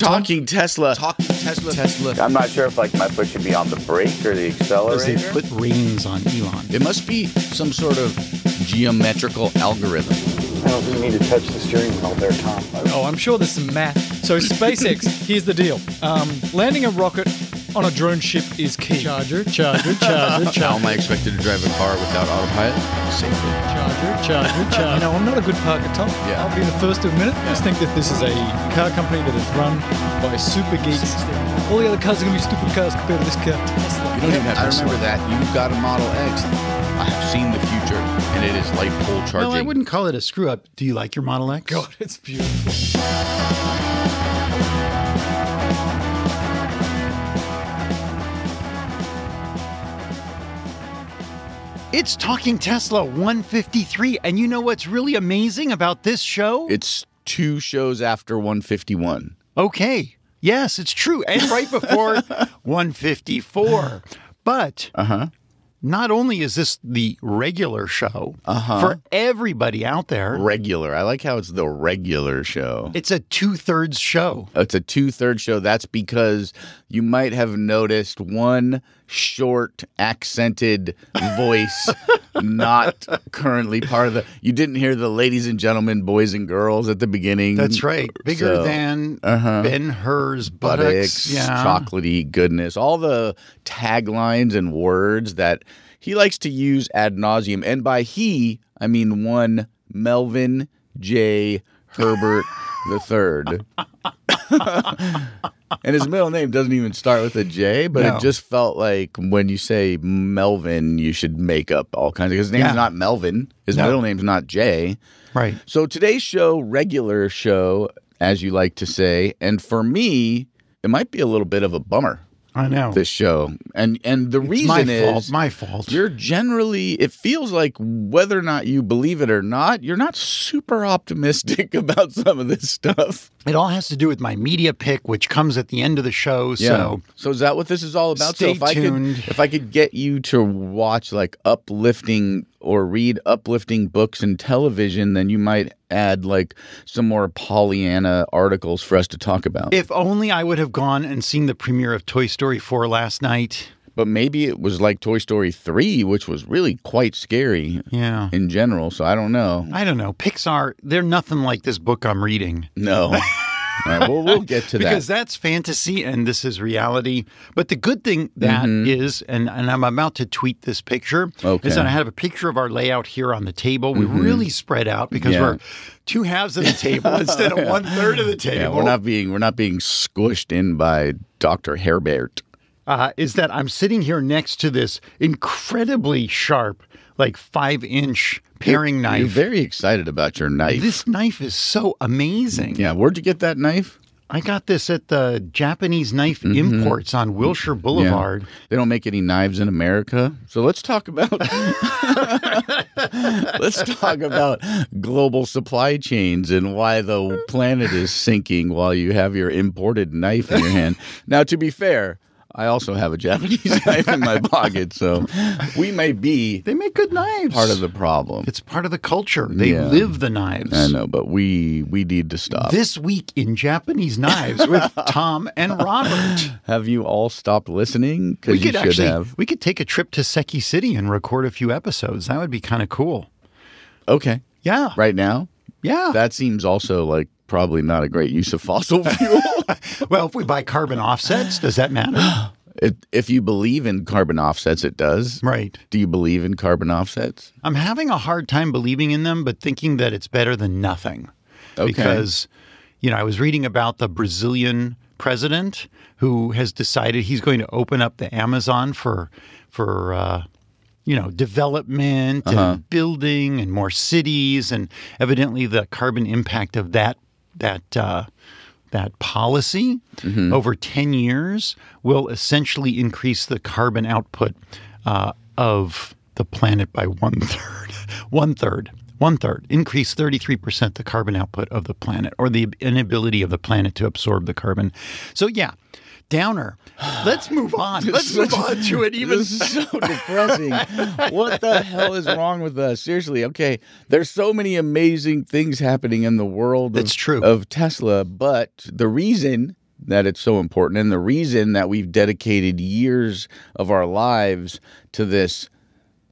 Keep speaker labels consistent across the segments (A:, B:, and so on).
A: Talking Tesla.
B: Talking Tesla.
A: Tesla.
C: I'm not sure if like my foot should be on the brake or the
D: Because
C: accelerator.
D: they put rings on Elon.
B: It must be some sort of geometrical algorithm.
E: I don't think you need to touch the steering wheel there, Tom.
F: Oh, I'm sure there's some math. So SpaceX, here's the deal: um, landing a rocket on a drone ship is key. Charger, charger, charger,
B: How am I expected to drive a car without autopilot? Safely.
F: charger, charger, charger. You know, I'm not a good Parker Tom.
B: Yeah.
F: I'll be the first to admit it. I just think that this is a car company that is run by super geeks. All the other cars are gonna be stupid cars compared to this car.
B: You don't even have to I remember that. You've got a Model X. I have seen the future, and it is light pole charging.
D: No, I wouldn't call it a screw up. Do you like your Model X?
F: God, it's beautiful.
D: It's Talking Tesla 153. And you know what's really amazing about this show?
B: It's two shows after 151.
D: okay. Yes, it's true. And right before 154. But not only is this the regular show for everybody out there,
B: Regular. I like how it's the regular show.
D: it's a two thirds show.
B: Oh, It's a two third show. That's because you might have noticed one short accented voice not currently part of the. You didn't hear the ladies and gentlemen, boys and girls at the beginning.
D: That's right. Mm, Bigger
B: So,
D: than Ben Hur's buttocks.
B: buttocks,
D: Yeah.
B: chocolatey goodness, all the taglines and words that he likes to use ad nauseum. And by he, I mean one Melvin J. Herbert the third. and his middle name doesn't even start with a J, but
D: No.
B: it just felt like when you say Melvin, you should make up all kinds of. His name's
D: Yeah.
B: not Melvin. His
D: No.
B: middle name's not Jay.
D: Right.
B: So today's show, regular show, as you like to say, and for me, it might be a little bit of a bummer.
D: I know.
B: This show, and and the
D: It's
B: reason
D: my
B: is
D: fault. My fault.
B: you're generally it feels like whether or not you believe it or not, you're not super optimistic about some of this stuff.
D: It all has to do with my media pick, which comes at the end of the show. So
B: so is that what this is all about? so
D: Stay
B: if I
D: tuned.
B: could if I could get you to watch like uplifting or read uplifting books and television, then you might add like some more Pollyanna articles for us to talk about.
D: if only I would have gone and seen the premiere of Toy Story 4 last night.
B: but maybe it was like Toy Story 3, which was really quite scary
D: Yeah.
B: in general, so I don't know.
D: I don't know. Pixar, they're nothing like this book I'm reading.
B: No. All right, well, we'll get to that.
D: Because that's fantasy and this is reality. But the good thing that is, and, and I'm about to tweet this picture,
B: Mm-hmm. Okay. Mm-hmm.
D: is that I have a picture of our layout here on the table. We really spread out because
B: Yeah.
D: we're two halves of the table instead of one third of the table.
B: yeah, we're not being we're not being squished in by Dr. Herbert.
D: uh, is that I'm sitting here next to this incredibly sharp, like five inch paring
B: You're
D: knife.
B: very excited about your knife.
D: this knife is so amazing.
B: yeah, where'd you get that knife?
D: I got this at the Japanese Knife Imports on Wilshire
B: Mm-hmm. Yeah.
D: Boulevard.
B: They don't make any knives in America. So let's talk about let's talk about global supply chains and why the planet is sinking while you have your imported knife in your hand. Now to be fair, I also have a Japanese knife in my pocket, so we may be
D: They make good knives.
B: part of the problem.
D: it's part of the culture. They
B: Yeah.
D: live the knives.
B: I know, but we we need to stop.
D: This week in Japanese knives with Tom and Robert.
B: have you all stopped listening?
D: We
B: Because you
D: could
B: should
D: actually
B: have.
D: we could take a trip to Seki City and record a few episodes. That would be kind of cool.
B: Okay,
D: Yeah.
B: right now
D: Yeah.
B: that seems also like probably not a great use of fossil fuel.
D: well, if we buy carbon offsets, does that matter?
B: if, if you believe in carbon offsets, it does.
D: right.
B: Do you believe in carbon offsets?
D: I'm having a hard time believing in them, but thinking that it's better than nothing.
B: Okay.
D: Because, you know, I was reading about the Brazilian president who has decided he's going to open up the Amazon for, for, uh, you know, development and building and more cities, and evidently the carbon impact of that that uh, that policy over ten years will essentially increase the carbon output uh, of the planet by one third, one third, one third. Increase thirty three percent the carbon output of the planet, or the inability of the planet to absorb the carbon. So yeah. Downer. Let's move on. Let's move on to an e-, even
B: This is so depressing. what the hell is wrong with us? Seriously, okay. There's so many amazing things happening in the world.
D: It's
B: of,
D: true.
B: of Tesla, but the reason that it's so important and the reason that we've dedicated years of our lives to this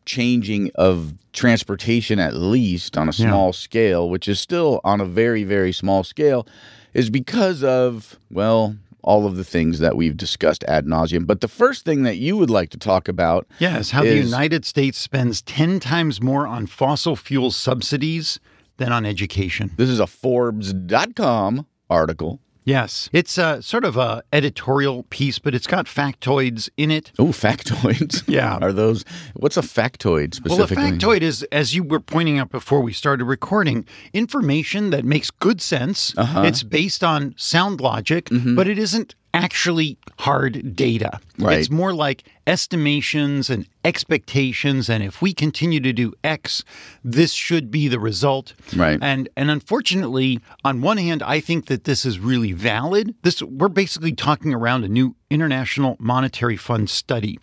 B: changing of transportation at least on a small scale which is still on a very very small scale is because of well all of the things that we've discussed ad nauseum but the first thing that you would like to talk about
D: Yes, how the
B: is-
D: United States spends 10 times more on fossil fuel subsidies than on education.
B: This is a Forbes.com article.
D: Yes, it's a sort of a editorial piece, but it's got factoids in it.
B: Oh, factoids.
D: Yeah.
B: Are those, what's a factoid
D: Well, a
B: specifically?
D: factoid is, as you were pointing out before we started recording, information that makes good sense.
B: Uh-huh.
D: It's based on sound logic,
B: Mm-hmm.
D: but it isn't actually hard data.
B: Right.
D: It's more like estimations and expectations, and if we continue to do X, this should be the result.
B: Right.
D: And and unfortunately, on one hand, I think that this is really valid. This we're basically talking around a new International Monetary Fund study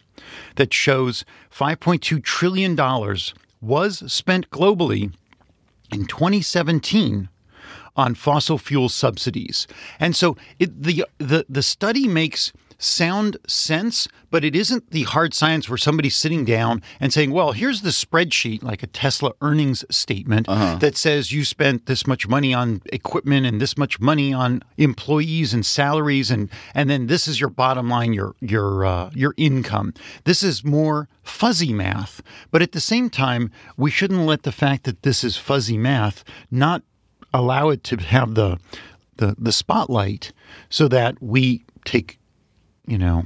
D: that shows 5.2 trillion dollars was spent globally in 2017 on fossil fuel subsidies. And so it, the, the the study makes sound sense, but it isn't the hard science where somebody's sitting down and saying, "Well, here's the spreadsheet like a Tesla earnings statement that says you spent this much money on equipment and this much money on employees and salaries and and then this is your bottom line, your your uh, your income." This is more fuzzy math, but at the same time, we shouldn't let the fact that this is fuzzy math not allow it to have the the, the spotlight so that we take you know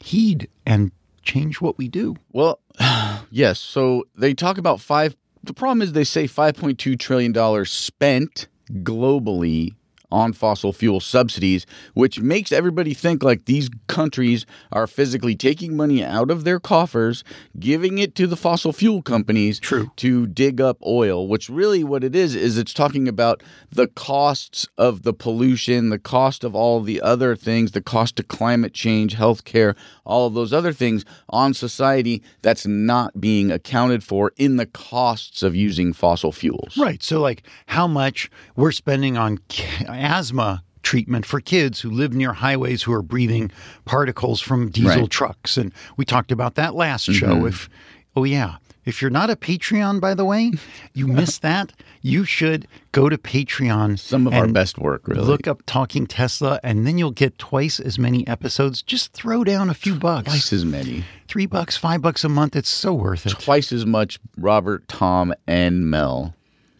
D: heed and change what we do
B: Well, yes. So they talk about five. The problem is they say $5.2 trillion spent globally on fossil fuel subsidies, which makes everybody think like these countries are physically taking money out of their coffers, giving it to the fossil fuel companies
D: True.
B: to dig up oil, which really what it is is it's talking about the costs of the pollution, the cost of all the other things, the cost of climate change, healthcare, all of those other things on society that's not being accounted for in the costs of using fossil fuels.
D: right so like how much we're spending on ca- asthma treatment for kids who live near highways who are breathing particles from diesel
B: Right. Mm-hmm.
D: trucks and we talked about that last show if oh yeah if you're not a patreon by the way you missed that you should go to patreon
B: Some of our
D: and-
B: best work, really.
D: Look up Talking Tesla, and then you'll get twice as many episodes. Just throw down a few bucks.
B: twice as many,
D: Three bucks, five bucks a month. It's so worth it.
B: twice as much Robert, Tom, and Mel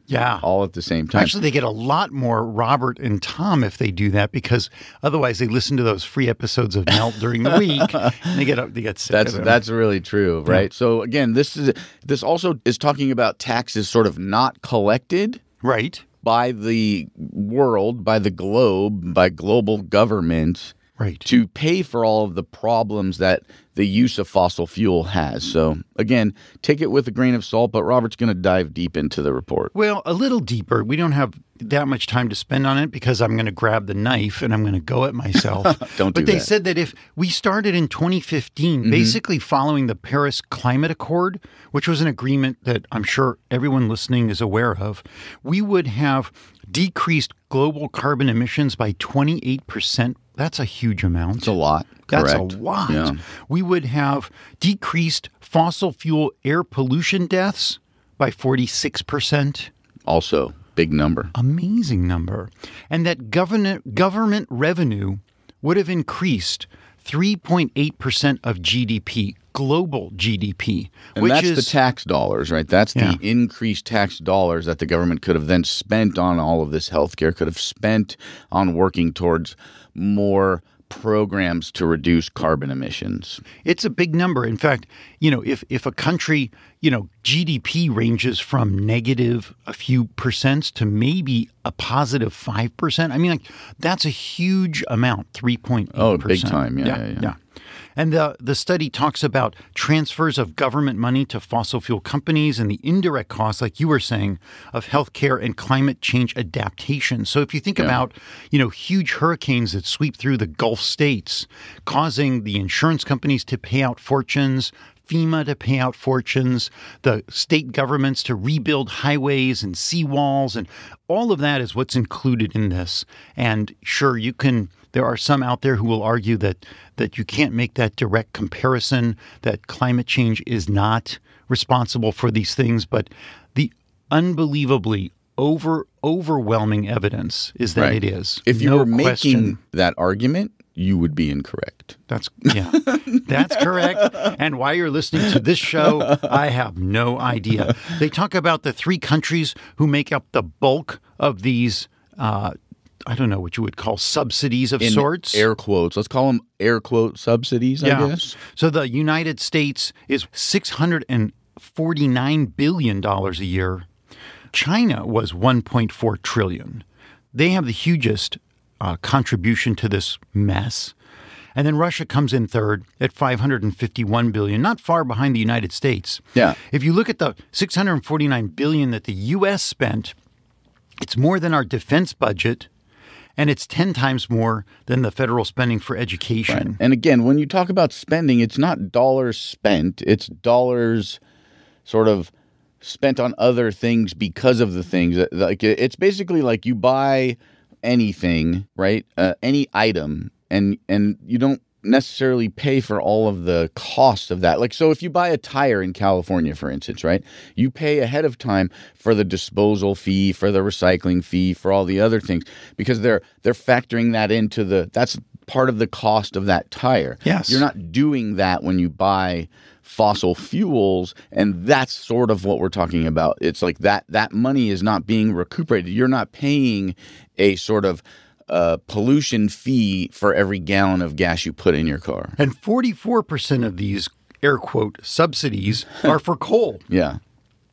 D: Yeah.
B: all at the same time.
D: Actually, they get a lot more Robert and Tom if they do that because otherwise they listen to those free episodes of Melt during the week. and they get up, they get sick.
B: That's
D: of them.
B: that's really true, right? So again, this is this also is talking about taxes sort of not collected
D: right,
B: by the world, by the globe, by global governments
D: right.
B: to pay for all of the problems that the use of fossil fuel has. So again, take it with a grain of salt, but Robert's going to dive deep into the report.
D: Well, a little deeper. We don't have that much time to spend on it because I'm going to grab the knife and I'm going to go at myself.
B: Don't
D: but
B: do
D: they
B: that. Mm-hmm.
D: said that if we started in 2015, basically following the Paris Climate Accord, which was an agreement that I'm sure everyone listening is aware of, we would have decreased global carbon emissions by 28%. That's a huge amount.
B: It's a lot.
D: That's
B: correct?
D: a lot.
B: Yeah.
D: We would have decreased fossil fuel air pollution deaths by 46%
B: Also, big number.
D: amazing number, and that government government revenue would have increased 3.8 percent of GDP, global GDP,
B: And
D: which
B: that's
D: is
B: the tax dollars, right? That's
D: Yeah.
B: the increased tax dollars that the government could have then spent on all of this healthcare, could have spent on working towards more programs to reduce carbon emissions.
D: it's a big number. In fact, you know, if if a country, you know, GDP ranges from negative a few percents to maybe a positive five percent. I mean, like that's a huge amount, three point eight.
B: Oh, big time. Yeah, yeah, yeah.
D: And the, the study talks about transfers of government money to fossil fuel companies and the indirect costs, like you were saying, of healthcare and climate change adaptation. So if you think about, you know, huge hurricanes that sweep through the Gulf states, causing the insurance companies to pay out fortunes, FEMA to pay out fortunes, the state governments to rebuild highways and seawalls, and all of that is what's included in this. And sure, you can There are some out there who will argue that that you can't make that direct comparison that climate change is not responsible for these things, but the unbelievably over overwhelming evidence is that
B: Right.
D: it is.
B: If you
D: No
B: were making
D: question.
B: that argument, you would be incorrect.
D: That's yeah. That's correct. And why you're listening to this show, I have no idea. They talk about the three countries who make up the bulk of these uh, I don't know what you would call subsidies of
B: In
D: sorts.
B: Air quotes. Let's call them air quote subsidies, I guess.
D: So the United States is six hundred and forty nine billion dollars a year. China was one point four trillion. They have the hugest uh, contribution to this mess. And then Russia comes in third at 551 billion, not far behind the United States.
B: Yeah.
D: If you look at the 649 billion that the US spent, it's more than our defense budget and it's 10 times more than the federal spending for education.
B: And again, when you talk about spending, it's not dollars spent, it's dollars sort of spent on other things because of the things that like it- it's basically like you buy anything, right? Uh, any item and and you don't necessarily pay for all of the costs of that. Like so if you buy a tire in California for instance, right? You pay ahead of time for the disposal fee, for the recycling fee, for all the other things because they're they're factoring that into the that's part of the cost of that tire.
D: Yes.
B: You're not not doing that when you buy fossil fuels and that's sort of what we're talking about it's like that that money is not being recuperated you're not paying a sort of uh, pollution fee for every gallon of gas you put in your car
D: And 44% of these air quote subsidies are for coal.
B: yeah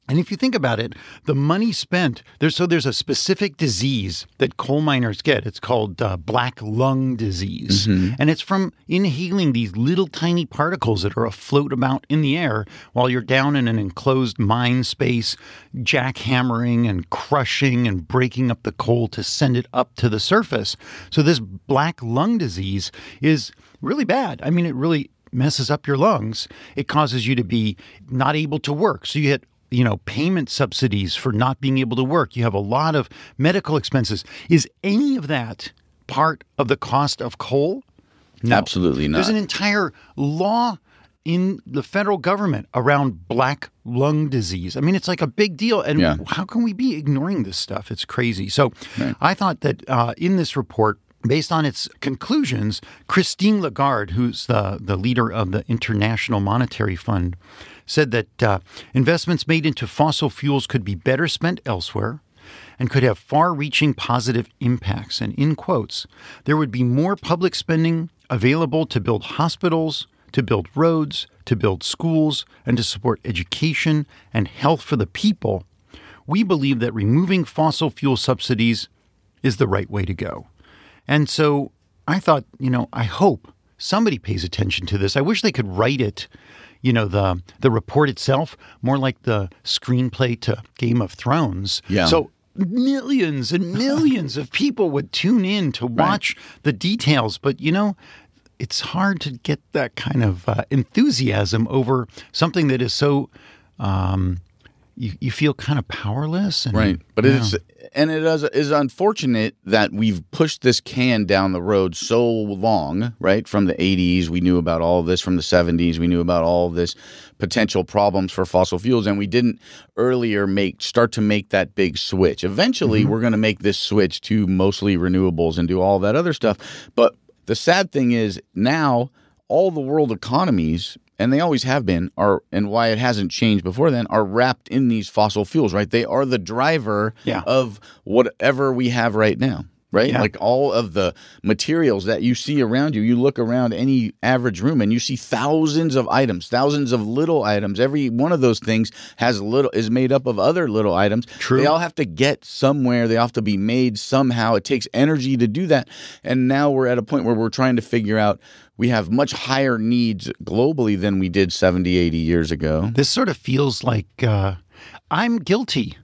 D: And if you think about it, the money spent there's so there's a specific disease that coal miners get. It's called uh, black lung disease, and it's from inhaling these little tiny particles that are afloat about in the air while you're down in an enclosed mine space, jackhammering and crushing and breaking up the coal to send it up to the surface. So this black lung disease is really bad. I mean, it really messes up your lungs. It causes you to be not able to work. So you get you know, payment subsidies for not being able to work. You have a lot of medical expenses. Is any of that part of the cost of coal? No.
B: Absolutely not.
D: There's an entire law in the federal government around black lung disease. I mean, it's like a big deal. And
B: Yeah.
D: how can we be ignoring this stuff? It's crazy. So I thought that uh, in this report, based on its conclusions, Christine Lagarde, who's the, the leader of the International Monetary Fund, said that uh, investments made into fossil fuels could be better spent elsewhere and could have far reaching positive impacts. And in quotes, there would be more public spending available to build hospitals, to build roads, to build schools, and to support education and health for the people. We believe that removing fossil fuel subsidies is the right way to go. And so I thought, you know, I hope somebody pays attention to this. I wish they could write it, you know, the the report itself more like the screenplay to Game of Thrones.
B: Yeah.
D: So millions and millions of people would tune in to watch the details, but you know, it's hard to get that kind of uh, enthusiasm over something that is so um, you, you feel kind of powerless and
B: right but
D: Yeah.
B: it's and it is, is unfortunate that we've pushed this can down the road so long right from the 80s we knew about all of this from the 70s we knew about all of this potential problems for fossil fuels and we didn't earlier make start to make that big switch eventually we're going to make this switch to mostly renewables and do all that other stuff but the sad thing is now all the world economies and they always have been are and why it hasn't changed before then are wrapped in these fossil fuels right they are the driver
D: Yeah.
B: of whatever we have right now right
D: Yeah.
B: like all of the materials that you see around you you look around any average room and you see thousands of items thousands of little items every one of those things has little is made up of other little items
D: True.
B: they all have to get somewhere they have to be made somehow it takes energy to do that and now we're at a point where we're trying to figure out we have much higher needs globally than we did 70 80 years ago
D: This sort of feels like uh, I'm guilty.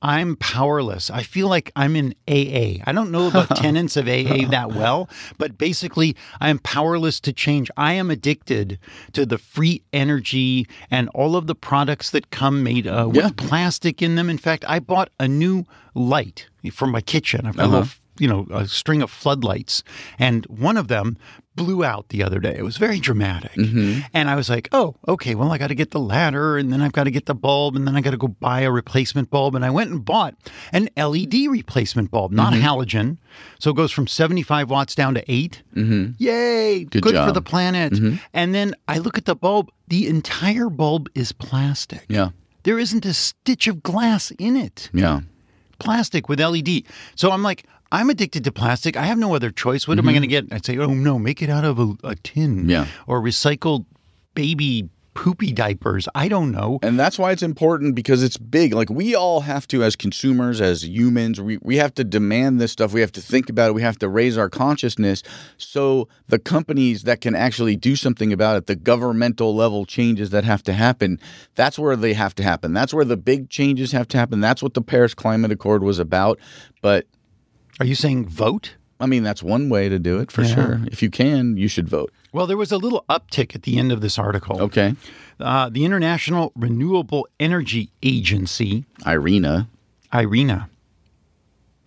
D: I'm powerless. I feel like I'm in AA. I don't know about tenets of AA that well, but basically, I am powerless to change. I am addicted to the free energy and all of the products that come made uh, with
B: Yeah.
D: plastic in them. In fact, I bought a new light for my kitchen. I've got a little you know, a string of floodlights, and one of them blew out the other day. It was very dramatic. And I was like, oh, okay, well, I got to get the ladder, and then I've got to get the bulb, and then I got to go buy a replacement bulb. And I went and bought an LED replacement bulb, not halogen. So it goes from 75 watts down to 8 Mm-hmm. Yay! Good, for
B: job.
D: the planet. And then I look at the bulb, the entire bulb is plastic.
B: Yeah.
D: There isn't a stitch of glass in it.
B: Yeah.
D: Plastic with LED. So I'm like, I'm addicted to plastic. I have no other choice. What am I going to get? I'd say, oh no, make it out of a, a tin
B: Yeah.
D: or recycled baby poopy diapers. I don't know.
B: And that's why it's important because it's big. Like we all have to, as consumers, as humans, we, we have to demand this stuff. We have to think about it. We have to raise our consciousness. So the companies that can actually do something about it, the governmental level changes that have to happen, that's where they have to happen. That's where the big changes have to happen. That's what the Paris Climate Accord was about. But
D: Are you saying vote?
B: I mean, that's one way to do it for sure. If you can, you should vote.
D: Well, there was a little uptick at the end of this article.
B: Okay.
D: Uh, the International Renewable Energy Agency
B: Irina.
D: Irina.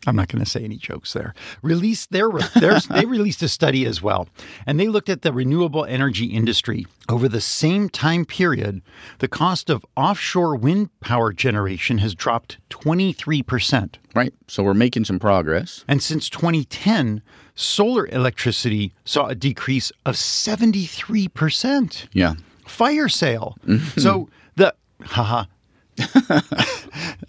D: I'm not going to say any jokes there. Released their, their they released a study as well, and they looked at the renewable energy industry over the same time period. The cost of offshore wind power generation has dropped 23 percent,
B: Right. So we're making some progress.
D: and since 2010, solar electricity saw a decrease of 73 percent
B: Yeah.
D: fire sale.
B: Mm-hmm.
D: so the haha.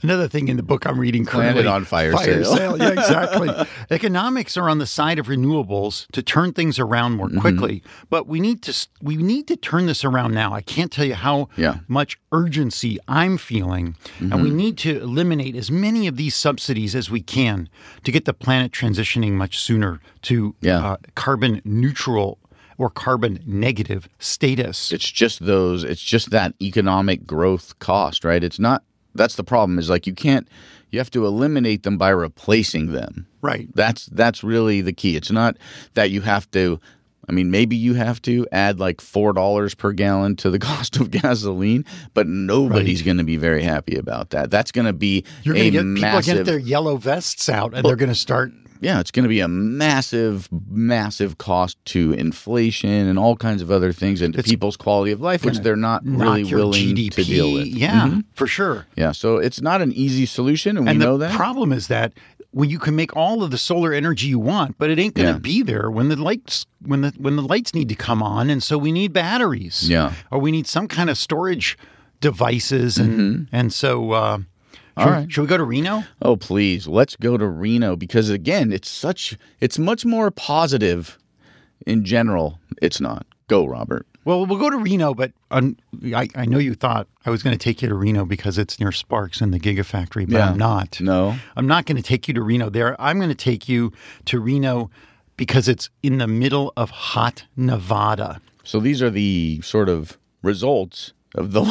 D: Another thing in the book I'm reading currently
B: Planet on fire sale.
D: Yeah, exactly. Economics are on the side of renewables to turn things around
B: Mm-hmm.
D: more quickly, but we need to s- we need to turn this around now. I can't tell you how
B: Yeah. Mm-hmm.
D: much urgency I'm feeling, and we need to eliminate as many of these subsidies as we can to get the planet transitioning much sooner to
B: Yeah.
D: uh, carbon neutral or carbon negative status.
B: it's just those it's just that economic growth cost right it's not that's the problem is like you can't you have to eliminate them by replacing them
D: Right.
B: that's that's really the key it's not that you have to i mean maybe you have to add like four dollars per gallon to the cost of gasoline but nobody's going to be very happy about that that's going to be
D: You're
B: a
D: going to get people
B: massive
D: get their yellow vests out and they're going to start.
B: yeah, it's going to be a massive, massive cost to inflation and all kinds of other things and people's quality of life, which they're not
D: knock
B: really
D: your
B: willing
D: GDP.
B: to deal with.
D: Yeah, for sure.
B: Yeah, so it's not an easy solution, and we
D: and
B: know
D: the
B: that.
D: problem is that well, you can make all of the solar energy you want, but it ain't going to
B: Yeah.
D: be there when the lights when the when the lights need to come on, and so we need batteries.
B: Yeah.
D: or we need some kind of storage devices, and and so. Uh,
B: Mm-hmm. All
D: should,
B: right.
D: should we go to Reno?
B: oh, please, let's go to Reno because again, it's such, it's much more positive. In general, it's not. Go, Robert.
D: Well, we'll go to Reno, but um, I, I know you thought I was going to take you to Reno because it's near Sparks and the Gigafactory, but I'm not.
B: No.
D: I'm not going to take you to Reno there. I'm going to take you to Reno because it's in the middle of hot Nevada.
B: So these are the sort of results of the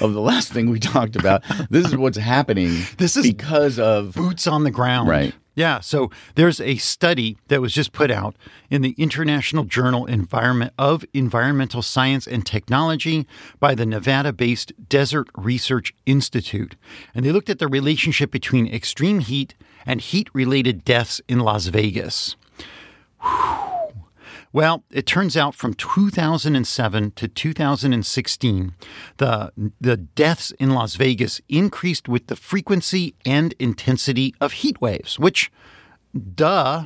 B: of the last thing we talked about. This is what's happening.
D: This is-
B: because of
D: Boots on the ground.
B: Right.
D: Yeah. So there's a study that was just put out in the International Journal Environment of Environmental Science and Technology by the Nevada-based Desert Research Institute. And they looked at the relationship between extreme heat and heat-related deaths in Las Vegas. Well, it turns out from 2007 to 2016, the, the deaths in Las Vegas increased with the frequency and intensity of heat waves, which, duh.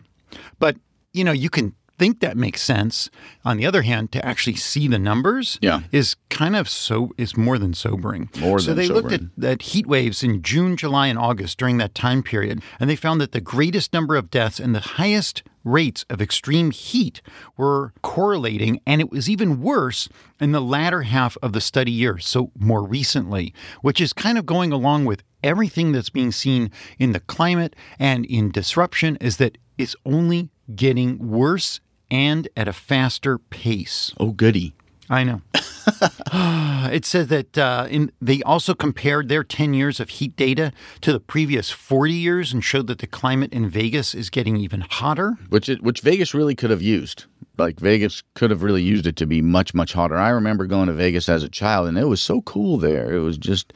D: But, you know, you can think that makes sense. On the other hand, to actually see the numbers
B: Yeah.
D: is kind of so is more than sobering.
B: More
D: so
B: than
D: they looked at
B: sobering.
D: that heat waves in June, July, and August during that time period, and they found that the greatest number of deaths and the highest rates of extreme heat were correlating, and it was even worse in the latter half of the study year, so more recently, which is kind of going along with everything that's being seen in the climate and in disruption, is that it's only getting worse and at a faster pace.
B: oh goody.
D: I know. it says that uh, in, they also compared their 10 years of heat data to the previous 40 years and showed that the climate in Vegas is getting even hotter.
B: which it, which Vegas really could have used. Like Vegas could have really used it to be much much hotter. I remember going to Vegas as a child, and it was so cool there. It was just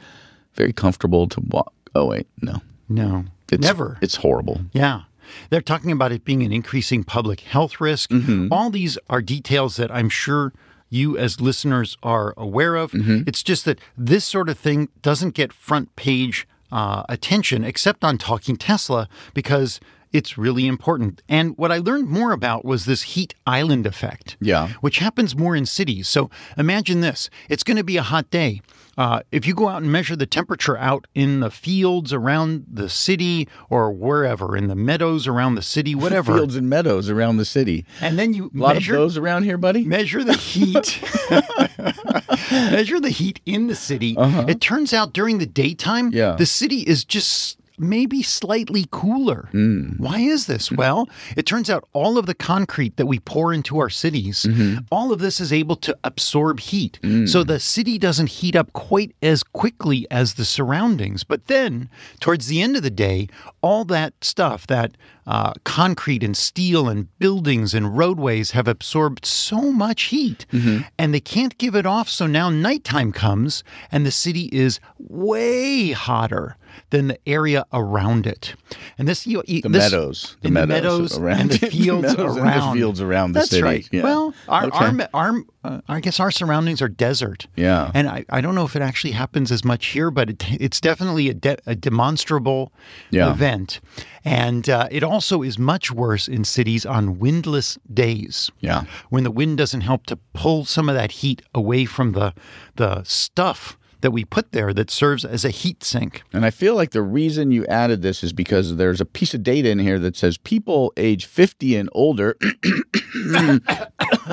B: very comfortable to walk. Oh wait, no,
D: No,
B: it's,
D: never.
B: It's horrible.
D: yeah. They're talking about it being an increasing public health risk. All these are details that I'm sure you as listeners are aware of. It's just that this sort of thing doesn't get front page uh, attention except on Talking Tesla because it's really important. And what I learned more about was this heat island effect
B: Yeah.
D: which happens more in cities. So imagine this it's going to be a hot day. Uh, if you go out and measure the temperature out in the fields around the city or wherever, in the meadows around the city, whatever,
B: Fields and meadows around the city.
D: and then you
B: A lot
D: measure,
B: of those around here, buddy.
D: measure the heat, measure the heat in the city, it turns out during the daytime,
B: Yeah.
D: the city is just maybe slightly cooler. Why is this? Well, it turns out all of the concrete that we pour into our cities, all of this is able to absorb heat. So the city doesn't heat up quite as quickly as the surroundings. But then, towards the end of the day, all that stuff, that uh, concrete and steel and buildings and roadways have absorbed so much heat
B: Mm-hmm.
D: and they can't give it off. So now nighttime comes and the city is way hotter than the area around it. And this, you, e,
B: The
D: this-
B: meadows,
D: in the meadows and the
B: it,
D: fields
B: meadows and
D: around.
B: the fields around the
D: That's
B: city.
D: right.
B: Yeah.
D: Well, our,
B: Okay.
D: our, our uh, I guess our surroundings are desert.
B: Yeah.
D: And I, I don't know if it actually happens as much here, but it, it's definitely a, de- a demonstrable
B: Yeah.
D: event. And uh, it also is much worse in cities on windless days.
B: Yeah.
D: When the wind doesn't help to pull some of that heat away from the the stuff that we put there that serves as a heat sink.
B: And I feel like the reason you added this is because there's a piece of data in here that says people age 50 and older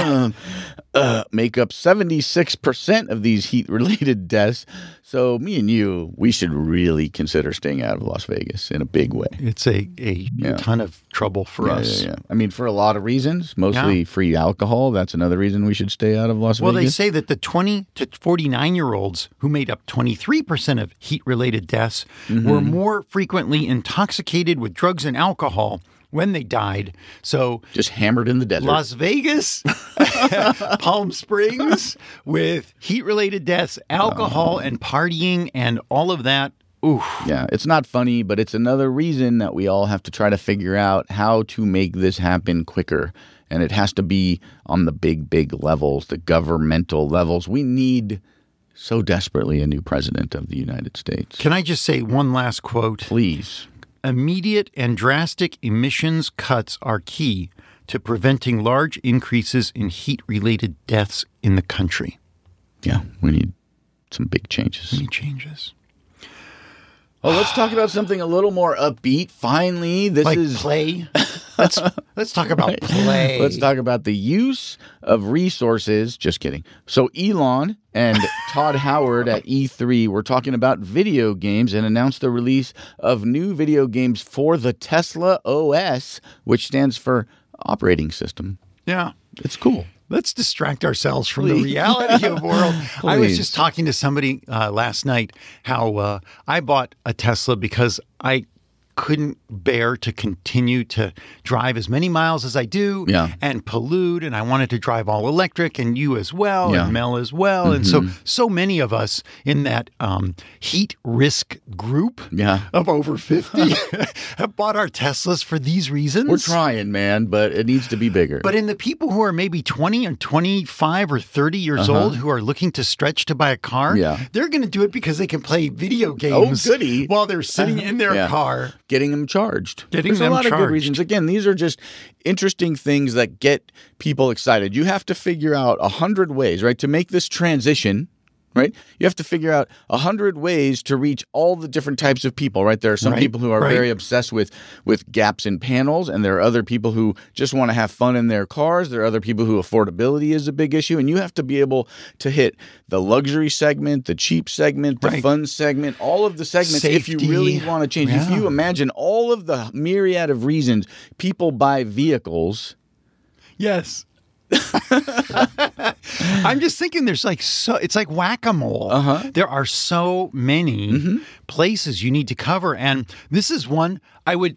B: uh, make up 76% of these heat related deaths. So, me and you, we should really consider staying out of Las Vegas in a big way.
D: It's a, a ton of trouble for
B: Yeah,
D: us.
B: yeah, yeah. I mean, for a lot of reasons, mostly
D: Yeah.
B: free alcohol. That's another reason we should stay out of Las
D: Well, they
B: Vegas.
D: say that the 20 to 49 year olds who made up 23% of heat related deaths were more frequently intoxicated with drugs and alcohol when they died. So,
B: Just hammered in the desert.
D: Las Vegas, Palm Springs, with heat related deaths, alcohol, and partying, and all of that. Oof.
B: Yeah, it's not funny, but it's another reason that we all have to try to figure out how to make this happen quicker. And it has to be on the big, big levels, the governmental levels. We need so desperately a new president of the United States.
D: Can I just say one last quote?
B: Please.
D: Immediate and drastic emissions cuts are key to preventing large increases in heat related deaths in the country.
B: Yeah, we need some big changes.
D: Any changes?
B: Oh, let's talk about something a little more upbeat. Finally, this
D: Like
B: is
D: play? let's let's talk about play.
B: Let's talk about the use of resources. Just kidding. So, Elon and Todd Howard at E3 were talking about video games and announced the release of new video games for the Tesla OS, which stands for operating system.
D: Yeah.
B: It's cool.
D: Let's distract ourselves from
B: Please.
D: the reality of world. I was
B: Please.
D: just talking to somebody uh, last night how uh, I bought a Tesla because I couldn't bear to continue to drive as many miles as I do
B: Yeah.
D: and pollute and I wanted to drive all electric and you as well
B: Yeah. Mm-hmm.
D: and Mel as well and so so many of us in that um, heat risk group
B: Yeah.
D: of over 50 have bought our Teslas for these reasons
B: We're trying, man, but it needs to be bigger.
D: but in the people who are maybe 20 or 25 or 30 years old who are looking to stretch to buy a car,
B: Uh-huh. Yeah. Oh,
D: they're going to do it because they can play video games
B: goody. Uh-huh.
D: while they're sitting in their
B: Yeah.
D: car.
B: getting them charged.
D: Getting
B: There's
D: them
B: a lot of
D: charged.
B: good reasons. Again, these are just interesting things that get people excited. You have to figure out a hundred ways, right, to make this transition. Right, you have to figure out a hundred ways to reach all the different types of people. Right, there are some
D: Right,
B: people who are
D: right.
B: very obsessed with with gaps in panels, and there are other people who just want to have fun in their cars. There are other people who affordability is a big issue, and you have to be able to hit the luxury segment, the cheap segment, the
D: Right.
B: fun segment, all of the segments if you
D: Safety.
B: really want to change. If
D: Yeah.
B: you imagine all of the myriad of reasons people buy vehicles.
D: Yes. I'm just thinking there's like so it's like whack-a-mole.
B: Uh-huh.
D: There are so many
B: Mm-hmm.
D: places you need to cover and this is one I would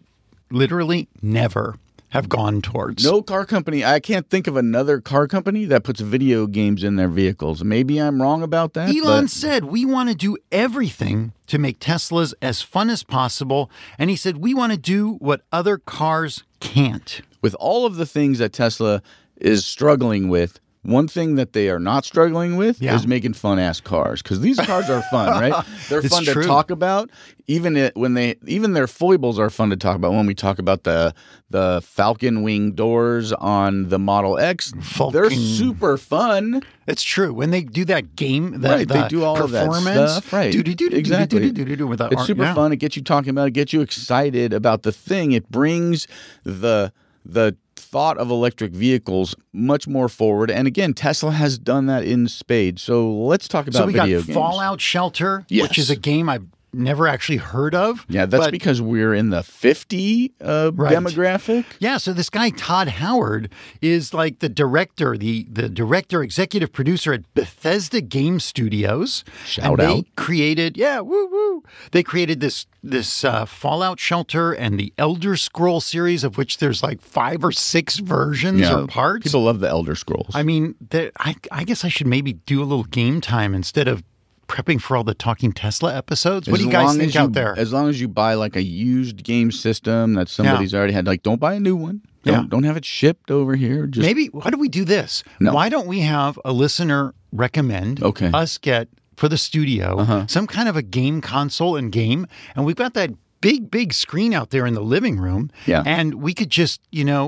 D: literally never have gone towards.
B: No car company. I can't think of another car company that puts video games in their vehicles. Maybe I'm wrong about that.
D: Elon
B: but-
D: said, We want to do everything to make Teslas as fun as possible. And he said, We want to do what other cars can't.
B: with all of the things that Tesla is struggling with, one thing that they are not struggling with
D: Yeah.
B: is making fun ass cars because these cars are fun, right? They're
D: It's
B: fun
D: true.
B: to talk about. Even it, when they even their foibles are fun to talk about. When we talk about the the Falcon wing doors on the Model X, they're
D: Falcon.
B: super fun.
D: It's true. When they do that game, that
B: right, they do all of that
D: performance,
B: stuff. Right,
D: Do, do, do, do, do,
B: exactly.
D: do, do, do, do, with that
B: it's
D: art-
B: super
D: yeah.
B: fun. It gets you talking about it. Gets you excited about the thing. It brings the the thought of electric vehicles much more forward. And again, Tesla has done that in spades. So let's talk about
D: So we got
B: video games.
D: Fallout Shelter, which
B: Yes.
D: is a game I've never actually heard of.
B: Yeah, that's
D: but-
B: because we're in the fifty uh,
D: Right.
B: demographic.
D: Yeah, so this guy Todd Howard is like the director, the the director, executive producer at Bethesda Game Studios.
B: Shout
D: and They
B: out.
D: created, yeah, woo woo. They created this this uh, Fallout Shelter and the Elder Scroll series, of which there's like five or six versions
B: Yeah,
D: or parts.
B: People love the Elder Scrolls.
D: I mean, there, I I guess I should maybe do a little game time instead of prepping for all the talking Tesla episodes. What do you
B: As
D: guys
B: long
D: think
B: as you-
D: out there?
B: As long as you buy like a used game system that somebody's already had, like don't buy a new one. Don't,
D: Yeah.
B: don't have it shipped over here. Just
D: Maybe why do we do this?
B: No.
D: Why don't we have a listener recommend
B: Okay. Uh-huh.
D: us get for the studio some kind of a game console and game, and we've got that big big screen out there in the living room,
B: Yeah.
D: and we could just you know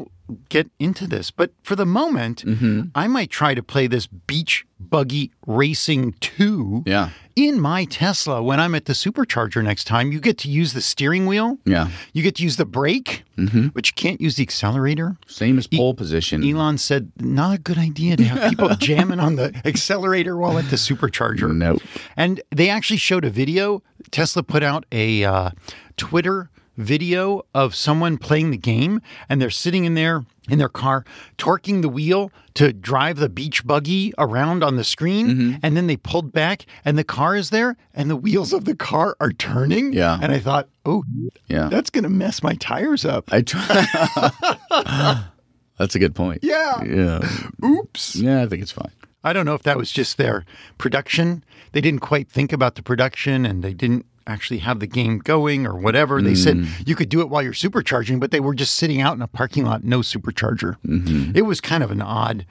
D: get into this. But for the moment,
B: Mm-hmm.
D: I might try to play this Beach Buggy Racing Two.
B: Yeah.
D: In my Tesla, when I'm at the supercharger next time, you get to use the steering wheel.
B: Yeah.
D: You get to use the brake,
B: Mm-hmm.
D: but you can't use the accelerator.
B: Same as pole position.
D: E- Elon said, not a good idea to have people jamming on the accelerator while at the supercharger.
B: Nope.
D: And they actually showed a video. Tesla put out a uh, Twitter video of someone playing the game, and they're sitting in there in their car, torquing the wheel to drive the beach buggy around on the screen.
B: Mm-hmm.
D: And then they pulled back, and the car is there, and the wheels of the car are turning.
B: Yeah.
D: And I thought, oh,
B: Yeah.
D: that's going to mess my tires up.
B: I try. That's a good point.
D: Yeah.
B: Yeah.
D: Oops.
B: Yeah, I think it's fine.
D: I don't know if that was just their production. They didn't quite think about the production and they didn't actually have the game going or whatever. They said you could do it while you're supercharging, but they were just sitting out in a parking lot, no supercharger. It was kind of an odd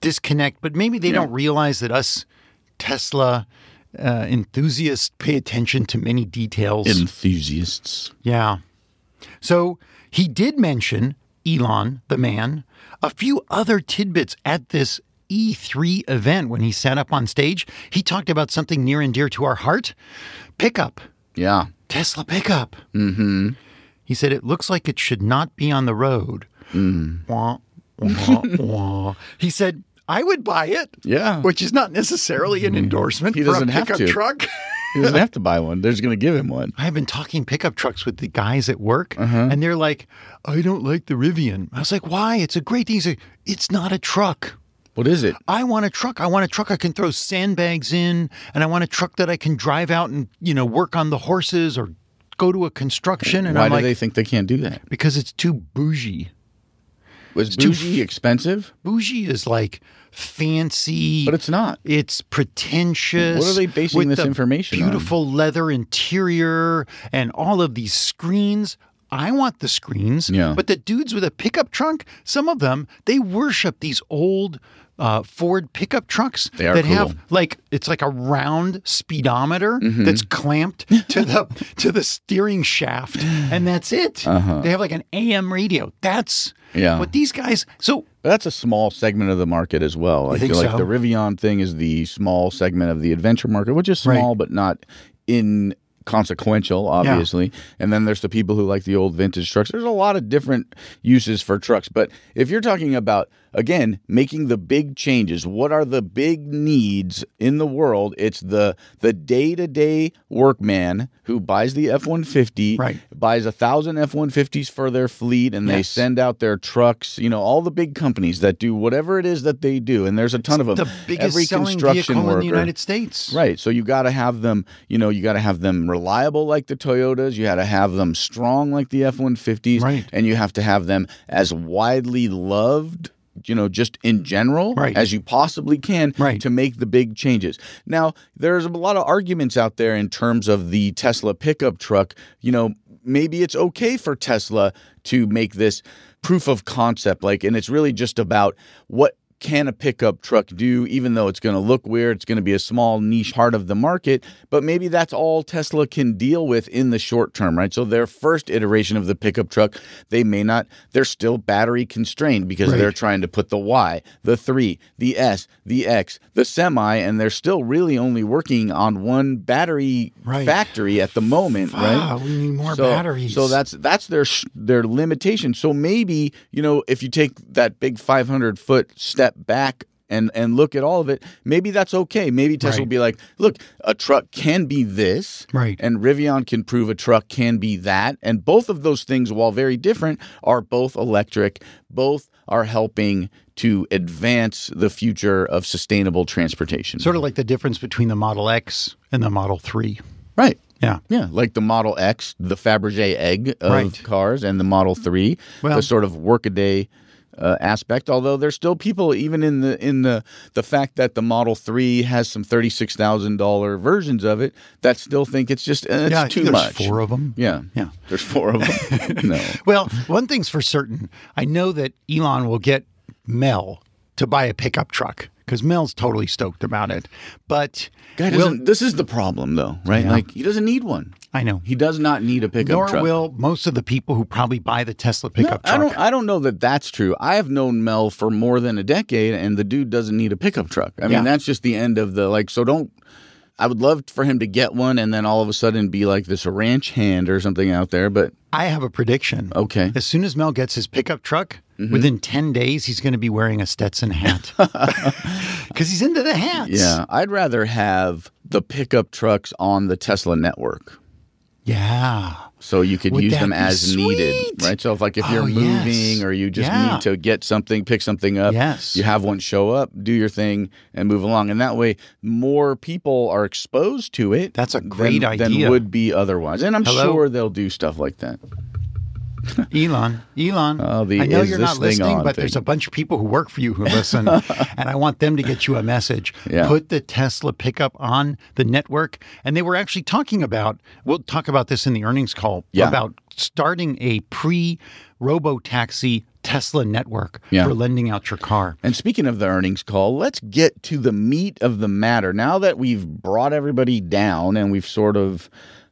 D: disconnect, but maybe they don't realize that us Tesla uh, enthusiasts pay attention to many details.
B: Enthusiasts.
D: Yeah. So he did mention Elon, the man, a few other tidbits at this E3 event when he sat up on stage. He talked about something near and dear to our heart pickup,
B: Yeah.
D: Tesla pickup. Mm-hmm. He said, it looks like it should not be on the road.
B: Mm.
D: Wah, wah, wah. He said, I would buy it.
B: Yeah. Mm.
D: Which is not necessarily an endorsement
B: He
D: for
B: doesn't
D: a
B: have
D: pickup
B: to.
D: truck.
B: He doesn't have to buy one. They're just going to give him one.
D: I've been talking pickup trucks with the guys at work,
B: Uh-huh.
D: and they're like, I don't like the Rivian. I was like, why? It's a great thing. He's like, it's not a truck.
B: What is it?
D: I want a truck. I want a truck I can throw sandbags in, and I want a truck that I can drive out and, you know, work on the horses or go to a construction. And
B: Why
D: I'm
B: do
D: like,
B: they think they can't do that?
D: because it's too bougie.
B: Was
D: too
B: bougie expensive?
D: Bougie is like fancy.
B: But it's not.
D: It's pretentious.
B: What are they basing
D: with
B: this
D: the
B: information on?
D: Beautiful leather interior and all of these screens. I want the screens.
B: Yeah.
D: But the dudes with a pickup trunk, some of them, they worship these old uh, Ford pickup trucks
B: They are
D: that have
B: cool. Mm-hmm.
D: like it's like a round speedometer that's clamped to the to the steering shaft, and that's it. They have like an AM radio.
B: Uh-huh.
D: That's
B: Yeah.
D: What these guys. So
B: But that's a small segment of the market as well. I
D: think
B: feel
D: so?
B: like the Rivian thing is the small segment of the adventure market, which is small but not inconsequential, obviously. And then there's the people who like the old vintage trucks. There's a lot of different uses for trucks, but if you're talking about again, making the big changes. What are the big needs in the world? It's the the day to day workman who buys the F one fifty,
D: Right.
B: buys a thousand F one fifties for their fleet, and they
D: Yes.
B: send out their trucks. You know, all the big companies that do whatever it is that they do, and there's a ton of them.
D: the biggest
B: Every
D: selling
B: construction
D: vehicle
B: worker,
D: in the United States.
B: Right. So you got to have them, you know, you got to have them reliable like the Toyotas. You got to have them strong like the F 150s.
D: Right.
B: And you have to have them as widely loved, you know, just in general
D: Right.
B: as you possibly can
D: Right.
B: to make the big changes. Now, there's a lot of arguments out there in terms of the Tesla pickup truck. You know, maybe it's okay for Tesla to make this proof of concept, like, and it's really just about what can a pickup truck do, even though it's going to look weird, it's going to be a small niche part of the market, but maybe that's all Tesla can deal with in the short term, right? So their first iteration of the pickup truck, they may not, they're still battery constrained because
D: Right.
B: they're trying to put the Y, the 3, the S, the X, the semi, and they're still really only working on one battery
D: Right.
B: factory at the moment,
D: Ah,
B: right?
D: we need more
B: so,
D: batteries.
B: So that's that's their sh- their limitation. So maybe you know if you take that big 500 foot step back. And, and look at all of it. Maybe that's okay. Maybe Tesla
D: Right.
B: will be like, look, a truck can be this,
D: Right.
B: And Rivian can prove a truck can be that. And both of those things, while very different, are both electric. Both are helping to advance the future of sustainable transportation.
D: sort of like the difference between the Model X and the Model 3.
B: right.
D: Yeah.
B: Yeah, like the Model X, the Fabergé egg of
D: Right.
B: cars, and the Model Three,
D: Well-
B: the sort of workaday uh, aspect. Although there's still people, even in the in the the fact that the Model Three has some thirty six thousand dollar versions of it, that still think it's just uh, it's
D: yeah, I
B: too
D: think there's
B: much.
D: four of them.
B: Yeah,
D: Yeah.
B: There's four of them. no,
D: Well, one thing's for certain. I know that Elon will get Mel to buy a pickup truck because Mel's totally stoked about it. But
B: guy
D: will-
B: doesn't. this is the problem, though, right? Like he doesn't need one.
D: I know.
B: He does not need a pickup
D: Nor
B: truck.
D: will most of the people who probably buy the Tesla pickup
B: I
D: truck.
B: don't. I don't know that that's true. I have known Mel for more than a decade, and the dude doesn't need a pickup truck. I mean,
D: Yeah.
B: that's just the end of the like. So don't. I would love for him to get one, and then all of a sudden be like this ranch hand or something out there. But
D: I have a prediction.
B: okay, Mm-hmm.
D: As soon as Mel gets his pickup truck, within 10 days, he's going to be wearing a Stetson hat because he's into the hats.
B: yeah, I'd rather have the pickup trucks on the Tesla network.
D: Yeah.
B: So you could
D: Would
B: use
D: that
B: them
D: be
B: as needed,
D: sweet?
B: right? So if like if you're
D: Oh, yes.
B: moving or you just
D: Yeah.
B: need to get something, pick something up,
D: Yes.
B: you have one show up, do your thing, and move along. And that way, more people are exposed to it.
D: That's a
B: than-
D: great idea.
B: Than would be otherwise. And I'm
D: Hello?
B: sure they'll do stuff like that.
D: Elon, Elon,
B: Oh, the
D: I know
B: is
D: you're
B: this
D: not
B: thing
D: listening,
B: on
D: but there's
B: thing.
D: a bunch of people who work for you who listen, and I want them to get you a message.
B: Yeah.
D: Put the Tesla pickup on the network. And they were actually talking about, we'll talk about this in the earnings call,
B: Yeah.
D: about starting a pre robo taxi Tesla network
B: Yeah.
D: for lending out your car.
B: And speaking of the earnings call, let's get to the meat of the matter. Now that we've brought everybody down and we've sort of,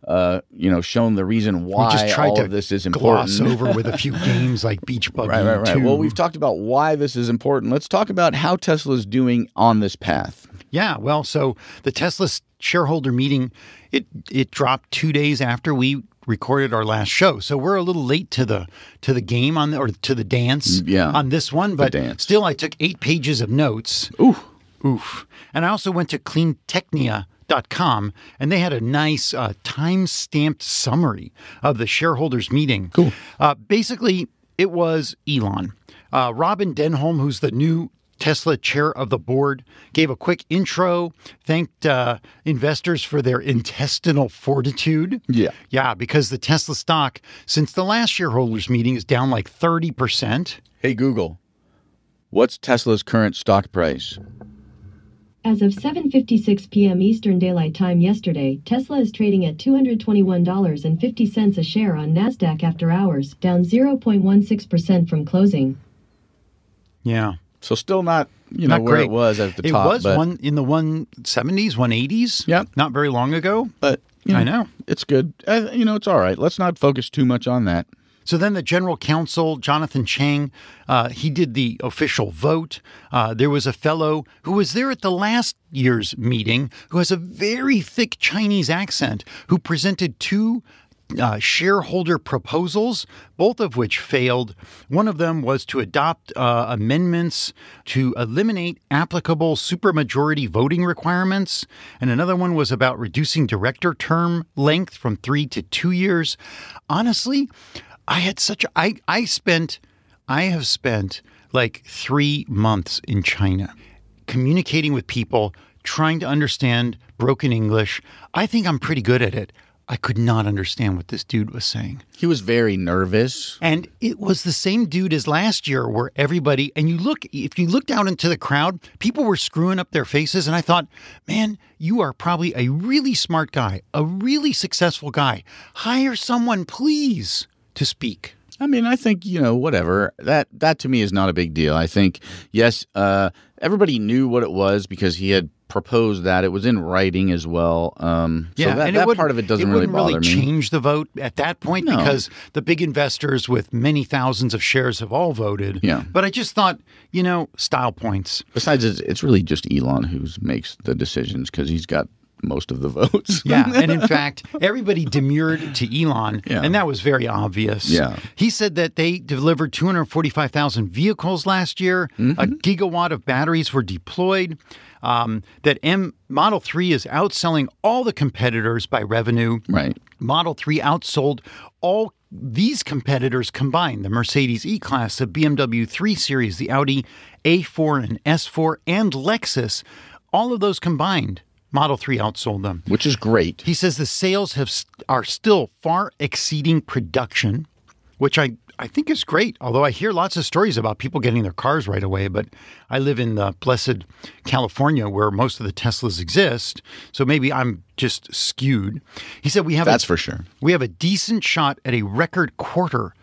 B: uh, you know, shown the reason
D: We
B: why
D: just tried
B: all
D: to
B: of this is important.
D: gloss over with a few games like Beach Buggy.
B: Right, right, right.
D: 2.
B: Well, we've talked about why this is important. Let's talk about how Tesla's doing on this path.
D: Yeah, well, so the Tesla shareholder meeting it it dropped 2 days after we recorded our last show. So we're a little late to the to the game on the, or to the dance
B: yeah.
D: on this one, but
B: dance.
D: still I took 8 pages of notes. Ooh. Oof. And I also went to cleantechnia.com and they had a nice uh, time stamped summary of the shareholders meeting. Cool. Uh, basically, it was Elon. Uh, Robin Denholm, who's the new Tesla chair of the board, gave a quick intro, thanked uh, investors for their intestinal fortitude.
B: Yeah.
D: Yeah, because the Tesla stock, since the last shareholders meeting, is down like 30%.
B: Hey, Google, what's Tesla's current stock price?
A: As of 7:56 p.m. Eastern Daylight Time yesterday, Tesla is trading at $221.50 a share on Nasdaq after hours, down 0.16% from closing.
D: Yeah.
B: So, still not, you know,
D: Not
B: where
D: great.
B: it was at the
D: it
B: top.
D: was
B: but,
D: one in the 170s, 180s.
B: Yep.
D: Not very long ago.
B: but you
D: I know.
B: It's good. Uh, you know, it's all right. Let's not focus too much on that.
D: So then the general counsel, Jonathan Chang, uh, he did the official vote. Uh, there was a fellow who was there at the last year's meeting who has a very thick Chinese accent who presented two uh, shareholder proposals, both of which failed. One of them was to adopt uh, amendments to eliminate applicable supermajority voting requirements, and another one was about reducing director term length from three to two years. Honestly, I had such I I spent I have spent like three months in China communicating with people, trying to understand broken English. I think I'm pretty good at it. I could not understand what this dude was saying.
B: He was very nervous.
D: And it was the same dude as last year where everybody, and you look, if you looked out into the crowd, people were screwing up their faces. And I thought, man, you are probably a really smart guy, a really successful guy. Hire someone, please, to speak.
B: I mean, I think you know, whatever that that to me is not a big deal. I think yes, uh, everybody knew what it was because he had proposed that it was in writing as well. Um, so that,
D: and
B: that
D: wouldn't-
B: part of it doesn't really
D: wouldn't
B: bother me.
D: change the vote at that point
B: No.
D: because the big investors with many thousands of shares have all voted.
B: Yeah.
D: But I just thought, you know, style points.
B: Besides, it's, it's really just Elon who makes the decisions because he's got most of the votes.
D: Yeah. and in fact, everybody demurred to Elon,
B: Yeah.
D: and that was very obvious.
B: Yeah.
D: He said that they delivered 245,000 vehicles last year,
B: Mm-hmm.
D: a gigawatt of batteries were deployed, um, that M Model 3 is outselling all the competitors by revenue.
B: right.
D: Model 3 outsold all these competitors combined the Mercedes E Class, the BMW 3 Series, the Audi A4 and S4, and Lexus. All of those combined, Model 3 outsold them.
B: Which is great.
D: He says the sales have are still far exceeding production, which I, I think is great. Although I hear lots of stories about people getting their cars right away, but I live in the blessed California where most of the Teslas exist, so maybe I'm just skewed. He said we have
B: That's
D: a,
B: for sure.
D: we have a decent shot at a record quarter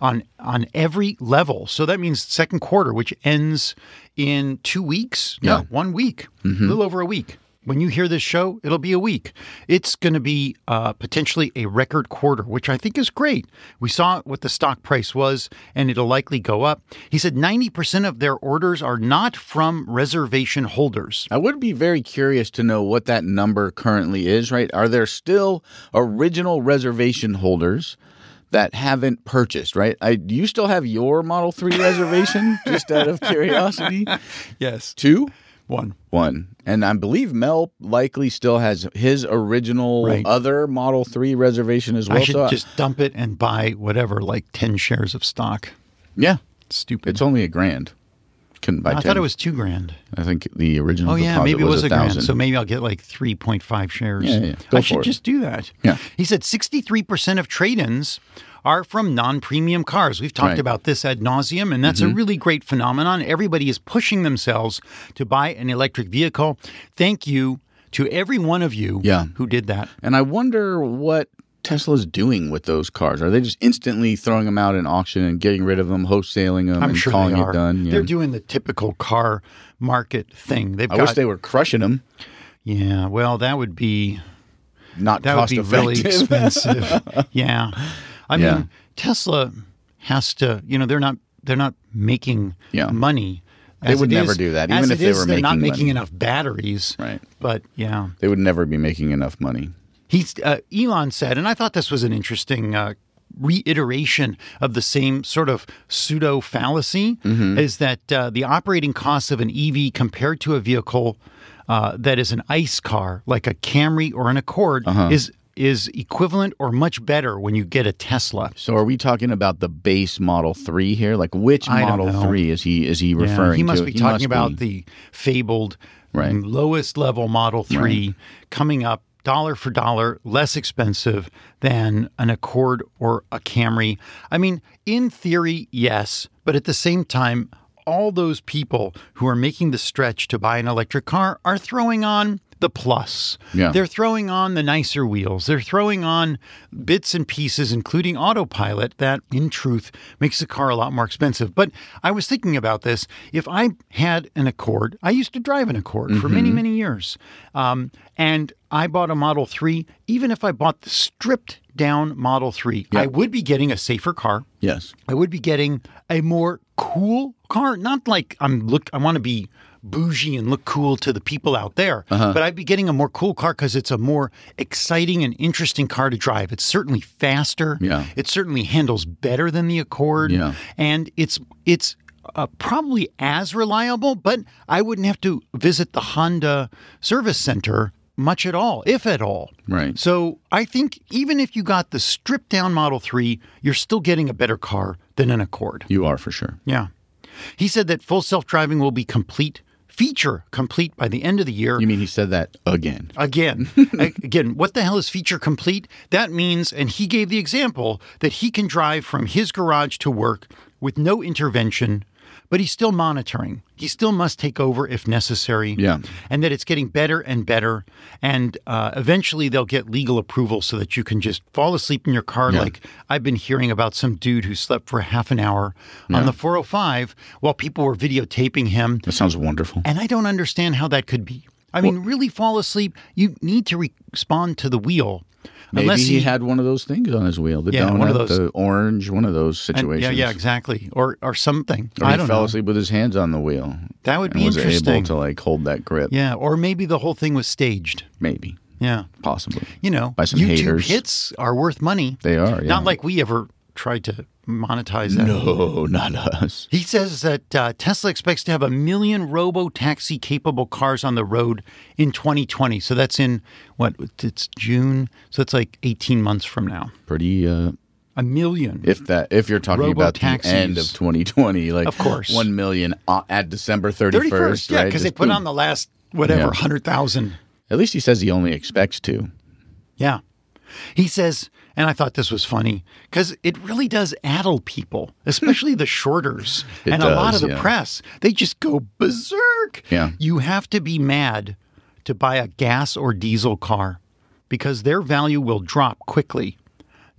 D: on on every level. So that means second quarter, which ends in two weeks. No,
B: Yeah. Mm-hmm.
D: one week, a little over a week. When you hear this show, it'll be a week. It's going to be uh, potentially a record quarter, which I think is great. We saw what the stock price was, and it'll likely go up. He said 90% of their orders are not from reservation holders.
B: I would be very curious to know what that number currently is, right? Are there still original reservation holders that haven't purchased, right? I, do you still have your Model 3 reservation, just out of curiosity?
D: Yes.
B: Two?
D: One.
B: One. And I believe Mel likely still has his original
D: Right.
B: other Model 3 reservation as well.
D: I should
B: So
D: just dump it and buy whatever, like 10 shares of stock.
B: yeah,
D: Stupid.
B: it's only a grand. Couldn't buy
D: I
B: 10.
D: thought it was two grand.
B: I think the original
D: Oh yeah,
B: deposit
D: maybe it was, a grand.
B: thousand.
D: So maybe I'll get like three point five shares.
B: Yeah, yeah, yeah. Go
D: I
B: for
D: should
B: it.
D: just do that.
B: Yeah.
D: He said sixty three percent of trade ins are from non premium cars. We've talked
B: Right. Mm-hmm.
D: about this ad nauseum, and that's a really great phenomenon. Everybody is pushing themselves to buy an electric vehicle. Thank you to every one of you
B: Yeah.
D: who did that.
B: And I wonder what Tesla's doing with those cars. Are they just instantly throwing them out in auction and getting rid of them, wholesaling them,
D: I'm
B: and
D: sure
B: calling
D: they are.
B: it done? Yeah.
D: They're doing the typical car market thing. They've
B: I
D: got
B: wish they were crushing them,
D: yeah. Well, that would be
B: not
D: that would
B: cost
D: be really
B: effective.
D: expensive. yeah, I mean
B: Yeah.
D: Tesla has to. You know, they're not they're not making
B: Yeah.
D: money.
B: They
D: As
B: would
D: it
B: never
D: is-
B: do that,
D: as
B: even if
D: it
B: they
D: is,
B: were
D: they're not
B: making
D: making
B: money.
D: enough batteries.
B: Right.
D: But yeah,
B: they would never be making enough money.
D: he's uh, Elon said, and I thought this was an interesting. Uh, Reiteration of the same sort of pseudo fallacy is that uh, the operating costs of an EV compared to a vehicle uh, that is an ICE car, like a Camry or an Accord, is is equivalent or much better when you get a Tesla.
B: So, are we talking about the base Model Three here? Like, which
D: I don't
B: Model
D: know.
B: Three is he is he
D: Yeah,
B: referring to?
D: he must be talking
B: must
D: about
B: be.
D: the fabled
B: Right.
D: lowest level Model 3 coming up dollar for dollar less expensive than an Accord or a Camry. I mean, in theory, yes, but at the same time, all those people who are making the stretch to buy an electric car are throwing on the plus.
B: Yeah.
D: They're throwing on the nicer wheels. They're throwing on bits and pieces, including autopilot, that in truth makes the car a lot more expensive. But I was thinking about this. If I had an Accord, I used to drive an Accord for many, many years. Um, and I bought a Model 3. Even if I bought the stripped down Model 3, I would be getting a safer car.
B: yes.
D: I would be getting a more cool car. Not like I'm look. I want to be bougie and look cool to the people out there.
B: Uh-huh.
D: But I'd be getting a more cool car because it's a more exciting and interesting car to drive. It's certainly faster.
B: Yeah.
D: It certainly handles better than the Accord.
B: Yeah.
D: And it's it's uh, probably as reliable, but I wouldn't have to visit the Honda service center much at all, if at all.
B: Right.
D: So I think even if you got the stripped down Model 3, you're still getting a better car than an Accord.
B: You are for sure.
D: Yeah. He said that full self driving will be complete, feature complete by the end of the year.
B: You mean he said that again?
D: Again, a- again, what the hell is feature complete? That means, and he gave the example that he can drive from his garage to work with no intervention, but he's still monitoring. He still must take over if necessary.
B: Yeah.
D: And that it's getting better and better. And uh, eventually they'll get legal approval so that you can just fall asleep in your car. Like I've been hearing about some dude who slept for half an hour on the 405 while people were videotaping him.
B: That sounds wonderful.
D: And I don't understand how that could be. I mean, really fall asleep. You need to re- respond to the wheel.
B: Maybe he, had one of those things on his wheel, the
D: Yeah,
B: donut,
D: one of those-
B: the orange, one of those
D: and-
B: situations.
D: yeah, yeah, exactly. Or or something.
B: Or he
D: I don't
B: fell
D: know.
B: asleep with his hands on the wheel.
D: That would
B: and
D: be
B: was
D: interesting.
B: able to like hold that grip.
D: Yeah, or maybe the whole thing was staged.
B: Maybe,
D: Yeah.
B: possibly.
D: You know,
B: By some
D: YouTube
B: haters.
D: hits are worth money.
B: They are, yeah.
D: Not like we ever tried to monetize that.
B: No, not us.
D: He says that uh, Tesla expects to have a million robo taxi capable cars on the road in 2020. So that's in what? It's June. So that's like 18 months from now.
B: Pretty. uh
D: A million.
B: If that, if you're talking about the
D: Robo-taxis.
B: end of 2020, like
D: Of course.
B: one million uh, at December 31st,
D: 31st. Yeah,
B: right?
D: because they
B: Just
D: put
B: boom.
D: on the last, whatever,
B: Yeah.
D: 100,000.
B: At least he says he only expects to.
D: Yeah. He says, and I thought this was funny because it really does addle people, especially the shorters
B: It
D: and a lot
B: does,
D: of the
B: yeah.
D: press. They just go berserk.
B: Yeah.
D: You have to be mad to buy a gas or diesel car because their value will drop quickly.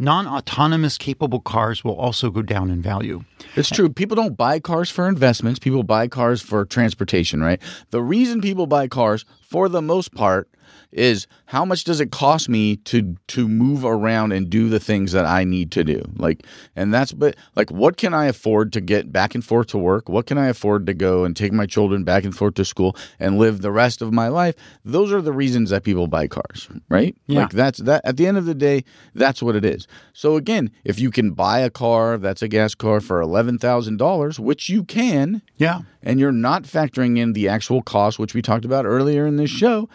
D: Non autonomous capable cars will also go down in value.
B: It's true. People don't buy cars for investments. People buy cars for transportation, right? The reason people buy cars, for the most part, is how much does it cost me to to move around and do the things that I need to do? Like, and that's but like, what can I afford to get back and forth to work? What can I afford to go and take my children back and forth to school and live the rest of my life? Those are the reasons that people buy cars, right?
D: Yeah.
B: Like that's that at the end of the day, that's what it is. So again, if you can buy a car, that's a gas car for $11,000, which you can,
D: Yeah.
B: and you're not factoring in the actual cost which we talked about earlier in this show,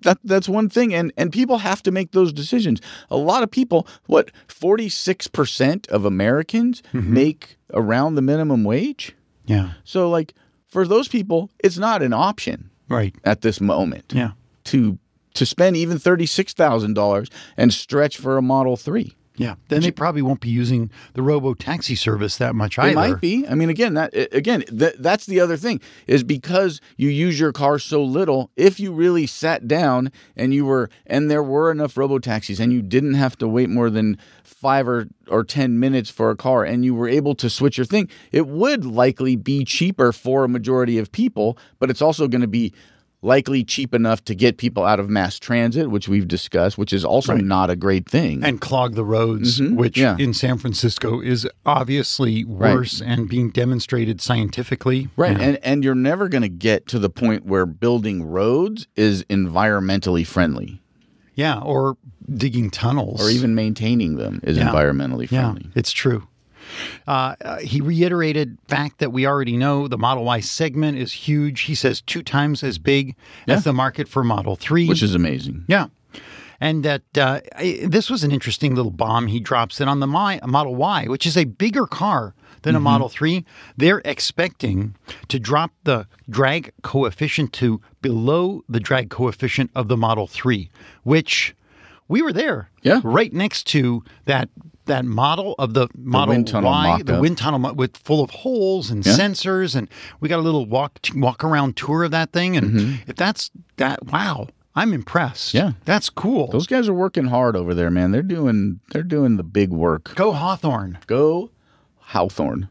B: that that's one thing and and people have to make those decisions. A lot of people, what 46% of Americans make around the minimum wage?
D: Yeah.
B: So like for those people, it's not an option
D: Right.
B: at this moment
D: Yeah.
B: to to spend even thirty six thousand dollars and stretch for a Model Three.
D: Yeah. Then they probably won't be using the robo taxi service that much either.
B: It might be. I mean, again, that again, th- that's the other thing is because you use your car so little. If you really sat down and you were and there were enough robo taxis and you didn't have to wait more than five or or ten minutes for a car and you were able to switch your thing, it would likely be cheaper for a majority of people. But it's also going to be likely cheap enough to get people out of mass transit, which we've discussed, which is also not a great thing.
D: and clog the roads, which
B: Mm-hmm. yeah.
D: in San Francisco is obviously worse and being demonstrated scientifically.
B: Right.
D: Yeah.
B: And and you're never going to get to the point where building roads is environmentally friendly
D: Yeah, or digging tunnels.
B: or even maintaining them is
D: Yeah.
B: environmentally
D: Yeah,
B: friendly.
D: it's true. Uh, uh, he reiterated fact that we already know the Model Y segment is huge. He says two times as big as the market for Model 3.
B: Which is amazing.
D: Yeah. And that uh, I, this was an interesting little bomb he drops that on the My, Model Y, which is a bigger car than a
B: Mm-hmm.
D: Model 3, they're expecting to drop the drag coefficient to below the drag coefficient of the Model 3, which we were there.
B: Yeah.
D: Right next to that that model of the Model
B: wind tunnel
D: Y, the
B: mock-up.
D: wind tunnel mo- with full of holes and sensors, and we got a little walk walk around tour of that thing. And if that's that, wow, I'm impressed.
B: Yeah.
D: that's cool.
B: Those guys are working hard over there, man. They're doing they're doing the big work.
D: Go Hawthorne.
B: Go Hawthorne.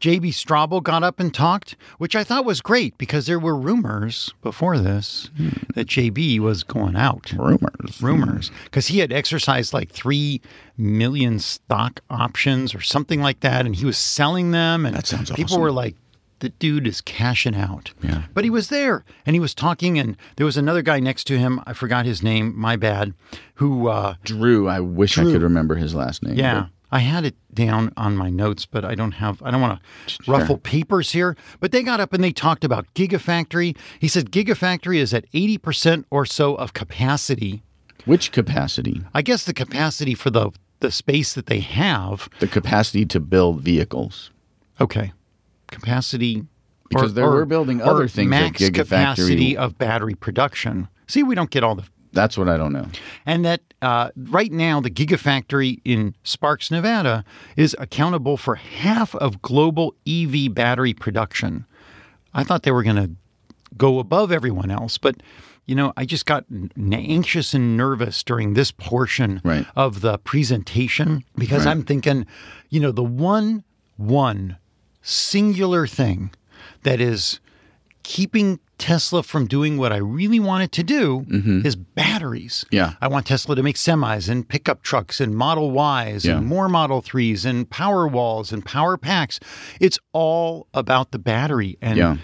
D: JB Straubel got up and talked, which I thought was great because there were rumors before this that JB was going out.
B: Rumors.
D: rumors because he had exercised like 3 million stock options or something like that and he was selling them and
B: That sounds
D: people
B: awesome.
D: were like the dude is cashing out.
B: Yeah.
D: But he was there and he was talking, and there was another guy next to him. I forgot his name, my bad, who, uh,
B: Drew, I wish I could remember his last name.
D: yeah. I had it down on my notes, but I don't have, I don't want to ruffle papers here. But they got up and they talked about Gigafactory. He said Gigafactory is at 80% or so of capacity.
B: but Which capacity?
D: I guess the capacity for the, the space that they have.
B: The capacity to build vehicles.
D: Okay. Capacity.
B: Because they were building
D: or
B: other things at
D: Max
B: Gigafactory.
D: capacity of battery production. See, we don't get all the.
B: That's what I don't know.
D: And that uh, right now, the Gigafactory in Sparks, Nevada is accountable for half of global EV battery production. I thought they were going to go above everyone else, but. You know, I just got n- anxious and nervous during this portion
B: Right.
D: of the presentation because I'm thinking, you know, the one, one singular thing that is keeping Tesla from doing what I really want it to do is batteries.
B: Mm-hmm. Yeah.
D: I want Tesla to make semis and pickup trucks and Model Ys
B: Yeah.
D: and more Model 3s and power walls and power packs. It's all about the battery. And
B: Yeah.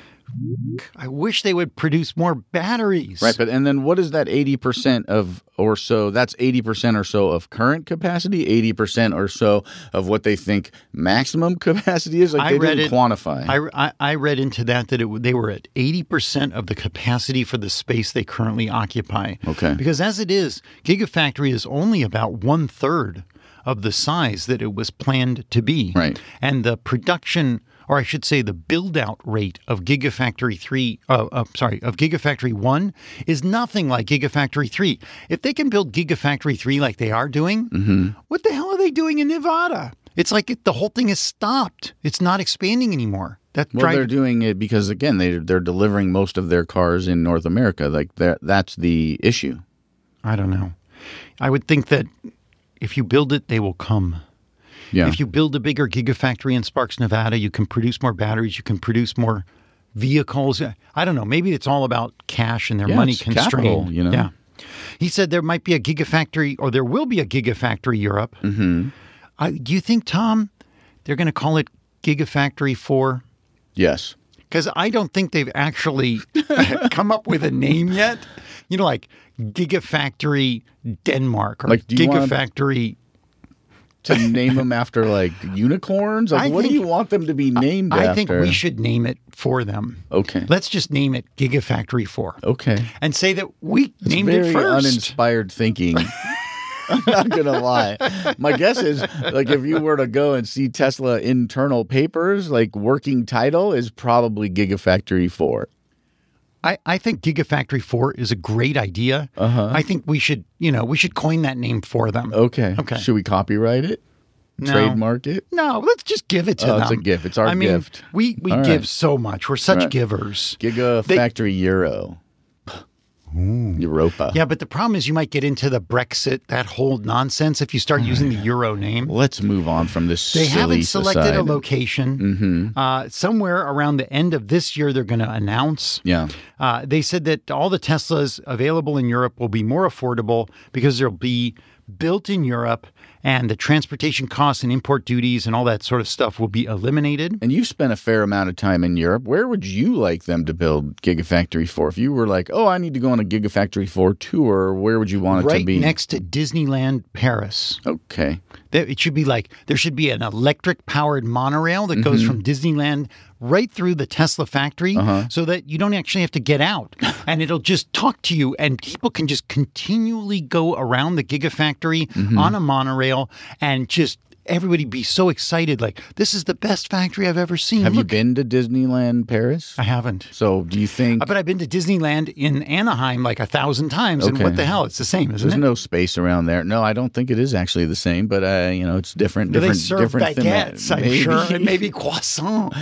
D: I wish they would produce more batteries.
B: Right, but and then what is that eighty percent of or so? That's eighty percent or so of current capacity, eighty percent or so of what they think maximum capacity is. Like
D: I
B: they
D: read
B: didn't
D: it-
B: quantify.
D: I, I, I read into that that it, w- they were at 80% of the capacity for the space they currently occupy.
B: Okay.
D: Because as it is, Gigafactory is only about one third of the size that it was planned to be.
B: Right.
D: And the production, or I should say, the build out rate of Gigafactory 3, uh, uh, sorry, of Gigafactory 1 is nothing like Gigafactory 3. If they can build Gigafactory 3 like they are doing,
B: Mm-hmm.
D: what the hell are they doing in Nevada? It's like it, the whole thing is stopped. It's not expanding anymore. That
B: well, they're doing it because again, they they're delivering most of their cars in North America. Like that, that's the issue.
D: I don't know. I would think that if you build it, they will come.
B: Yeah,
D: If you build a bigger gigafactory in Sparks, Nevada, you can produce more batteries, you can produce more vehicles. I don't know. Maybe it's all about cash and their
B: Yeah,
D: money
B: it's
D: constraint.
B: capital, you know?
D: Yeah. He said there might be a gigafactory or there will be a gigafactory Europe. Mm-hmm. I, do you think, Tom, they're going to call it Gigafactory 4?
B: yes,
D: Because I don't think they've actually come up with a name yet. You know, like Gigafactory Denmark or
B: Like, do you want-
D: Gigafactory.
B: to name them after like unicorns. Like,
D: I
B: what do
D: think-
B: you want them to be named after?
D: I think we should name it for them.
B: Okay.
D: Let's just name it Gigafactory 4
B: Okay.
D: and say that we named
B: very
D: it first.
B: uninspired thinking. I'm not gonna lie. My guess is like if you were to go and see Tesla internal papers, like working title is probably Gigafactory Four.
D: I, I think Gigafactory 4 is a great idea. Uh-huh. I think we should, you know, we should coin that name for them.
B: Okay.
D: Okay.
B: Should we copyright it?
D: No.
B: Trademark it?
D: No, let's just give it to
B: Oh,
D: them.
B: it's a gift. It's our
D: I mean,
B: gift.
D: We, we
B: All right.
D: give so much. We're such
B: Right.
D: givers.
B: Gigafactory Euro. Europa.
D: Yeah, but the problem is you might get into the Brexit, that whole nonsense if you start using the euro name.
B: Let's move on from this.
D: They
B: silly Mm-hmm.
D: haven't selected
B: society.
D: a location. Uh, somewhere around the end of this year, they're going to announce.
B: Yeah.
D: Uh, they said that all the Teslas available in Europe will be more affordable because they'll be built in Europe and the transportation costs and import duties and all that sort of stuff will be eliminated.
B: And you've spent a fair amount of time in Europe. Where would you like them to build Gigafactory 4? If you were like, oh, I need to go on a Gigafactory 4 tour, where would you want it to
D: Right
B: be?
D: next Mm-hmm. to Disneyland Paris.
B: Okay.
D: That it should be like there should be an electric powered monorail that
B: Mm-hmm.
D: goes from Disneyland right through the Tesla factory
B: Uh-huh.
D: so that you don't actually have to get out and it'll just talk to you and people can just continually go around the gigafactory
B: Mm-hmm.
D: on a monorail and just everybody be so excited like this is the best factory I've ever seen.
B: Have you
D: Look."
B: been to Disneyland Paris?
D: I haven't.
B: So do you think
D: Uh, But I've been to Disneyland in Anaheim like a thousand times, and what
B: Okay.
D: the hell? It's the same, isn't
B: there's
D: it?
B: no space around there? No, I don't think it is actually the same, but uh, you know, it's different.
D: Do
B: different,
D: they serve
B: different thema-
D: baguettes, I'm
B: Maybe.
D: sure, and maybe croissant.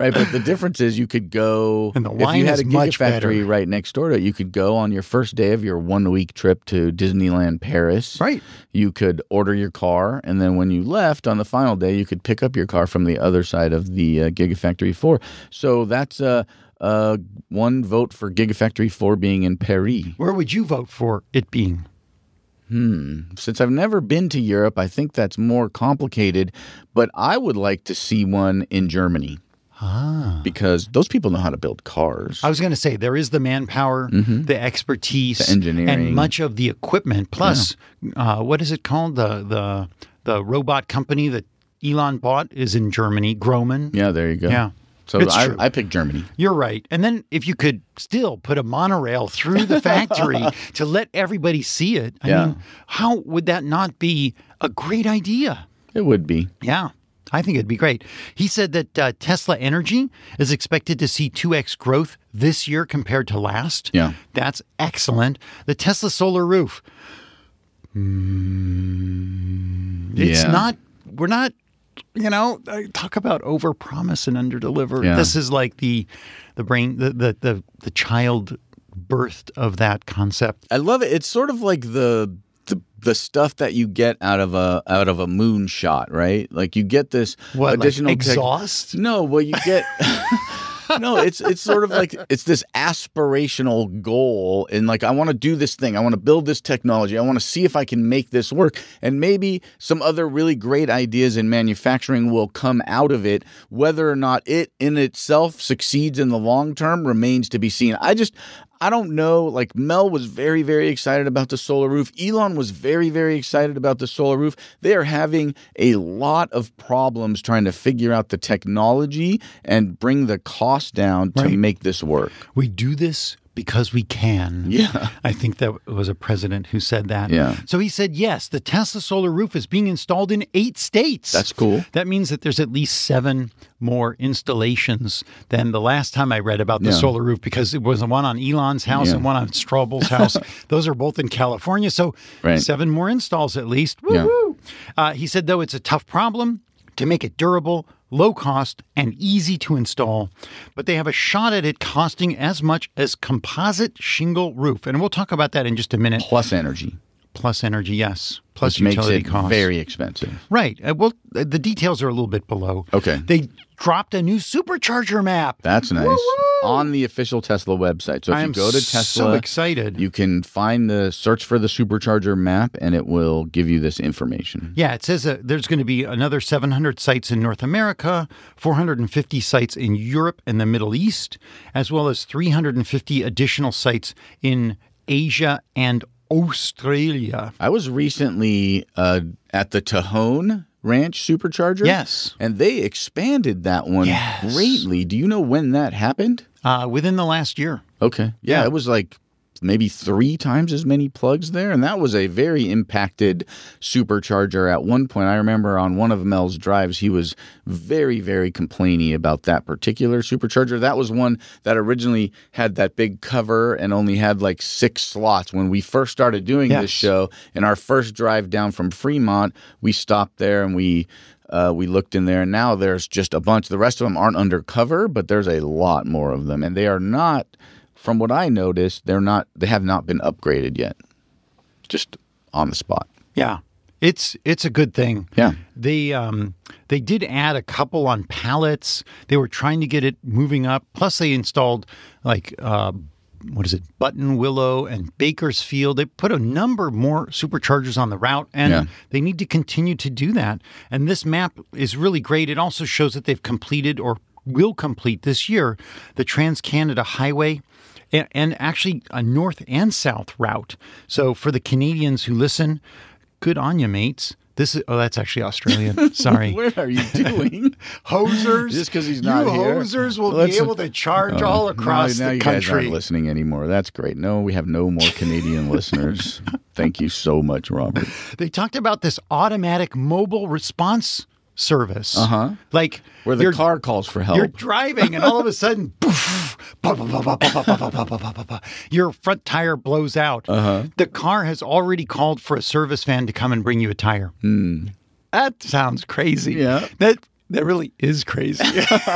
B: Right, but the difference is you could go
D: And the
B: if
D: wine
B: you had
D: is
B: a
D: much better.
B: Gigafactory right next door to it, you could go on your first day of your one week trip to Disneyland Paris.
D: Right.
B: You could order your car, and then when you left on the final day, you could pick up your car from the other side of the uh, Gigafactory Four. So that's uh, uh, one vote for Gigafactory Four being in Paris.
D: Where would you vote for it being?
B: Since I've never been to Europe, I think that's more complicated, but I would like to see one in Germany.
D: Ah.
B: because those people know how to build cars.
D: I was going to say there is the manpower, the expertise,
B: Mm-hmm. The engineering.
D: and much of the equipment. Plus, uh, what is it called? The the the robot company that Elon bought is in Germany, Groman.
B: yeah, there you go.
D: Yeah.
B: So
D: It's
B: I,
D: true.
B: I picked Germany.
D: You're right. And then if you could still put a monorail through the factory to let everybody see it, I
B: Yeah.
D: mean, how would that not be a great idea?
B: It would be.
D: Yeah. I think it'd be great. He said that uh, Tesla Energy is expected to see 2x growth this year compared to last.
B: Yeah.
D: That's excellent. The Tesla solar roof. Mm, it's
B: Yeah.
D: not, we're not, you know, I talk about over promise and under deliver.
B: Yeah.
D: This is like the, the brain, the, the, the, the child birthed of that concept.
B: I love it. It's sort of like the the, the stuff that you get out of a out of a moonshot, right? Like you get this
D: What, like
B: additional tech-
D: exhaust?
B: no, well you get No, it's it's sort of like it's this aspirational goal and like I want to do this thing. I want to build this technology. I want to see if I can make this work. And maybe some other really great ideas in manufacturing will come out of it. Whether or not it in itself succeeds in the long term remains to be seen. I just I don't know. Like Mel was very, very excited about the solar roof. Elon was very, very excited about the solar roof. They are having a lot of problems trying to figure out the technology and bring the cost down to
D: Right.
B: make this work.
D: We do this because we can.
B: Yeah.
D: I think that was a president who said that.
B: Yeah.
D: So he said, yes, the Tesla solar roof is being installed in eight states.
B: That's cool.
D: That means that there's at least seven more installations than the last time I read about the
B: Yeah.
D: solar roof because it was the one on Elon's house and
B: Yeah.
D: one on Straubel's house. Those are both in California. So
B: Right.
D: seven more installs at least.
B: Yeah.
D: Woo-hoo. Uh, he said, though, it's a tough problem to make it durable, low cost, and easy to install, but they have a shot at it costing as much as composite shingle roof. And we'll talk about that in just a minute.
B: Plus energy.
D: Plus energy, yes. Plus
B: Which makes
D: utility
B: it
D: costs.
B: very expensive.
D: Right. Uh, well, uh, the details are a little bit below.
B: Okay.
D: They dropped a new supercharger map.
B: That's nice.
D: Woo-woo!
B: On the official Tesla website. So if
D: I
B: you
D: am
B: go to Tesla
D: so excited.
B: You can find the search for the supercharger map and it will give you this information.
D: Yeah, it says uh, there's going to be another 700 sites in North America, 450 sites in Europe and the Middle East, as well as 350 additional sites in Asia and Australia.
B: I was recently uh, at the Tajon Ranch Supercharger.
D: Yes.
B: And they expanded that one
D: Yes.
B: greatly. Do you know when that happened?
D: Uh, within the last year,
B: Okay. Yeah, it was like maybe three times as many plugs there. And that was a very impacted supercharger at one point. I remember on one of Mel's drives, he was very, very complaining about that particular supercharger. That was one that originally had that big cover and only had like six slots. When we first started doing
D: Yes.
B: this show, in our first drive down from Fremont, we stopped there and we. Uh, we looked in there and now there's just a bunch. The rest of them aren't undercover, but there's a lot more of them. And they are not, from what I noticed, they're not they have not been upgraded yet. Just on the spot.
D: Yeah. It's it's a good thing.
B: Yeah.
D: They um they did add a couple on pallets. They were trying to get it moving up. Plus they installed like uh what is it? Button Willow and Bakersfield. They put a number more superchargers on the route and
B: Yeah.
D: they need to continue to do that. And this map is really great. It also shows that they've completed or will complete this year the Trans Canada Highway and, and actually a north and south route. So for the Canadians who listen, good on you, mates. This is oh, that's actually Australian. Sorry,
B: What are you doing?
D: hosers.
B: Just 'cause he's not
D: you
B: here?
D: hosers will
B: Let's-
D: be able to charge all across
B: Oh. now, now
D: the
B: you guys
D: country.
B: aren't listening anymore. That's great. No, we have no more Canadian listeners. Thank you so much, Robert.
D: They talked about this automatic mobile response service. Uh huh. Like
B: Uh-huh. Where the
D: you're-
B: car calls for help.
D: You're driving, and all of a sudden, poof, pa, pa, pa, pa, pa, pa, pa, pa, pa, pa, pa, pa. your front tire blows out.
B: Uh-huh.
D: The car has already called for a service van to come and bring you a tire. That sounds crazy.
B: Hmm. Yeah.
D: That that really is crazy.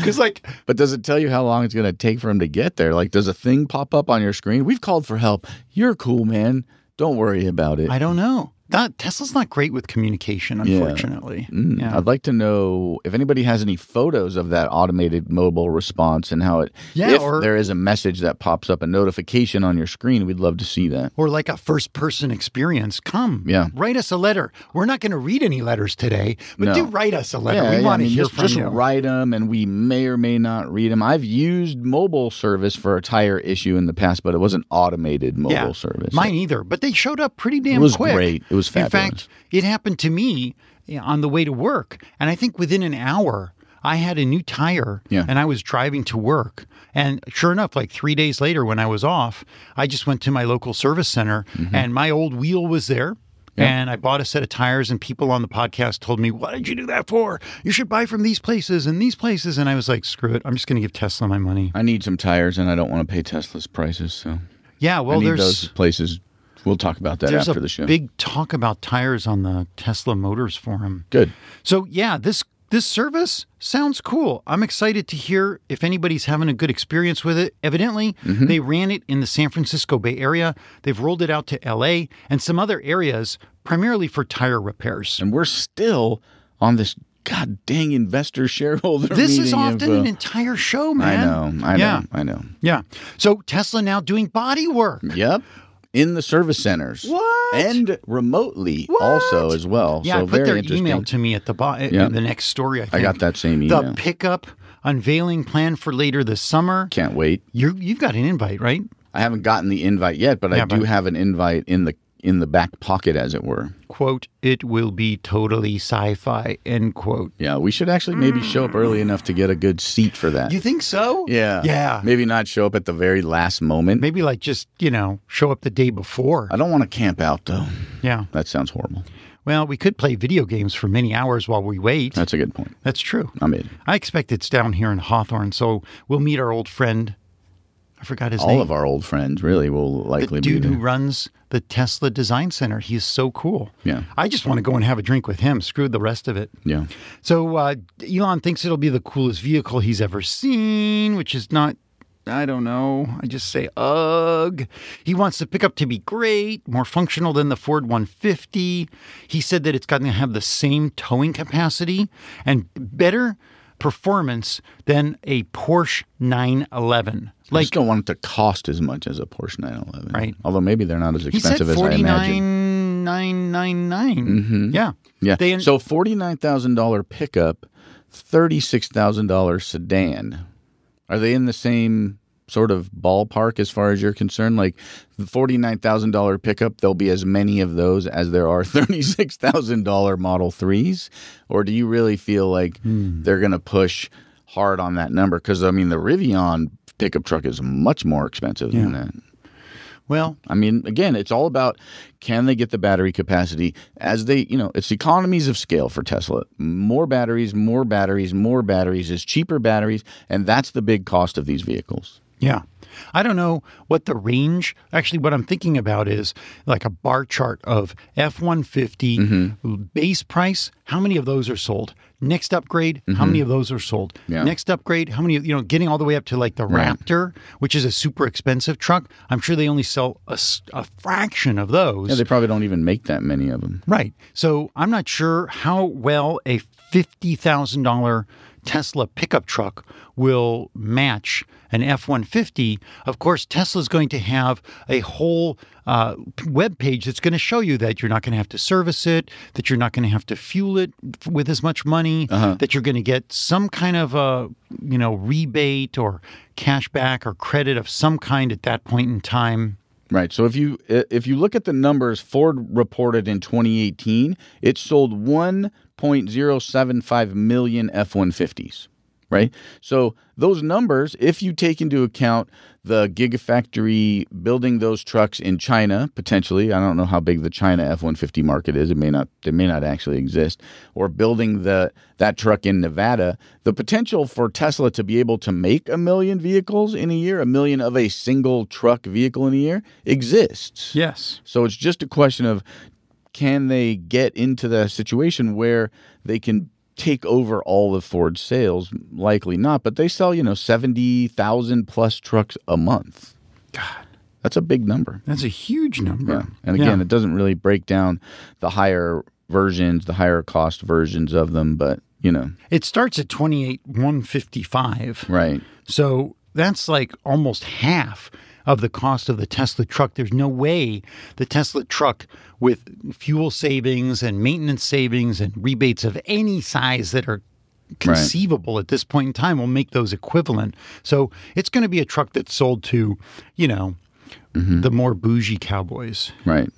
D: Because like
B: But does it tell you how long it's going to take for him to get there? Like, does a thing pop up on your screen? We've called for help. You're cool, man. Don't worry about it.
D: I don't know. Not, Tesla's not great with communication, unfortunately.
B: Mm,
D: Yeah.
B: I'd like to know if anybody has any photos of that automated mobile response and how it.
D: Yeah,
B: if
D: or-
B: there is a message that pops up, a notification on your screen, we'd love to see that.
D: or like a first person experience. Come,
B: Yeah.
D: write us a letter. We're not going to read any letters today, but
B: No.
D: do write us a letter. we
B: I
D: want to
B: mean,
D: hear
B: just,
D: from
B: just
D: you.
B: write them, and we may or may not read them. I've used mobile service for a tire issue in the past, but it wasn't automated mobile
D: yeah,
B: service.
D: mine either. But they showed up pretty damn
B: was
D: quick.
B: great. It was fabulous.
D: In fact, it happened to me yeah, on the way to work, and I think within an hour. I had a new tire
B: Yeah.
D: and I was driving to work. And sure enough, like three days later, when I was off, I just went to my local service center
B: Mm-hmm.
D: and my old wheel was there. And I bought a set of tires, and people on the podcast told me, Why did you do that for? You should buy from these places and these places. And I was like, Screw it. I'm just going to give Tesla my money.
B: I need some tires, and I don't want to pay Tesla's prices. So
D: Yeah. Well,
B: I need
D: there's.
B: those places. We'll talk about that
D: There's
B: after
D: a
B: the show.
D: big talk about tires on the Tesla Motors forum.
B: Good.
D: So yeah, this this service sounds cool. I'm excited to hear if anybody's having a good experience with it. Evidently,
B: Mm-hmm.
D: they ran it in the San Francisco Bay Area. They've rolled it out to LA and some other areas primarily for tire repairs.
B: and we're still on this god dang investor shareholder.
D: This is
B: meeting of,
D: often
B: uh,
D: an entire show,
B: I
D: man.
B: know, I
D: yeah.
B: know, I know.
D: Yeah. So Tesla now doing body work.
B: Yep. In the service centers.
D: What?
B: And remotely also
D: What?
B: as well.
D: Yeah,
B: so
D: I put
B: very
D: their
B: interesting.
D: email to me at the bo- in
B: Yeah.
D: the next story. I, think.
B: got that same
D: The
B: email.
D: pickup unveiling plan for later this summer.
B: Can't wait.
D: You you've got an invite, right?
B: I haven't gotten the invite yet, but I
D: Yeah,
B: do
D: but-
B: have an invite in the in the back pocket as it were.
D: Quote: It will be totally sci-fi. End quote.
B: Yeah, we should actually maybe show up early enough to get a good seat for that.
D: You think so?
B: yeah.
D: Yeah. Maybe,
B: Maybe not show up at the very last moment.
D: like just you know show up the day before.
B: I don't want to camp out though.
D: yeah.
B: That sounds horrible.
D: Well, we could play video games for many hours while we wait.
B: That's a good point.
D: That's true.
B: I'm in.
D: I expect it's down here in Hawthorne, so we'll meet our old friend. I forgot his name.
B: All of our old friends really will likely
D: the
B: be
D: dude
B: there.
D: who runs the Tesla Design Center. He is so cool.
B: Yeah.
D: I just want to go and have a drink with him. Screw the rest of it.
B: yeah.
D: So uh, Elon thinks it'll be the coolest vehicle he's ever seen, which is not. I don't know. I just say, ugh. He wants the pickup to be great, more functional than the Ford 150. He said that it's going to have the same towing capacity and better performance than a Porsche 911.
B: I
D: Like
B: just don't want it to cost as much as a Porsche 911.
D: Right.
B: Although maybe they're not as
D: He said
B: expensive as I
D: forty
B: imagine. Mm-hmm.
D: nine nine nine nine. Yeah,
B: Yeah.
D: They in-
B: so forty-nine thousand dollar pickup, thirty-six thousand dollar sedan. Are they in the same sort of ballpark as far as you're concerned? Like the forty-nine thousand dollar pickup, there'll be as many of those as there are thirty-six thousand dollar Model Threes, or do you really feel like they're going to push hard on that number? Because I mean, the Rivian pickup truck is much more expensive than that.
D: Well,
B: I mean, again, it's all about can they get the battery capacity as they, you know, it's economies of scale for Tesla. More batteries, more batteries, more batteries is cheaper batteries, and that's the big cost of these vehicles.
D: yeah. I don't know what the range. Actually, what I'm thinking about is like a bar chart of F one fifty base price. How many of those are sold? Next upgrade. How many of those are sold?
B: Yeah.
D: Next upgrade. How many? You know, getting all the way up to like the Raptor, which is a super expensive truck. I'm sure they only sell a, s- a fraction of those.
B: Yeah, they probably don't even make that many of them.
D: Right. So I'm not sure how well a $50,000 Tesla pickup truck will match an F 150. Of course, Tesla's going to have a whole uh, web page that's going to show you that you're not going to have to service it, that you're not going to have to fuel it f- with as much money,
B: Uh-huh.
D: that you're going to get some kind of a you know rebate or cash back or credit of some kind at that point in time.
B: Right. So if you if you look at the numbers Ford reported in 2018, it sold 1.075 million F150s, right? So those numbers, if you take into account the Gigafactory building those trucks in China potentially, I don't know how big the China F150 market is, it may not it may not actually exist, or building the that truck in Nevada, the potential for Tesla to be able to make a million vehicles in a year, a million of a single truck vehicle in a year exists.
D: Yes.
B: So it's just a question of can they get into the situation where they can take over all of Ford's sales? Likely not, but they sell, you know, 70,000 plus trucks a month. God. That's a big number.
D: That's a huge number.
B: Yeah. And again,
D: Yeah.
B: it doesn't really break down the higher versions, the higher cost versions of them, but you know,
D: it starts at twenty eight one fifty five.
B: right.
D: So that's like almost half of the cost of the Tesla truck. There's no way the Tesla truck with fuel savings and maintenance savings and rebates of any size that are conceivable at this point in time will make those equivalent. So it's going to be a truck that's sold to, you know,
B: Mm-hmm.
D: the more bougie cowboys.
B: Right.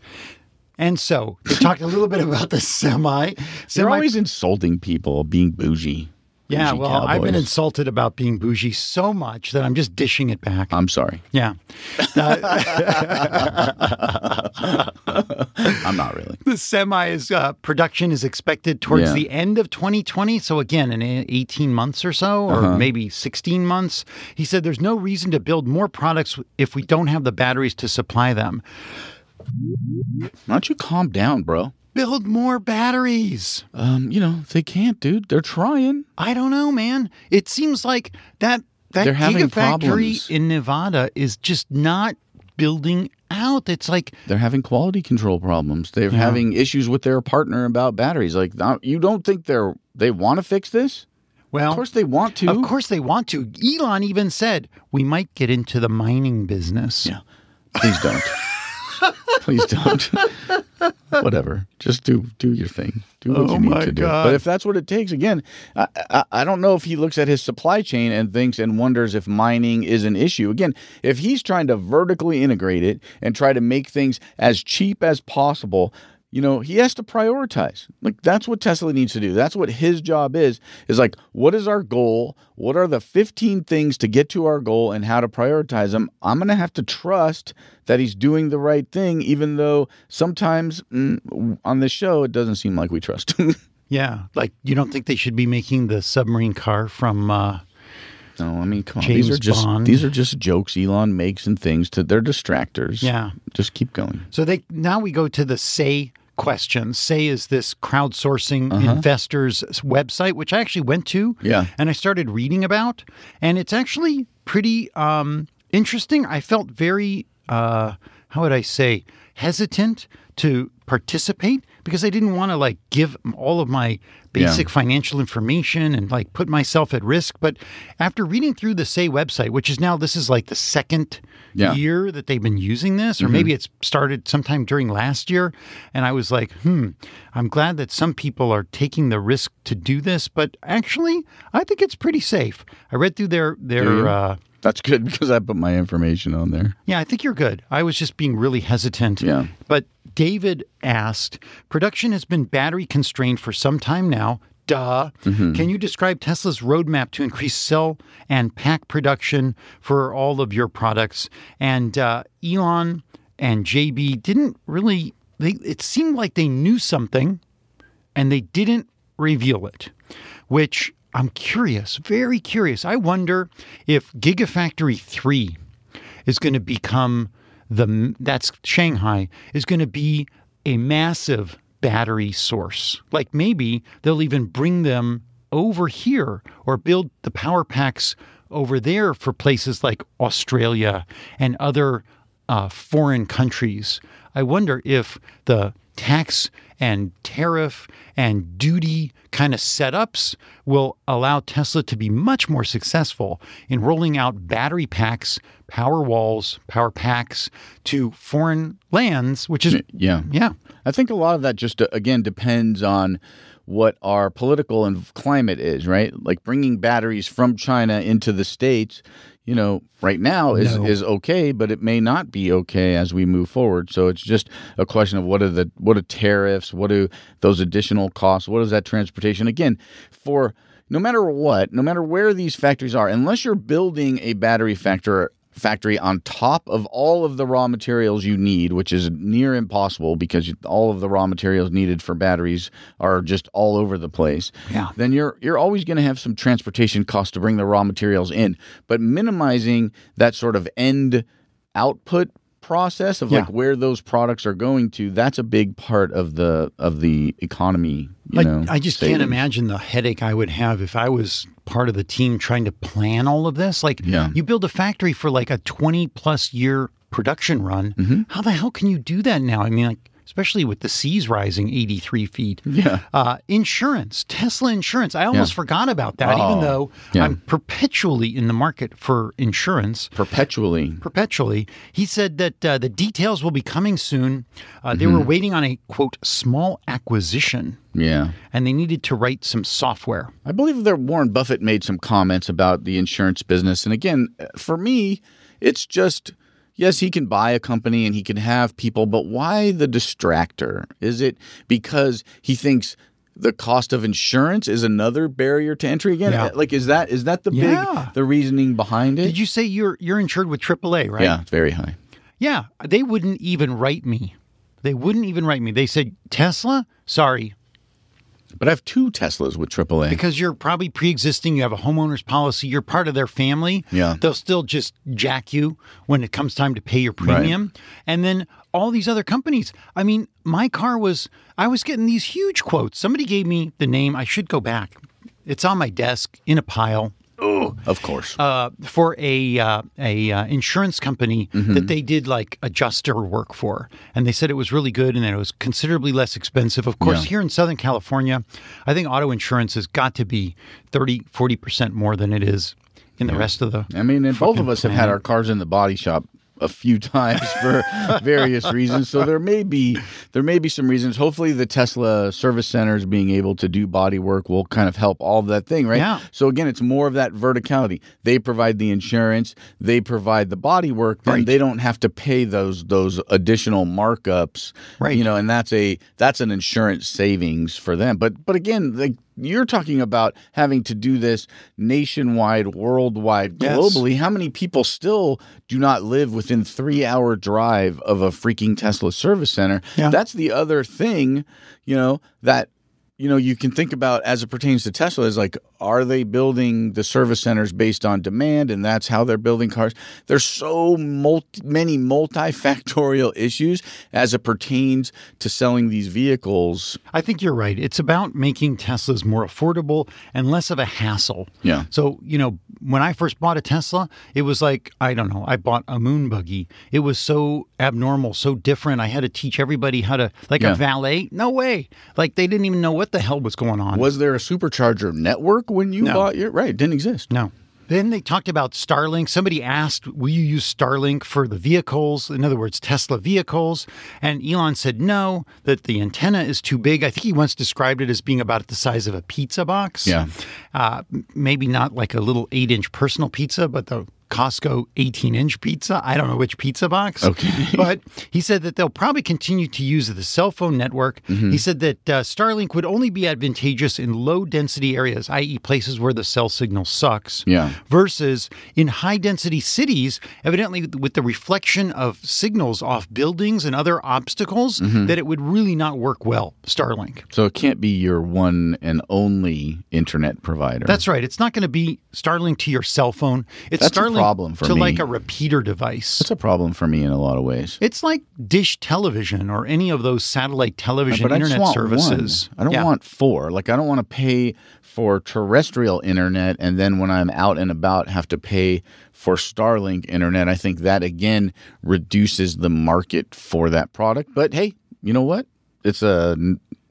D: And so we talked a little bit about the semi.
B: They're
D: Semi
B: always insulting people, being bougie.
D: Yeah,
B: Bougie
D: well, I've been
B: cowboys.
D: insulted about being bougie so much that I'm just dishing it back.
B: I'm sorry.
D: yeah.
B: I'm not really.
D: The semi's uh, production is expected towards
B: Yeah.
D: the end of 2020. So, again, in a- 18 months or so, or
B: Uh-huh.
D: maybe 16 months. He said there's no reason to build more products if we don't have the batteries to supply them.
B: Why don't you calm down, bro?
D: Build more batteries.
B: Um, you know, they can't, dude. They're trying.
D: I don't know, man. It seems like that that
B: They're having
D: gigafactory
B: problems.
D: in Nevada is just not building out. It's like
B: They're having quality control problems. They're having issues with their partner about batteries. Like, not- you don't think they're they want to fix this?
D: well,
B: Of course they want to.
D: Of course they want to. Elon even said we might get into the mining business.
B: Yeah. Please don't. Please don't. Whatever. Just do do your thing. Do what
D: Oh
B: you need
D: my
B: to do.
D: God.
B: But if that's what it takes, again, I, I I don't know if he looks at his supply chain and thinks and wonders if mining is an issue. Again, if he's trying to vertically integrate it and try to make things as cheap as possible. You know, he has to prioritize. Like that's what Tesla needs to do. That's what his job is. Is like, what is our goal? What are the 15 things to get to our goal and how to prioritize them? I'm going to have to trust that he's doing the right thing even though sometimes mm, on this show it doesn't seem like we trust him.
D: Yeah, like you don't think they should be making the submarine car from? Uh,
B: No, I mean, come on.
D: James
B: these are just
D: Bond.
B: these are just jokes Elon makes and things to they're distractors.
D: Yeah.
B: just keep going.
D: so they now we go to the say question. Say is this crowdsourcing investors website, which I actually went to.
B: Uh-huh. Yeah.
D: and I started reading about, and it's actually pretty um, interesting. I felt very, uh, how would I say, hesitant to participate because I didn't want to like give all of my basic financial information and like put myself at risk. But after reading through the Say website, which is now this is like the second
B: Yeah.
D: year that they've been using this, or maybe it's started sometime during last year, and I was like, hmm, I'm glad that some people are taking the risk to do this, but actually, I think it's pretty safe. I read through their their. Uh,
B: That's good because I put my information on there.
D: yeah, I think you're good. I was just being really hesitant.
B: Yeah.
D: But David asked production has been battery constrained for some time now. Duh. Can you describe Tesla's roadmap to increase cell and pack production for all of your products? And uh, Elon and JB didn't really, they, it seemed like they knew something and they didn't reveal it, which I'm curious, very curious. I wonder if Gigafactory 3 is going to become the that's Shanghai is going to be a massive battery source. Like maybe they'll even bring them over here or build the power packs over there for places like Australia and other uh, foreign countries. I wonder if the tax and tariff and duty kind of setups will allow Tesla to be much more successful in rolling out battery packs, power walls, power packs to foreign lands, which is,
B: Yeah,
D: yeah,
B: I think a lot of that just uh, again depends on what our political and climate is, right? Like bringing batteries from China into the states, you know, right now is
D: No.
B: is okay, but it may not be okay as we move forward. So it's just a question of what are the what are tariffs, what do those additional costs, what is that transportation again for no matter what, no matter where these factories are, unless you're building a battery factor factory on top of all of the raw materials you need, which is near impossible because you- all of the raw materials needed for batteries are just all over the place.
D: Yeah.
B: Then you're you're always going to have some transportation costs to bring the raw materials in, but minimizing that sort of end output process of like
D: Yeah.
B: where those products are going to that's a big part of the of the economy you
D: I,
B: know
D: I just
B: savings.
D: can't imagine the headache I would have if I was part of the team trying to plan all of this. Like,
B: Yeah.
D: you build a factory for like a 20 plus year production run.
B: Mm-hmm.
D: How the hell can you do that now? I mean, like, especially with the seas rising 83 feet.
B: Yeah.
D: Uh, insurance, Tesla insurance. I almost forgot about that,
B: Oh,
D: even though
B: yeah.
D: I'm perpetually in the market for insurance
B: Perpetually.
D: perpetually. He said that uh, the details will be coming soon. Uh, They
B: Mm-hmm.
D: were waiting on a quote small acquisition,
B: Yeah.
D: and they needed to write some software.
B: I believe that Warren Buffett made some comments about the insurance business. And again, for me, it's just yes, he can buy a company and he can have people, but why the distractor? Is it because he thinks the cost of insurance is another barrier to entry again?
D: Yeah.
B: Like is that is that the
D: Yeah.
B: big the reasoning behind it?
D: Did you say you're you're insured with AAA, right?
B: Yeah, it's very high.
D: Yeah. They wouldn't even write me. They wouldn't even write me. They said Tesla. Sorry,
B: But I have two Teslas with AAA.
D: because you're probably pre-existing. You have a homeowner's policy. You're part of their family.
B: Yeah.
D: They'll still just jack you when it comes time to pay your premium. And then all these other companies. I mean, my car was. I was getting these huge quotes. Somebody gave me the name. I should go back. It's on my desk in a pile
B: of course.
D: uh, for a uh, a uh, insurance company
B: Mm-hmm.
D: that they did like adjuster work for, and they said it was really good and that it was considerably less expensive. Of course,
B: Yeah.
D: here in Southern California, I think auto insurance has got to be 30, 40 percent more than it is in the rest of the.
B: I mean, and both of
D: fucking
B: us have had
D: planet.
B: our cars in the body shop a few times for various reasons. So there may be there may be some reasons. Hopefully, the Tesla service centers being able to do body work will kind of help all of that thing, right?
D: Yeah.
B: So again, it's more of that verticality. They provide the insurance, they provide the body work, then
D: Right.
B: they don't have to pay those those additional markups,
D: Right.
B: You know, and that's a that's an insurance savings for them. But but again, like. You're talking about having to do this nationwide, worldwide,
D: Yes.
B: globally how many people still do not live within three hour drive of a freaking Tesla service center?
D: Yeah.
B: That's the other thing, you know, that you know you can think about as it pertains to Tesla is like, are they building the service centers based on demand, and that's how they're building cars? There's so multi, many multifactorial issues as it pertains to selling these vehicles.
D: I think you're right. It's about making Teslas more affordable and less of a hassle.
B: Yeah.
D: So, you know, when I first bought a Tesla, it was like, I don't know, I bought a moon buggy. It was so abnormal, so different. I had to teach everybody how to, like
B: Yeah.
D: a valet. No way. Like they didn't even know what the hell was going on.
B: Was there a supercharger network when you
D: No.
B: bought your right? It didn't exist.
D: No. Then they talked about Starlink. Somebody asked, Will you use Starlink for the vehicles? In other words, Tesla vehicles. And Elon said no, that the antenna is too big. I think he once described it as being about the size of a pizza box.
B: Yeah.
D: Uh, m- maybe not like a little eight inch personal pizza, but the Costco 18 inch pizza. I don't know which pizza box.
B: Okay.
D: but he said that they'll probably continue to use the cell phone network.
B: Mm-hmm.
D: He said that uh, Starlink would only be advantageous in low density areas, i.e., places where the cell signal sucks.
B: Yeah.
D: Versus in high density cities, evidently with the reflection of signals off buildings and other obstacles,
B: Mm-hmm.
D: that it would really not work well, Starlink.
B: So it can't be your one and only internet provider.
D: That's right. It's not going to be Starlink to your cell phone. It's
B: That's a
D: Starlink
B: problem for
D: to
B: me.
D: like a repeater device.
B: That's a problem for me in a lot of ways.
D: It's like dish television or any of those satellite television
B: But I just
D: internet
B: want
D: services.
B: one. I don't
D: Yeah.
B: want four. Like I don't want to pay for terrestrial internet and then when I'm out and about have to pay for Starlink internet. I think that again reduces the market for that product. But hey, you know what? It's a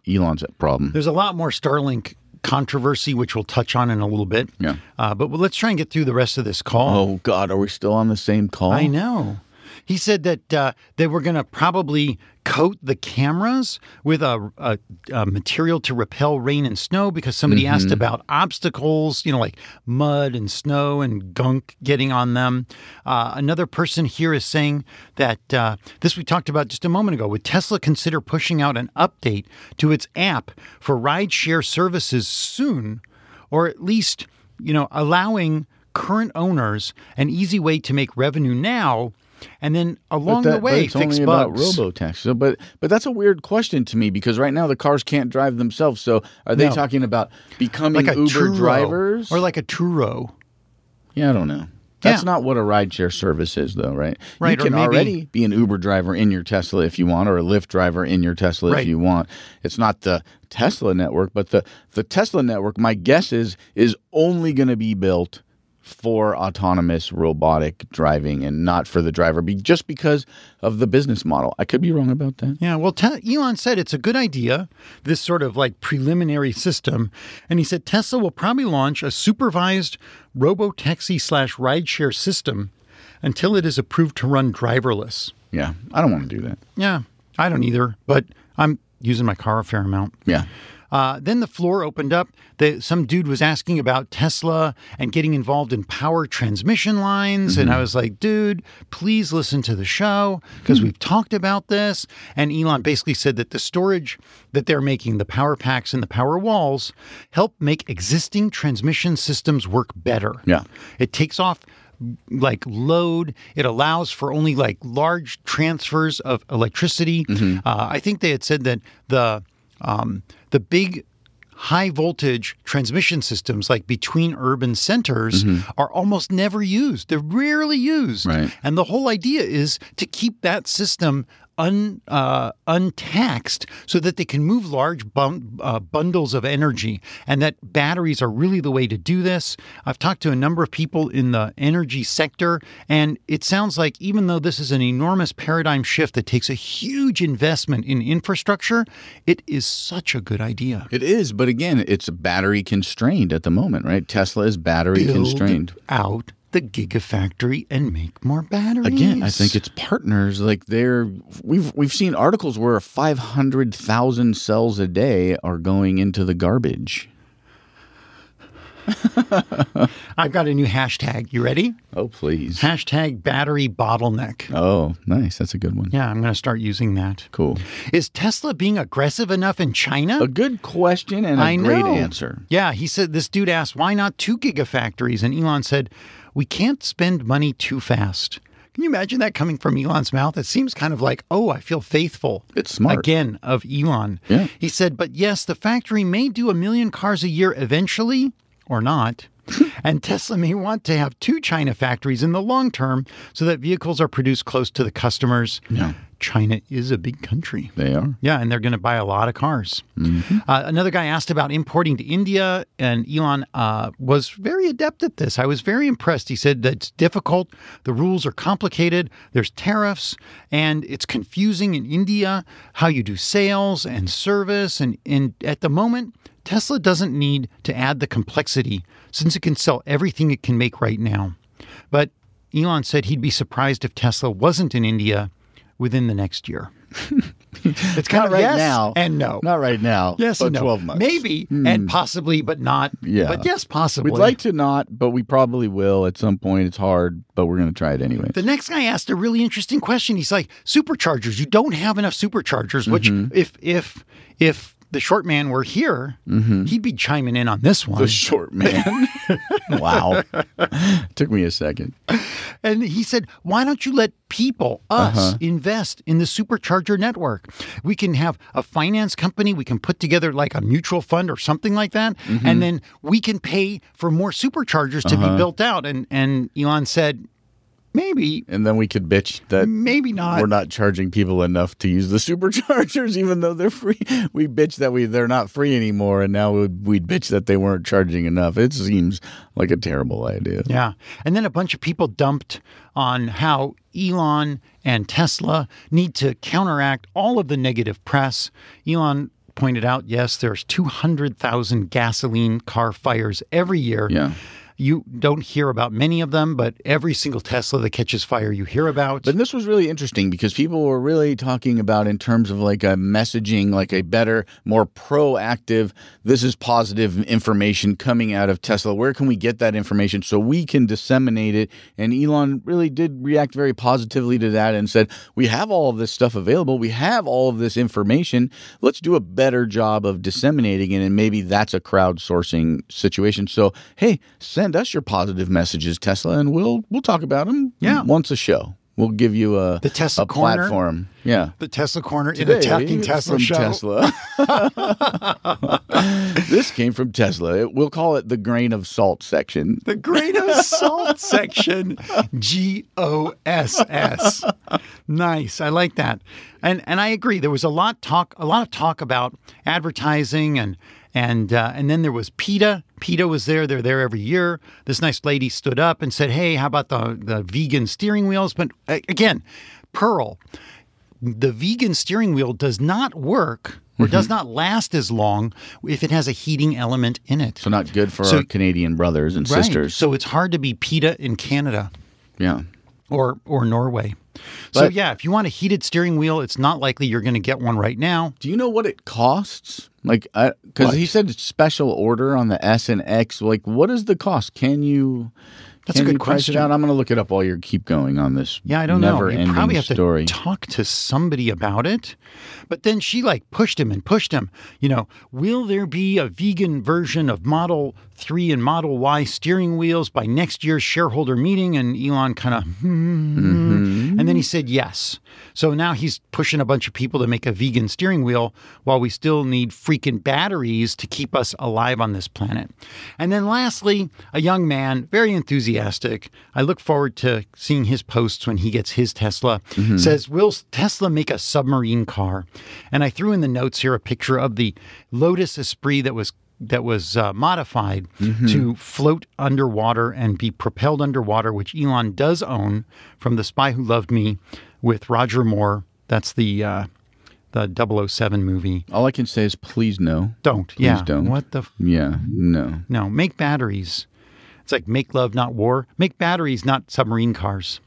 B: Elon's problem.
D: There's a lot more Starlink controversy, which we'll touch on in a little bit.
B: Yeah.
D: Uh, but let's try and get through the rest of this call.
B: Oh God, are we still on the same call?
D: I know. He said that uh, they were going to probably coat the cameras with a, a, a material to repel rain and snow because somebody asked about obstacles, you know, like mud and snow and gunk getting on them. Uh, another person here is saying that uh, this we talked about just a moment ago. Would Tesla consider pushing out an update to its app for rideshare services soon? or at least, you know, allowing current owners an easy way to make revenue now and then
B: But
D: along
B: that-
D: the way
B: but it's
D: fix
B: only
D: bugs.
B: about robotaxis. So, but but that's a weird question to me because right now the cars can't drive themselves. So are they
D: No.
B: talking about becoming
D: like a
B: Uber
D: Turo
B: drivers
D: or like a Turo.
B: Yeah, I don't know. That's
D: Yeah.
B: not what a rideshare service is, though, right?
D: Right,
B: You
D: or
B: can
D: maybe-
B: already be an Uber driver in your Tesla if you want, or a Lyft driver in your Tesla if
D: Right.
B: you want. It's not the Tesla network, but the the Tesla network. My guess is is only going to be built for autonomous robotic driving and not for the driver, be just because of the business model. I could be wrong about that.
D: Yeah, well, te- Elon said it's a good idea, this sort of like preliminary system. And he said Tesla will probably launch a supervised robotaxi slash rideshare system until it is approved to run driverless.
B: Yeah, I don't want to do that.
D: Yeah, I don't either, but I'm using my car a fair amount.
B: Yeah.
D: Uh, then the floor opened up. They, some dude was asking about Tesla and getting involved in power transmission lines. And I was like, dude, please listen to the show because we've talked about this. And Elon basically said that the storage that they're making, the power packs and the power walls, help make existing transmission systems work better.
B: Yeah.
D: It takes off like load. It allows for only like large transfers of electricity. Uh, I think they had said that the um, the big high voltage transmission systems like between urban centers are almost never used. They're rarely used.
B: Right.
D: And the whole idea is to keep that system un, uh, untaxed so that they can move large bun- uh, bundles of energy. And that batteries are really the way to do this. I've talked to a number of people in the energy sector, and it sounds like even though this is an enormous paradigm shift that takes a huge investment in infrastructure, it is such a good idea.
B: It is, but again, it's battery constrained at the moment, right? Tesla is battery
D: Build
B: constrained.
D: out the gigafactory and make more batteries.
B: Again, I think it's partners. Like they're we've we've seen articles where five hundred thousand cells a day are going into the garbage.
D: I've got a new hashtag. You ready?
B: Oh please.
D: Hashtag battery bottleneck.
B: Oh, nice. That's a good one.
D: Yeah, I'm going to start using that.
B: Cool.
D: Is Tesla being aggressive enough in China?
B: A good question and a
D: I
B: great
D: know.
B: answer.
D: Yeah, he said this dude asked, why not two gigafactories? And Elon said, we can't spend money too fast. Can you imagine that coming from Elon's mouth? It seems kind of like, oh, I feel faithful.
B: It's smart.
D: Again, of Elon.
B: Yeah.
D: He said, but yes, the factory may do a million cars a year eventually or not. and Tesla may want to have two China factories in the long term so that vehicles are produced close to the customers.
B: Yeah.
D: China is a big country.
B: They are.
D: Yeah, and they're going to buy a lot of cars. Uh, another guy asked about importing to India, and Elon uh, was very adept at this. I was very impressed. He said that it's difficult, the rules are complicated, there's tariffs, and it's confusing in India how you do sales and service. And, and at the moment, Tesla doesn't need to add the complexity since it can sell everything it can make right now. But Elon said he'd be surprised if Tesla wasn't in India within the next year. It's kind
B: Not
D: of
B: right
D: yes
B: now.
D: and no.
B: Not right now.
D: yes
B: but
D: and no.
B: twelve months. Hmm.
D: Maybe and possibly, but not.
B: Yeah.
D: But yes, possibly.
B: We'd like to not, but we probably will at some point. It's hard, but we're going to try it anyway.
D: the next guy asked a really interesting question. He's like, superchargers, you don't have enough superchargers, which
B: Mm-hmm.
D: if if if the short man were here, he'd be chiming in on this one.
B: Mm-hmm. The short man. wow. Took me a second.
D: And he said, Why don't you let people, us, invest in the supercharger network? We can have a finance company, we can put together like a mutual fund or something like that, and then we can pay for more superchargers to be built out. And and Elon said, Maybe,
B: And then we could bitch that
D: maybe not.
B: we're not charging people enough to use the superchargers, even though they're free. We bitch that we they're not free anymore, and now we'd, we'd bitch that they weren't charging enough. It seems like a terrible idea.
D: Yeah. And then a bunch of people dumped on how Elon and Tesla need to counteract all of the negative press. Elon pointed out, yes, there's 200,000 gasoline car fires every year.
B: Yeah.
D: You don't hear about many of them, but every single Tesla that catches fire you hear about.
B: But this was really interesting because people were really talking about in terms of like a messaging, like a better, more proactive, this is positive information coming out of Tesla. Where can we get that information so we can disseminate it? And Elon really did react very positively to that and said, We have all of this stuff available. We have all of this information. Let's do a better job of disseminating it. And maybe that's a crowdsourcing situation. So, hey, send us your positive messages, Tesla, and we'll we'll talk about them
D: Yeah.
B: once a show. We'll give you a
D: The Tesla
B: a
D: corner?
B: platform. Yeah.
D: the Tesla corner in
B: Today,
D: attacking
B: it's
D: Tesla
B: from
D: show.
B: Tesla. this came from Tesla. It- We'll call it the grain of salt section.
D: The grain of salt section, G O S S. Nice, I like that, and and I agree. There was a lot talk, a lot of talk about advertising and And uh, and then there was PETA. PETA was there. They're there every year. This nice lady stood up and said, "Hey, how about the the vegan steering wheels?" But a- again, Pearl, the vegan steering wheel does not work or does not last as long if it has a heating element in it.
B: So not good for
D: So-
B: our Canadian brothers and
D: Right.
B: sisters.
D: So it's hard to be PETA in Canada
B: yeah.
D: or or Norway. so
B: But-
D: yeah, if you want a heated steering wheel, it's not likely you're going to get one right now.
B: Do you know what it costs? Like, because
D: What?
B: he said special order on the S and X. Like, what is the cost? Can you?
D: That's a
B: can
D: good
B: you price it
D: question.
B: out? I'm going to look it up while you keep going on this.
D: Yeah, I don't know.
B: never-ending
D: You probably have
B: story.
D: to talk to somebody about it. But then she like pushed him and pushed him. You know, will there be a vegan version of Model 3 and Model Y steering wheels by next year's shareholder meeting? And Elon kind of,
B: Mm-hmm.
D: and then he said yes. So now he's pushing a bunch of people to make a vegan steering wheel while we still need freaking batteries to keep us alive on this planet. And then lastly, a young man, very enthusiastic. I look forward to seeing his posts when he gets his Tesla. Says, "Will Tesla make a submarine car?" And I threw in the notes here a picture of the Lotus Esprit that was that was uh, modified
B: Mm-hmm.
D: to float underwater and be propelled underwater, which Elon does own from The Spy Who Loved Me with Roger Moore. That's the uh, the 007 movie.
B: All I can say is, please no.
D: Don't.
B: Please
D: yeah.
B: don't.
D: What the? F-
B: Yeah, no.
D: no, make batteries. It's like make love, not war. Make batteries, not submarine cars.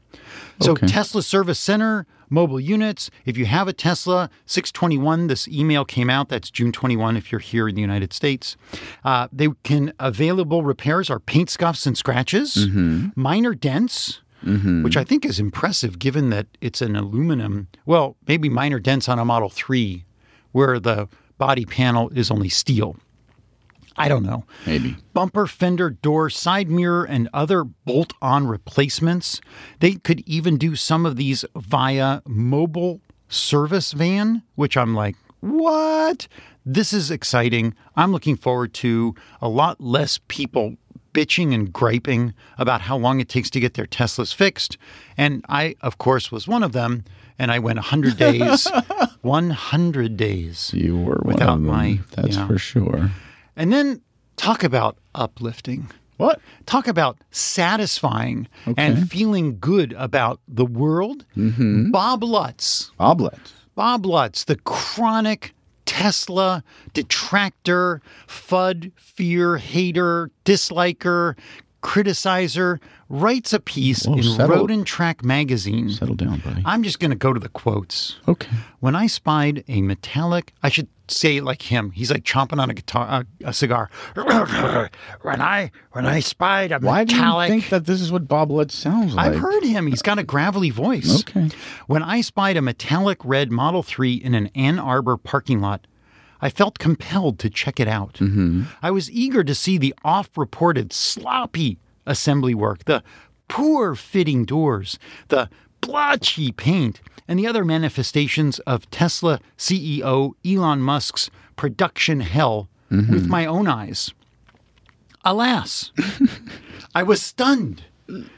D: So
B: Okay.
D: Tesla Service Center, mobile units. If you have a Tesla, 621, this email came out. That's June 21 if you're here in the United States. Uh, they can, available repairs are paint scuffs and scratches, minor dents. Which I think is impressive given that it's an aluminum. Well, maybe minor dents on a Model 3 where the body panel is only steel. I don't know
B: Maybe.
D: bumper, fender, door, side mirror, and other bolt on replacements. They could even do some of these via mobile service van, which I'm like, what? This is exciting. I'm looking forward to a lot less people bitching and griping about how long it takes to get their Teslas fixed. And I, of course, was one of them. And I went 100 days, 100 days.
B: You were one
D: Without
B: of them,
D: my-
B: That's
D: yeah.
B: for sure.
D: And then talk about uplifting.
B: What?
D: Talk about satisfying
B: Okay. Mm-hmm.
D: and feeling good about the world. Bob Lutz,
B: Oblet.
D: Bob Lutz, the chronic Tesla detractor, FUD, fear, hater, disliker, criticizer, writes a piece
B: Whoa,
D: in
B: settle.
D: Road and Track magazine.
B: Settle down, buddy.
D: I'm just going to go to the quotes.
B: Okay.
D: When I spied a metallic, I should say it like him. He's like chomping on a guitar, uh, a, a cigar. when I when I spied a
B: Why do you
D: metallic,
B: think that this is what Bob Lett sounds like?
D: I've heard him. He's got a gravelly voice.
B: Okay.
D: When I spied a metallic red Model 3 in an Ann Arbor parking lot, I felt compelled to check it out. I was eager to see the off reported sloppy assembly work, the poor fitting doors, the blotchy paint, and the other manifestations of Tesla CEO Elon Musk's production hell with my own eyes. Alas, I was stunned.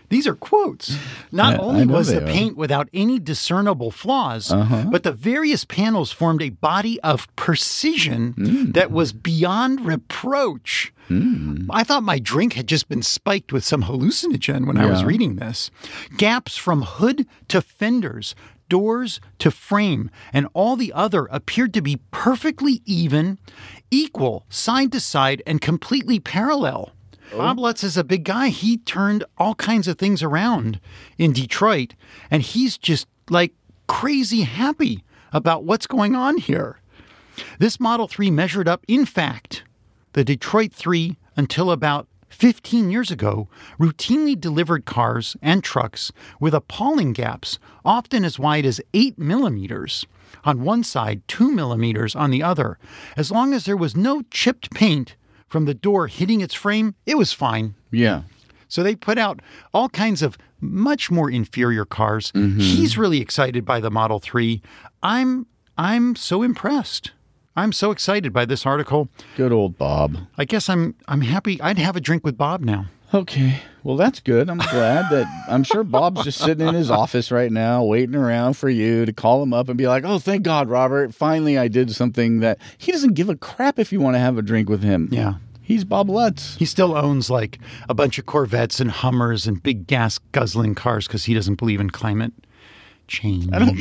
D: These are quotes. Not
B: I- I
D: only
B: know
D: was the
B: they are. Uh-huh.
D: paint without any discernible flaws, but the various panels formed a body of precision
B: Mm.
D: that was beyond reproach. I thought my drink had just been spiked with some hallucinogen when I was
B: Yeah.
D: reading this. Gaps from hood to fenders, doors to frame, and all the other appeared to be perfectly even, equal, side to side, and completely parallel. Oh. Bob Lutz is a big guy. He turned all kinds of things around in Detroit, and he's just like crazy happy about what's going on here. This Model 3 measured up, in fact, the Detroit 3 until about 15 years ago routinely delivered cars and trucks with appalling gaps, often as wide as 8 millimeters on one side, 2 millimeters on the other. As long as there was no chipped paint from the door hitting its frame, it was fine.
B: Yeah.
D: So they put out all kinds of much more inferior cars. He's really excited by the Model 3. I'm I'm so impressed. I'm so excited by this article.
B: Good old Bob.
D: I guess I'm I'm happy I'd have a drink with Bob now.
B: Okay. Well, that's good. I'm glad that I'm sure Bob's just sitting in his office right now, waiting around for you to call him up and be like, oh, thank God, Robert. Finally, I did something that he doesn't give a crap if you want to have a drink with him.
D: Yeah.
B: He's Bob Lutz.
D: He still owns like a bunch of Corvettes and Hummers and big gas guzzling cars because he doesn't believe in climate change. I don't.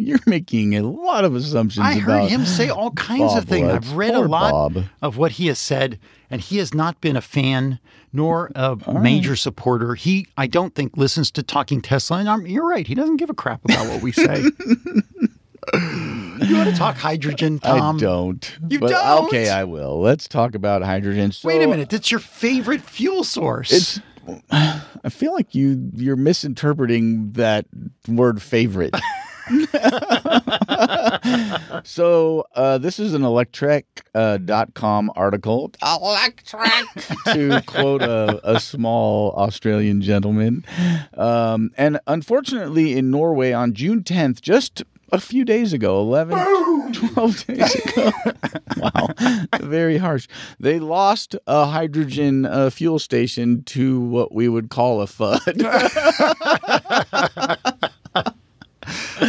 B: You're making a lot of assumptions
D: I
B: about
D: heard him say all kinds
B: Bob
D: of things.
B: Lutz.
D: I've read a
B: Poor
D: lot
B: Bob.
D: of what he has said, and he has not been a fan nor a major supporter. He, I don't think, listens to Talking Tesla. And I'm, you're right; he doesn't give a crap about what we say. you want to talk hydrogen, Tom?
B: I don't.
D: Um, You
B: But-
D: don't?
B: Okay, I will. Let's talk about hydrogen. So,
D: Wait a minute. That's your favorite fuel source.
B: It's. I feel like you you're misinterpreting that word favorite. so uh, this is an electrek uh, dot com article. Electrek to quote a, a small Australian gentleman. Um, and unfortunately, in Norway on June 10th, just a few days ago, 11, 12 days ago. wow. Very harsh. They lost a hydrogen uh, fuel station to what we would call a FUD.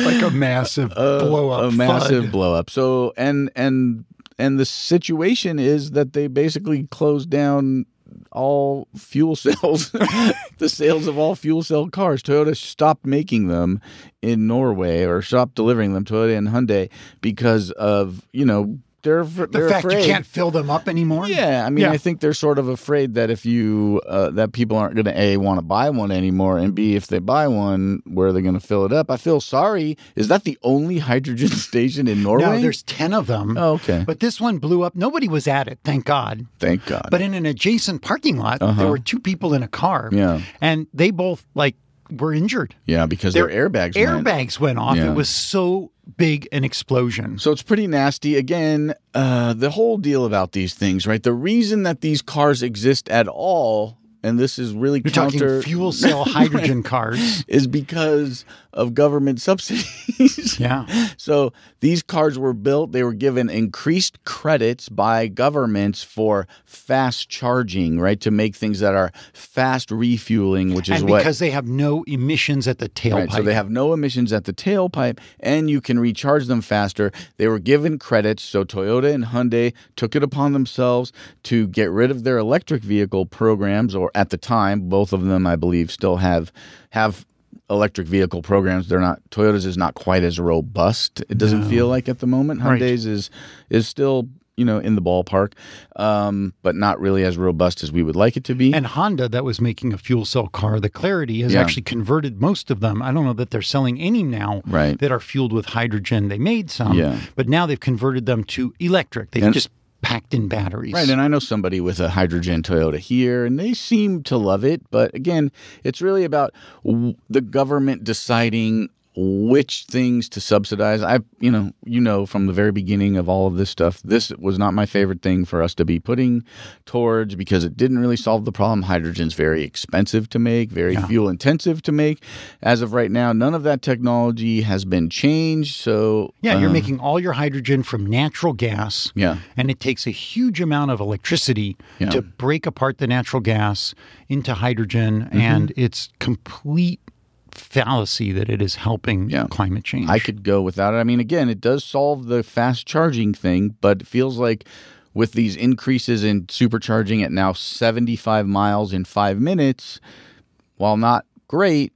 D: like a massive blow up.
B: Uh, a massive blow up. So, and, and, and the situation is that they basically closed down all fuel cells, the sales of all fuel cell cars. Toyota stopped making them in Norway or stopped delivering them, Toyota and Hyundai, because of, you know, they're, the
D: The
B: they're
D: fact
B: afraid.
D: you can't fill them up anymore.
B: Yeah, I mean,
D: Yeah.
B: I think they're sort of afraid that if you uh, that people aren't going to a want to buy one anymore, and b if they buy one, where are they going to fill it up? I feel sorry. Is that the only hydrogen station in Norway?
D: No, there's 10 of them.
B: Oh, okay.
D: But this one blew up. Nobody was at it, thank God.
B: Thank God.
D: But in an adjacent parking lot, there were two people in a car.
B: Uh-huh. Yeah.
D: And they both, like, were injured.
B: yeah, because their airbags. went.
D: Airbags went off.
B: Yeah.
D: It was so big an explosion.
B: So it's pretty nasty. Again, uh, the whole deal about these things, right? The reason that these cars exist at all, and this is really
D: You're
B: counter
D: talking fuel cell hydrogen cars.
B: is because of government subsidies.
D: Yeah.
B: So these cars were built, they were given increased credits by governments for fast charging, right? To make things that are fast refueling, which is
D: And
B: what.
D: because they have no emissions at the tailpipe.
B: Right, so they have no emissions at the tailpipe, and you can recharge them faster. They were given credits, so Toyota and Hyundai took it upon themselves to get rid of their electric vehicle programs. Or at the time, both of them, I believe, still have have electric vehicle programs. They're not Toyota's is not quite as robust. It doesn't feel like at the moment.
D: Right.
B: Hyundai's is is still you know in the ballpark, um, but not really as robust as we would like it to be.
D: And Honda, that was making a fuel cell car, the Clarity, has
B: Yeah.
D: actually converted most of them. I don't know that they're selling any now
B: Right.
D: that are fueled with hydrogen. They made some,
B: Yeah.
D: but now they've converted them to electric. They've
B: And-
D: just packed in batteries.
B: Right, and I know somebody with a hydrogen Toyota here, and they seem to love it. But again, it's really about w- the government deciding which things to subsidize. I, you know, you know from the very beginning of all of this stuff, this was not my favorite thing for us to be putting towards because it didn't really solve the problem. Hydrogen's very expensive to make, very fuel intensive to make. As of right now, none of that technology has been changed. So
D: yeah, you're
B: uh,
D: making all your hydrogen from natural gas.
B: Yeah.
D: And it takes a huge amount of electricity
B: Yeah.
D: to break apart the natural gas into hydrogen.
B: Mm-hmm.
D: And it's complete fallacy that it is helping
B: Yeah.
D: climate change.
B: I could go without it. I mean, again, it does solve the fast charging thing, but it feels like with these increases in supercharging at now 75 miles in five minutes, while not great,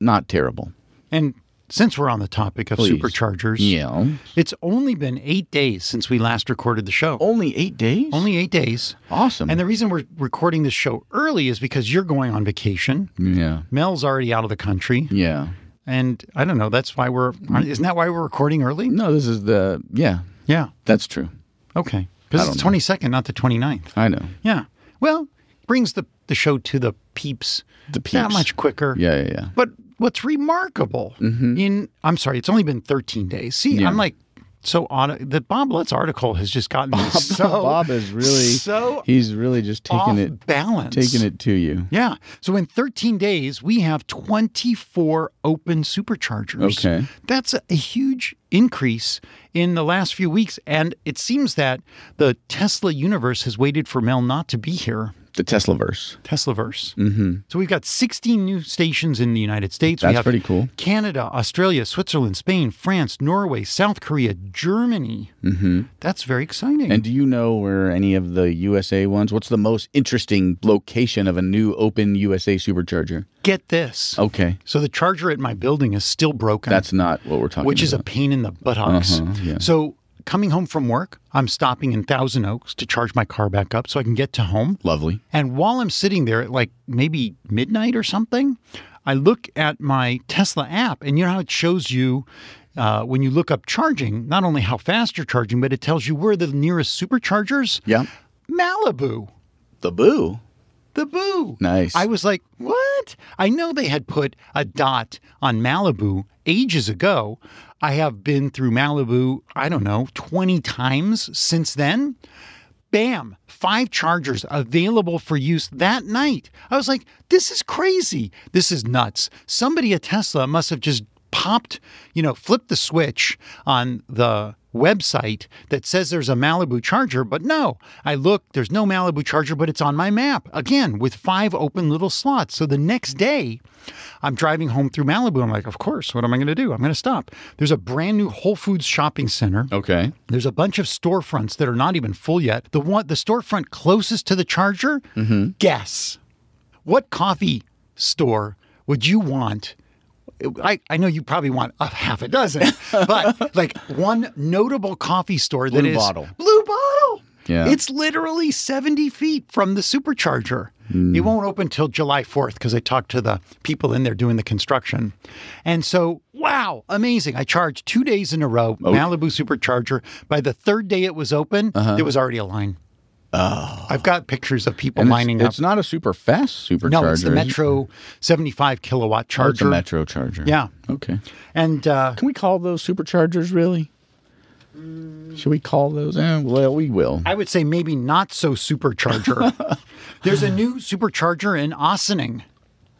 B: not terrible.
D: and since we're on the topic of
B: Please.
D: superchargers.
B: Yeah.
D: It's only been eight days since we last recorded the show.
B: Only eight days?
D: Only eight days.
B: Awesome.
D: And the reason we're recording this show early is because you're going on vacation.
B: yeah.
D: Mel's already out of the country.
B: Yeah.
D: And I don't know. That's why we're, isn't that why we're recording early?
B: No, this is the, yeah,
D: Yeah.
B: that's true.
D: Okay.
B: I
D: Because
B: don't
D: it's
B: know.
D: 22nd, not the 29th.
B: I know.
D: Yeah. Well, brings the, the show to the peeps
B: The
D: that
B: peeps.
D: much quicker.
B: Yeah, yeah, yeah.
D: But what's remarkable in I'm sorry, it's only been 13 days. See,
B: Yeah.
D: I'm like so on the Bob Lutz article has just gotten me so
B: Bob is really,
D: so
B: he's really just
D: off
B: taking it,
D: balance.
B: taking it to you.
D: Yeah. So in 13 days, we have 24 open superchargers.
B: Okay.
D: That's a huge increase in the last few weeks. And it seems that the Tesla universe has waited for Mel not to be here
B: the Teslaverse.
D: Teslaverse. So we've got 16 new stations in the United States. we
B: Mm-hmm. That's
D: have
B: pretty cool.
D: Canada, Australia, Switzerland, Spain, France, Norway, South Korea, Germany. Mm-hmm. That's very exciting.
B: And do you know where any of the USA ones? What's the most interesting location of a new open USA supercharger?
D: get this.
B: Okay,
D: So the charger at my building is still broken.
B: Oh. that's not what we're talking.
D: which is a
B: about.
D: pain in the buttocks.
B: Uh-huh, yeah.
D: So coming home from work, I'm stopping in Thousand Oaks to charge my car back up so I can get to home.
B: lovely.
D: And while I'm sitting there at like maybe midnight or something, I look at my Tesla app, and you know how it shows you uh, when you look up charging, not only how fast you're charging, but it tells you where the nearest superchargers.
B: Yeah,
D: Malibu,
B: the Boo.
D: the Boo.
B: Nice.
D: I was like, what? I know they had put a dot on Malibu ages ago. I have been through Malibu, I don't know, 20 times since then. Bam, five chargers available for use that night. I was like, this is crazy. This is nuts. Somebody at Tesla must have just popped, you know, flipped the switch on the website that says there's a Malibu charger, but no, I look, there's no Malibu charger, but it's on my map again with five open little slots. So the next day, I'm driving home through Malibu. I'm like, of course, what am I going to do? I'm going to stop. There's a brand new Whole Foods shopping center.
B: Okay,
D: There's a bunch of storefronts that are not even full yet. The one, the storefront closest to the charger.
B: Mm-hmm.
D: Guess what coffee store would you want? I, I know you probably want a half a dozen, but like one notable coffee store that
B: Blue
D: is
B: Bottle.
D: Blue Bottle.
B: Yeah.
D: It's literally 70 feet from the supercharger.
B: Hmm.
D: It won't open till July 4th because I talked to the people in there doing the construction. And so, wow, amazing. I charged two days in a row,
B: Oh.
D: Malibu supercharger. By the third day it was open,
B: Uh-huh.
D: there was already a line. Oh. I've got pictures of people
B: And it's,
D: lining
B: it's
D: up.
B: not a super fast supercharger.
D: No, it's the
B: is it?
D: Metro 75 kilowatt
B: Oh, it's a
D: charger.
B: Metro charger.
D: Yeah.
B: Okay.
D: And uh,
B: Can we call those superchargers really?
D: Mm.
B: Should we call those? Eh, well, we will.
D: I would say maybe not so supercharger. There's a new supercharger in Ossining.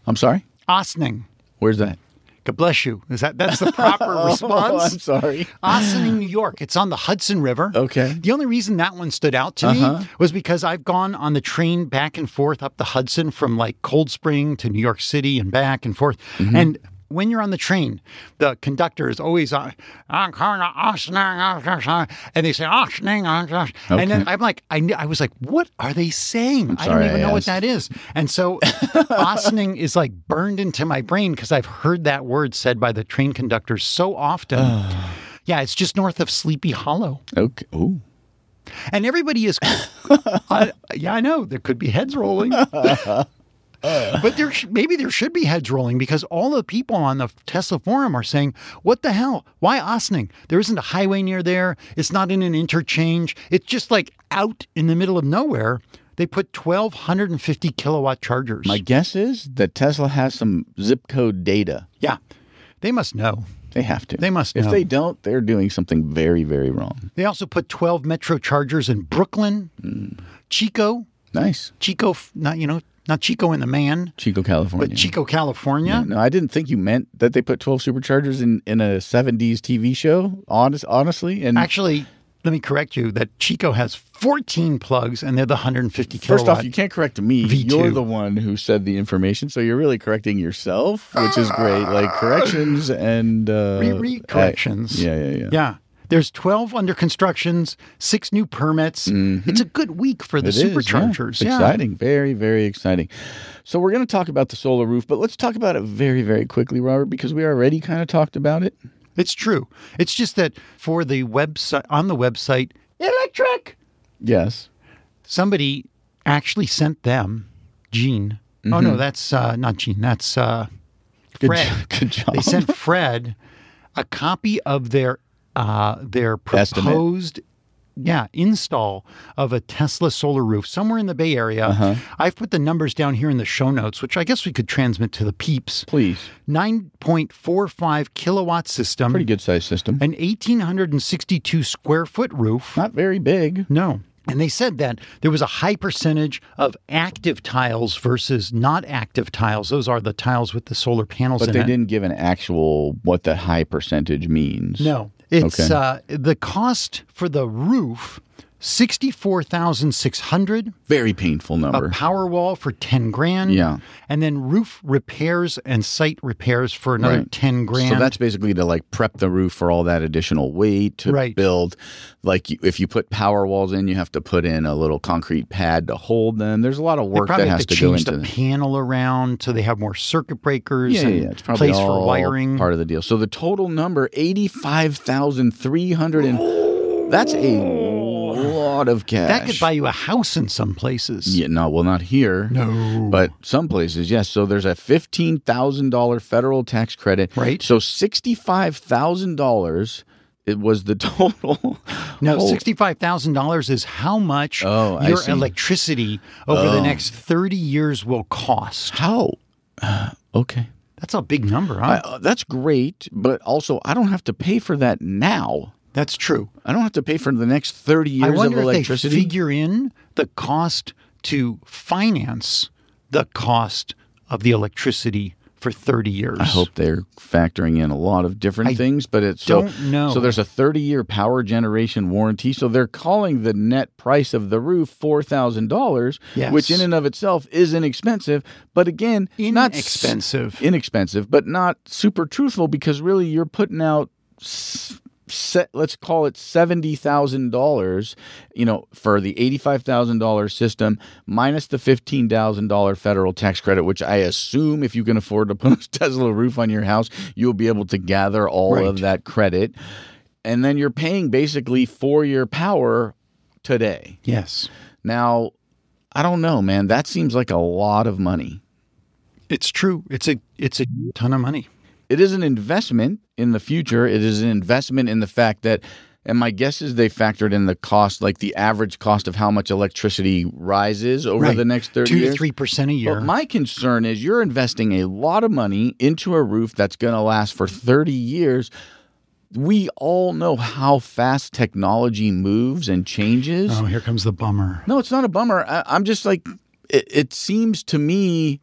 B: I'm sorry.
D: Ossining.
B: Where's that?
D: God bless you. Is that that's the proper response?
B: Oh, I'm sorry.
D: Austin, New York. It's on the Hudson River.
B: Okay. Uh-huh.
D: The only reason that one stood out to me was because I've gone on the train back and forth up the Hudson from like Cold Spring to New York City and back and forth.
B: Mm-hmm.
D: And when you're on the train, the conductor is always on, I'm coming to Austin, uh, Austin," and they say Austin, Austin. and then I'm like, I, kn- I was like, what are they saying? I don't
B: sorry
D: even
B: I
D: know what
B: asked.
D: that is. And so Austining is like burned into my brain because I've heard that word said by the train conductors so often. yeah, it's just north of Sleepy Hollow.
B: Okay. Ooh.
D: And everybody is, I, yeah, I know there could be heads rolling. but there sh- maybe there should be heads rolling because all the people on the Tesla forum are saying, "What the hell? Why Ossining? There isn't a highway near there. It's not in an interchange. It's just like out in the middle of nowhere." They put 1,250 kilowatt chargers.
B: My guess is that Tesla has some zip code data.
D: yeah, they must know.
B: They have to.
D: They must
B: If
D: know.
B: they don't, they're doing something very, very wrong.
D: They also put 12 metro chargers in Brooklyn, Chico,
B: Nice,
D: Chico, f- not you know, not Chico and the man,
B: Chico, California.
D: but Chico, California.
B: No, I didn't think you meant that they put 12 superchargers in, in a 70s TV show. Honest, honestly, and
D: Actually, let me correct you that Chico has 14 plugs and they're the 150
B: first
D: kilowatt.
B: off, you can't correct me.
D: V2.
B: You're the one who said the information, so you're really correcting yourself, which is great. Like corrections and uh,
D: Re-re corrections.
B: I- yeah, yeah, yeah.
D: yeah. There's 12 under constructions, six new permits. It's a good week for the
B: Mm-hmm. It is, yeah.
D: superchargers.
B: It's Exciting. Very, very exciting. So we're going to talk about the solar roof, but let's talk about it very, very quickly, Robert, because we already kind of talked about it.
D: It's true. It's just that for the website, on the website, electric,
B: Yes.
D: somebody actually sent them Gene. Oh no, that's uh, not Gene. That's uh,
B: Mm-hmm. Good,
D: Fred.
B: jo- good job.
D: They sent Fred a copy of their uh, their
B: Estimate.
D: proposed yeah install of a Tesla solar roof somewhere in the Bay Area.
B: Uh-huh.
D: I've put the numbers down here in the show notes, which I guess we could transmit to the peeps.
B: Please.
D: Nine point four five kilowatt system,
B: Pretty good sized system.
D: an eighteen hundred and sixty two square foot roof.
B: Not very big.
D: No. And they said that there was a high percentage of active tiles versus not active tiles. Those are the tiles with the solar panels
B: But
D: in
B: they
D: it.
B: didn't give an actual what the high percentage means.
D: No, it's
B: Okay.
D: uh, the cost for the roof 64,600,
B: Very painful
D: a
B: number.
D: power wall for 10 grand.
B: Yeah.
D: And then roof repairs and site repairs for another
B: Right.
D: 10 grand.
B: So that's basically to like prep the roof for all that additional weight to
D: Right.
B: build. Like you- if you put power walls in, you have to put in a little concrete pad to hold them. There's a lot of
D: They
B: work
D: probably
B: that
D: have
B: has
D: to
B: to go
D: change
B: into
D: the
B: that.
D: panel around so they have more circuit breakers
B: Yeah, yeah,
D: and
B: yeah. It's probably
D: place
B: all
D: for wiring.
B: part of the deal. So the total number eighty five thousand three hundred and that's a lot of cash.
D: that could buy you a house in some places.
B: Yeah, no, well, not here.
D: No.
B: But some places, yes. So there's a fifteen thousand dollar federal tax credit.
D: Right.
B: So sixty five thousand dollars. It was the total.
D: No,
B: Oh,
D: sixty-five thousand dollars is how much
B: Oh, I
D: your
B: see. Oh.
D: electricity over the next thirty years will cost.
B: How? Okay.
D: That's a big number, huh?
B: I, uh, that's great, but also I don't have to pay for that now.
D: That's true.
B: I don't have to pay for the next thirty
D: I
B: years of
D: wonder if they
B: electricity.
D: figure in the cost to finance the cost of the electricity for thirty years.
B: I hope they're factoring in a lot of different
D: I
B: things, but it's so,
D: don't know.
B: So there's a 30 year power generation warranty. So they're calling the net price of the roof four thousand dollars,
D: Yes.
B: which in and of itself is inexpensive, but again, not s-
D: Inexpensive.
B: inexpensive, but not super truthful because really you're putting out. s- Set, let's call it seventy thousand dollars, you know, for the eighty-five thousand dollar system minus the fifteen thousand dollar federal tax credit, which I assume if you can afford to put a Tesla roof on your house, you'll be able to gather all of
D: Right.
B: that credit, and then you're paying basically for your power today.
D: Yes,
B: Now, I don't know, man. That seems like a lot of money.
D: it's true. It's a it's a ton of money.
B: it is an investment in the future. It is an investment in the fact that, and my guess is they factored in the cost, like the average cost of how much electricity rises over
D: Right.
B: the next 30
D: two
B: years.
D: to three percent a year.
B: But my concern is you're investing a lot of money into a roof that's going to last for 30 years. We all know how fast technology moves and changes.
D: oh, here comes the bummer.
B: No, it's not a bummer. I, I'm just like, it, it seems to me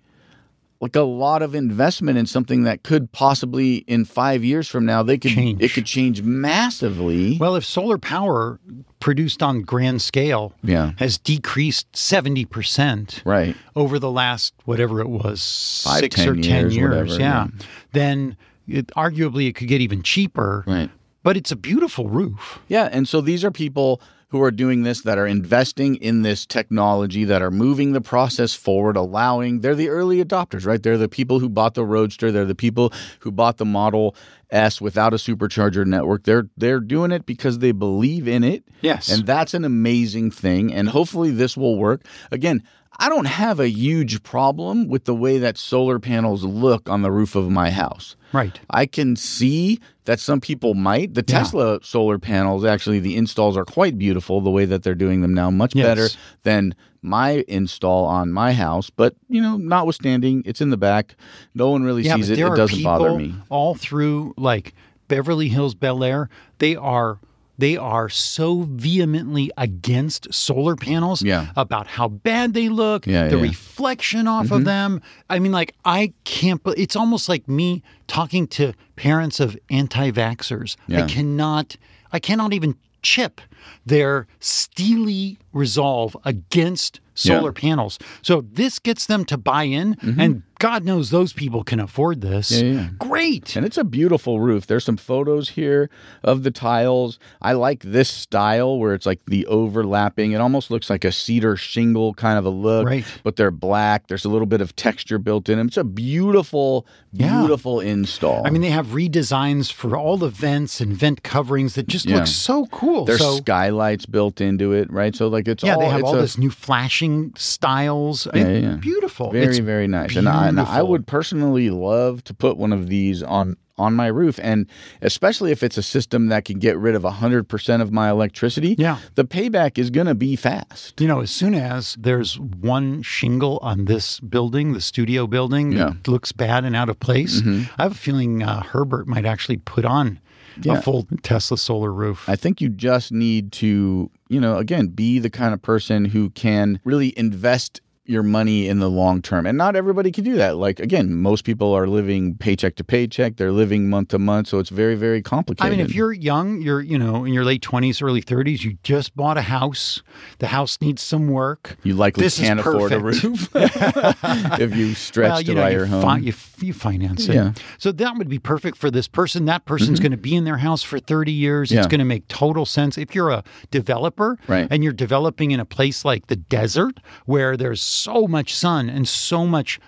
B: like a lot of investment in something that could possibly in five years from now they could
D: Change.
B: it could change massively.
D: Well, if solar power produced on grand scale
B: Yeah.
D: has decreased 70%
B: right.
D: over the last whatever it was,
B: Five,
D: 6
B: 10
D: or 10
B: years,
D: years,
B: whatever,
D: yeah,
B: yeah.
D: then it, arguably it could get even cheaper.
B: Right.
D: But it's a beautiful roof.
B: Yeah, and so these are people who are doing this that are investing in this technology that are moving the process forward, allowing they're the early adopters, right? They're the people who bought the Roadster, they're the people who bought the Model S without a supercharger network. They're they're doing it because they believe in it.
D: Yes.
B: And that's an amazing thing and hopefully this will work. Again, I don't have a huge problem with the way that solar panels look on the roof of my house.
D: Right.
B: I can see that some people might. The Tesla solar panels, actually, the installs are quite beautiful the way that they're doing them now, much
D: Yes.
B: better than my install on my house. But, you know, notwithstanding, it's in the back. No one really
D: Yeah,
B: sees
D: but
B: it.
D: there
B: It
D: are
B: doesn't
D: people
B: bother me.
D: all through like Beverly Hills, Bel Air. They are they are so vehemently against solar panels
B: Yeah.
D: about how bad they look,
B: Yeah,
D: the
B: yeah, Mm-hmm. yeah.
D: reflection off of them. I mean, like I can't. But it's almost like me talking to parents of anti-vaxxers.
B: Yeah.
D: I cannot. I cannot even chip their steely resolve against
B: Yeah.
D: solar panels. So this gets them to buy in, and God knows those people can afford this.
B: Mm-hmm. Yeah, yeah.
D: Great.
B: And it's a beautiful roof. There's some photos here of the tiles. I like this style where it's like the overlapping. It almost looks like a cedar shingle kind of a look,
D: Right.
B: but they're black. There's a little bit of texture built in them. It's a beautiful,
D: Yeah.
B: beautiful install.
D: I mean, they have redesigns for all the vents and vent coverings that just
B: Yeah.
D: look so cool.
B: there's
D: so,
B: skylights built into it, right? So like it's
D: yeah,
B: all
D: they have
B: it's
D: all
B: a-
D: this new flashing styles.
B: Yeah, yeah, yeah.
D: Beautiful.
B: Very,
D: It's
B: very nice. And I, and I
D: beautiful.
B: would personally love to put one of these on on my roof, and especially if it's a system that can get rid of hundred percent of my electricity.
D: Yeah.
B: the payback is going to be fast.
D: You know, as soon as there's one shingle on this building, the studio building,
B: Yeah. Mm-hmm.
D: that looks bad and out of place, I have a feeling uh, Herbert might actually put on
B: Yeah.
D: a full Tesla solar roof.
B: I think you just need to, you know, again, be the kind of person who can really invest your money in the long term. And not everybody can do that. Like again, most people are living paycheck to paycheck, they're living month to month, so it's very very complicated.
D: I mean, if you're young, you're you know in your late twenties, early thirties, you just bought a house. The house needs some work.
B: you likely
D: This is
B: can't afford a
D: perfect.
B: roof if you stretch
D: well,
B: to
D: you know,
B: buy
D: you
B: your home.
D: fi- you, f- you finance it.
B: Yeah. Mm-hmm.
D: So that would be perfect for this person. That person's going to be in their house for 30 years.
B: Yeah.
D: It's going to make total sense. If you're a developer
B: Right.
D: and you're developing in a place like the desert where there's so much sun and so much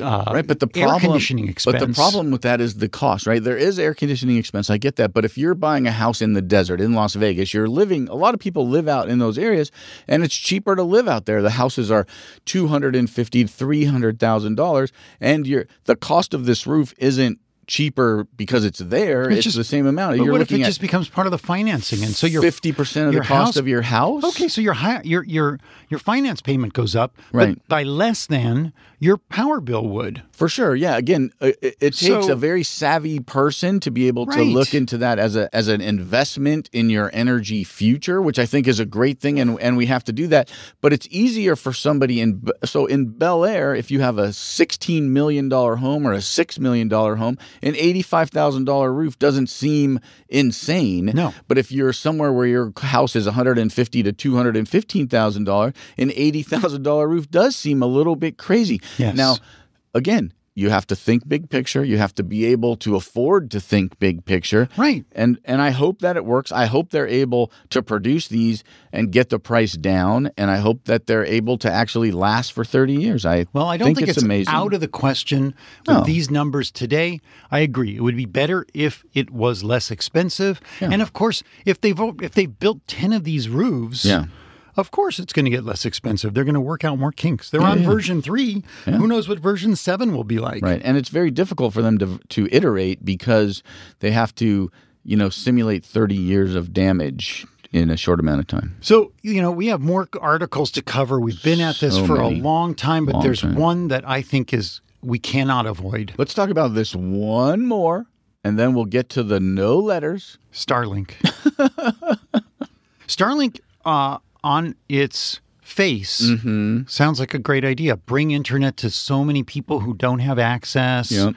D: uh,
B: right but the
D: air
B: problem
D: conditioning expense.
B: but the problem with that is the cost right there is air conditioning expense i get that but if you're buying a house in the desert in las vegas you're living a lot of people live out in those areas and it's cheaper to live out there the houses are 250 300000 dollars and your the cost of this roof isn't cheaper because it's there it's,
D: just-
B: the same amount
D: But
B: you're
D: what if
B: looking
D: it
B: at
D: just becomes part of the financing? And so you're
B: 50% of the
D: your
B: cost
D: house-
B: of your house
D: Okay, so your hi- your your your finance payment goes up,
B: Right.
D: but by less than your power bill would.
B: For sure, yeah. Again, uh, it, it it takes
D: So-
B: a very savvy person to be able to
D: Right.
B: look into that as a as an investment in your energy future, which I think is a great thing, and and we have to do that. But it's easier for somebody in B- so in Bel Air, if you have a sixteen million dollar home or a six million dollar home, an eighty five thousand dollar roof doesn't seem insane.
D: No.
B: but if you're somewhere where your house is one hundred and fifty to two hundred and fifteen thousand dollar, an eighty thousand dollar roof does seem a little bit crazy.
D: Yes.
B: Now again, you have to think big picture. You have to be able to afford to think big picture.
D: Right.
B: And and I hope that it works. I hope they're able to produce these and get the price down. And I hope that they're able to actually last for 30 years. I
D: Well, I don't think, it's,
B: amazing.
D: out of the question with
B: No.
D: these numbers today. I agree. It would be better if it was less expensive, and of course, if they've o- if they've built ten of these roofs,
B: Yeah.
D: Of course, it's going to get less expensive. They're going to work out more kinks. They're on version three. Who knows what version seven will be like?
B: Right. And it's very difficult for them to to iterate because they have to, you know, simulate 30 years of damage in a short amount of time.
D: So, you know, we have more articles to cover. We've been at this
B: So
D: for
B: many.
D: a long time, but
B: Long
D: there's
B: time.
D: one that I think is we cannot avoid
B: Let's talk about this one more and then we'll get to the no letters.
D: Starlink. Starlink uh, on its face
B: Mm-hmm.
D: sounds like a great idea. Bring internet to so many people who don't have access.
B: Yep.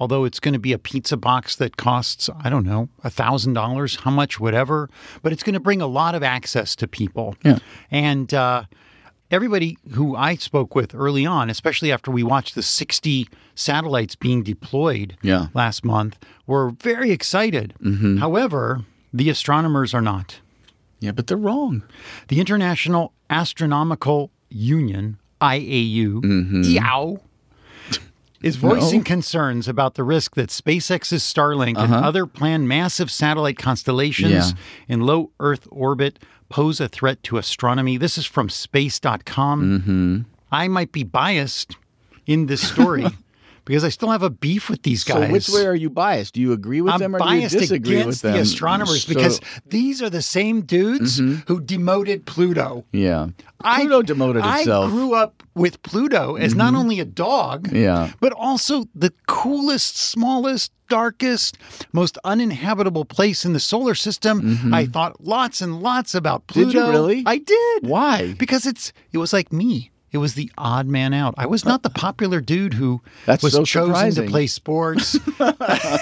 D: Although it's going to be a pizza box that costs, I don't know, $1,000, how much, whatever, but it's going to bring a lot of access to people.
B: Yeah.
D: And uh, everybody who I spoke with early on, especially after we watched the 60 satellites being deployed
B: Yeah. Mm-hmm.
D: last month, were very excited. However, the astronomers are not.
B: Yeah, but they're wrong.
D: The International Astronomical Union, IAU,
B: Mm-hmm.
D: EAU, is voicing concerns about the risk that SpaceX's Starlink and other planned massive satellite constellations
B: Uh-huh. Yeah.
D: in low Earth orbit pose a threat to astronomy. This is from space.com.
B: Mm-hmm.
D: I might be biased in this story because I still have a beef with these guys.
B: So which way are you biased? Do you agree with
D: I'm
B: them or
D: biased
B: do you disagree
D: against
B: with them?
D: the astronomers
B: So-
D: because these are the same dudes who demoted Pluto.
B: yeah, Pluto demoted
D: I
B: itself. Mm-hmm.
D: grew up with Pluto as not only a dog,
B: Yeah.
D: but also the coolest, smallest, darkest, most uninhabitable place in the solar system. I thought lots and lots about
B: Mm-hmm. Did you
D: Pluto.
B: really?
D: I did.
B: Why?
D: Because it's it was like me. It was the odd man out. I was not the popular dude who
B: Uh, That's
D: was
B: so
D: chosen
B: surprising.
D: to play sports.
B: I'm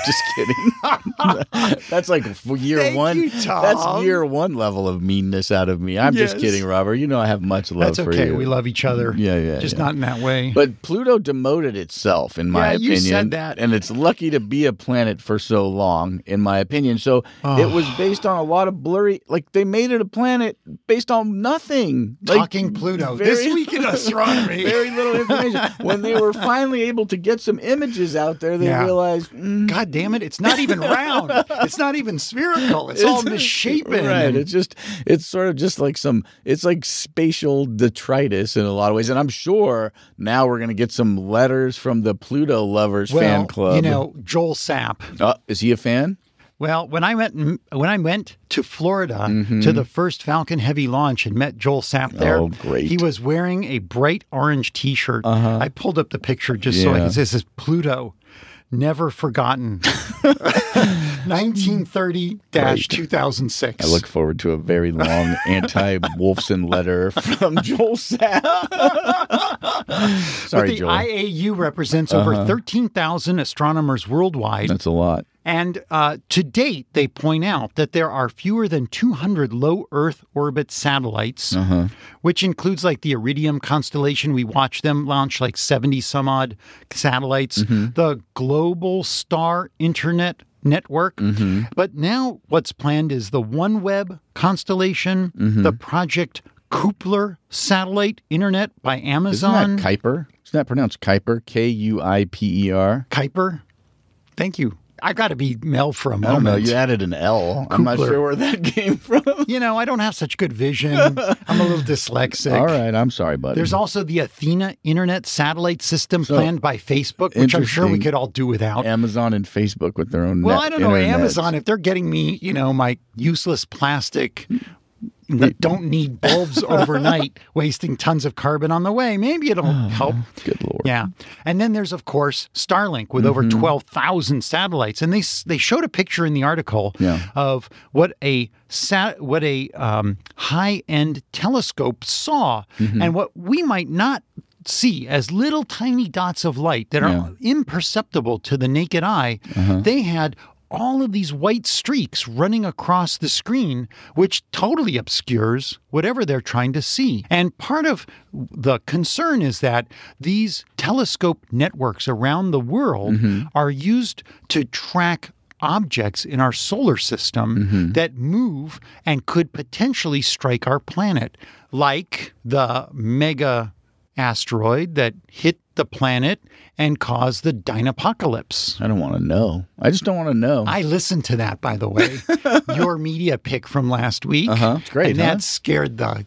B: just kidding. that's like f- year
D: Thank
B: one.
D: you,
B: That's
D: Tom.
B: year one level of meanness out of me. I'm just
D: Yes.
B: kidding, Robert. You know I have much love
D: That's
B: for
D: okay.
B: you.
D: We love each other.
B: Yeah, yeah,
D: Just
B: yeah.
D: not in that way.
B: But Pluto demoted itself, in my
D: Yeah,
B: opinion.
D: you said that.
B: And it's lucky to be a planet for so long, in my opinion. So it was based on a lot of blurry, like they made it a planet based on nothing. Like,
D: Talking Pluto
B: very-
D: this week in astronomy.
B: very little information. when they were finally able to get some images out there, they
D: Yeah.
B: realized mm,
D: God damn it! It's not even round. It's not even spherical. It's, all misshapen.
B: Right?
D: and-
B: It's just it's sort of just like some it's like spatial detritus in a lot of ways. And I'm sure now we're gonna get some letters from the Pluto lovers
D: well,
B: fan club.
D: You know, Joel Sapp.
B: Uh, is he a fan?
D: Well, when I went when I went to Florida to the first Falcon Heavy launch and met Joel Sapp there,
B: Mm-hmm. Oh, great. Uh-huh.
D: he was wearing a bright orange T-shirt. I pulled up the picture just so I
B: Yeah.
D: could say this is Pluto. never forgotten. 1930 2006.
B: I look forward to a very long anti Wolfson letter from Joel Sapp.
D: But
B: Sorry,
D: the
B: Joel.
D: IAU represents over 13,000 astronomers worldwide.
B: That's a lot.
D: And uh, to date, they point out that there are fewer than 200 low Earth orbit satellites,
B: Uh-huh.
D: which includes like the Iridium constellation. We watched them launch like 70 some odd satellites,
B: Mm-hmm.
D: the Global Star Internet Network.
B: Mm-hmm.
D: But now what's planned is the OneWeb constellation,
B: Mm-hmm.
D: the Project Kupler Satellite Internet by
B: Isn't
D: Amazon.
B: that Kuiper? Isn't that pronounced Kuiper? K U I P E R?
D: Kuiper. Thank you. I got to be Mel for a moment.
B: I don't know. You added an L. I'm not
D: Kupler.
B: sure where that came from.
D: you know, I don't have such good vision. I'm a little dyslexic.
B: All right. I'm sorry, buddy.
D: There's also the Athena Internet Satellite System planned by Facebook, which I'm sure we
B: interesting.
D: could all do without.
B: Amazon and Facebook with their own
D: well,
B: net
D: I don't know.
B: internets.
D: Amazon, if they're getting me, you know, my useless plastic that don't need bulbs overnight, wasting tons of carbon on the way, maybe it'll
B: Oh,
D: help.
B: Good lord. Mm-hmm.
D: Yeah. And then there's, of course, Starlink with over 12,000 satellites. And they, s- they showed a picture in the article
B: Yeah.
D: of what a sat, what a um, high end telescope saw
B: Mm-hmm.
D: and what we might not see as little tiny dots of light that are imperceptible to the naked eye.
B: Uh-huh.
D: They had all of these white streaks running across the screen, which totally obscures whatever they're trying to see. And part of the concern is that these telescope networks around the world are used to track objects in our solar system that move and could potentially strike our planet, like the mega asteroid that hit the planet and caused the dinopocalypse.
B: I don't want to know. I just don't want to know.
D: I listened to that, by the way, your media pick from last week.
B: Uh-huh. It's great,
D: And
B: huh?
D: that scared the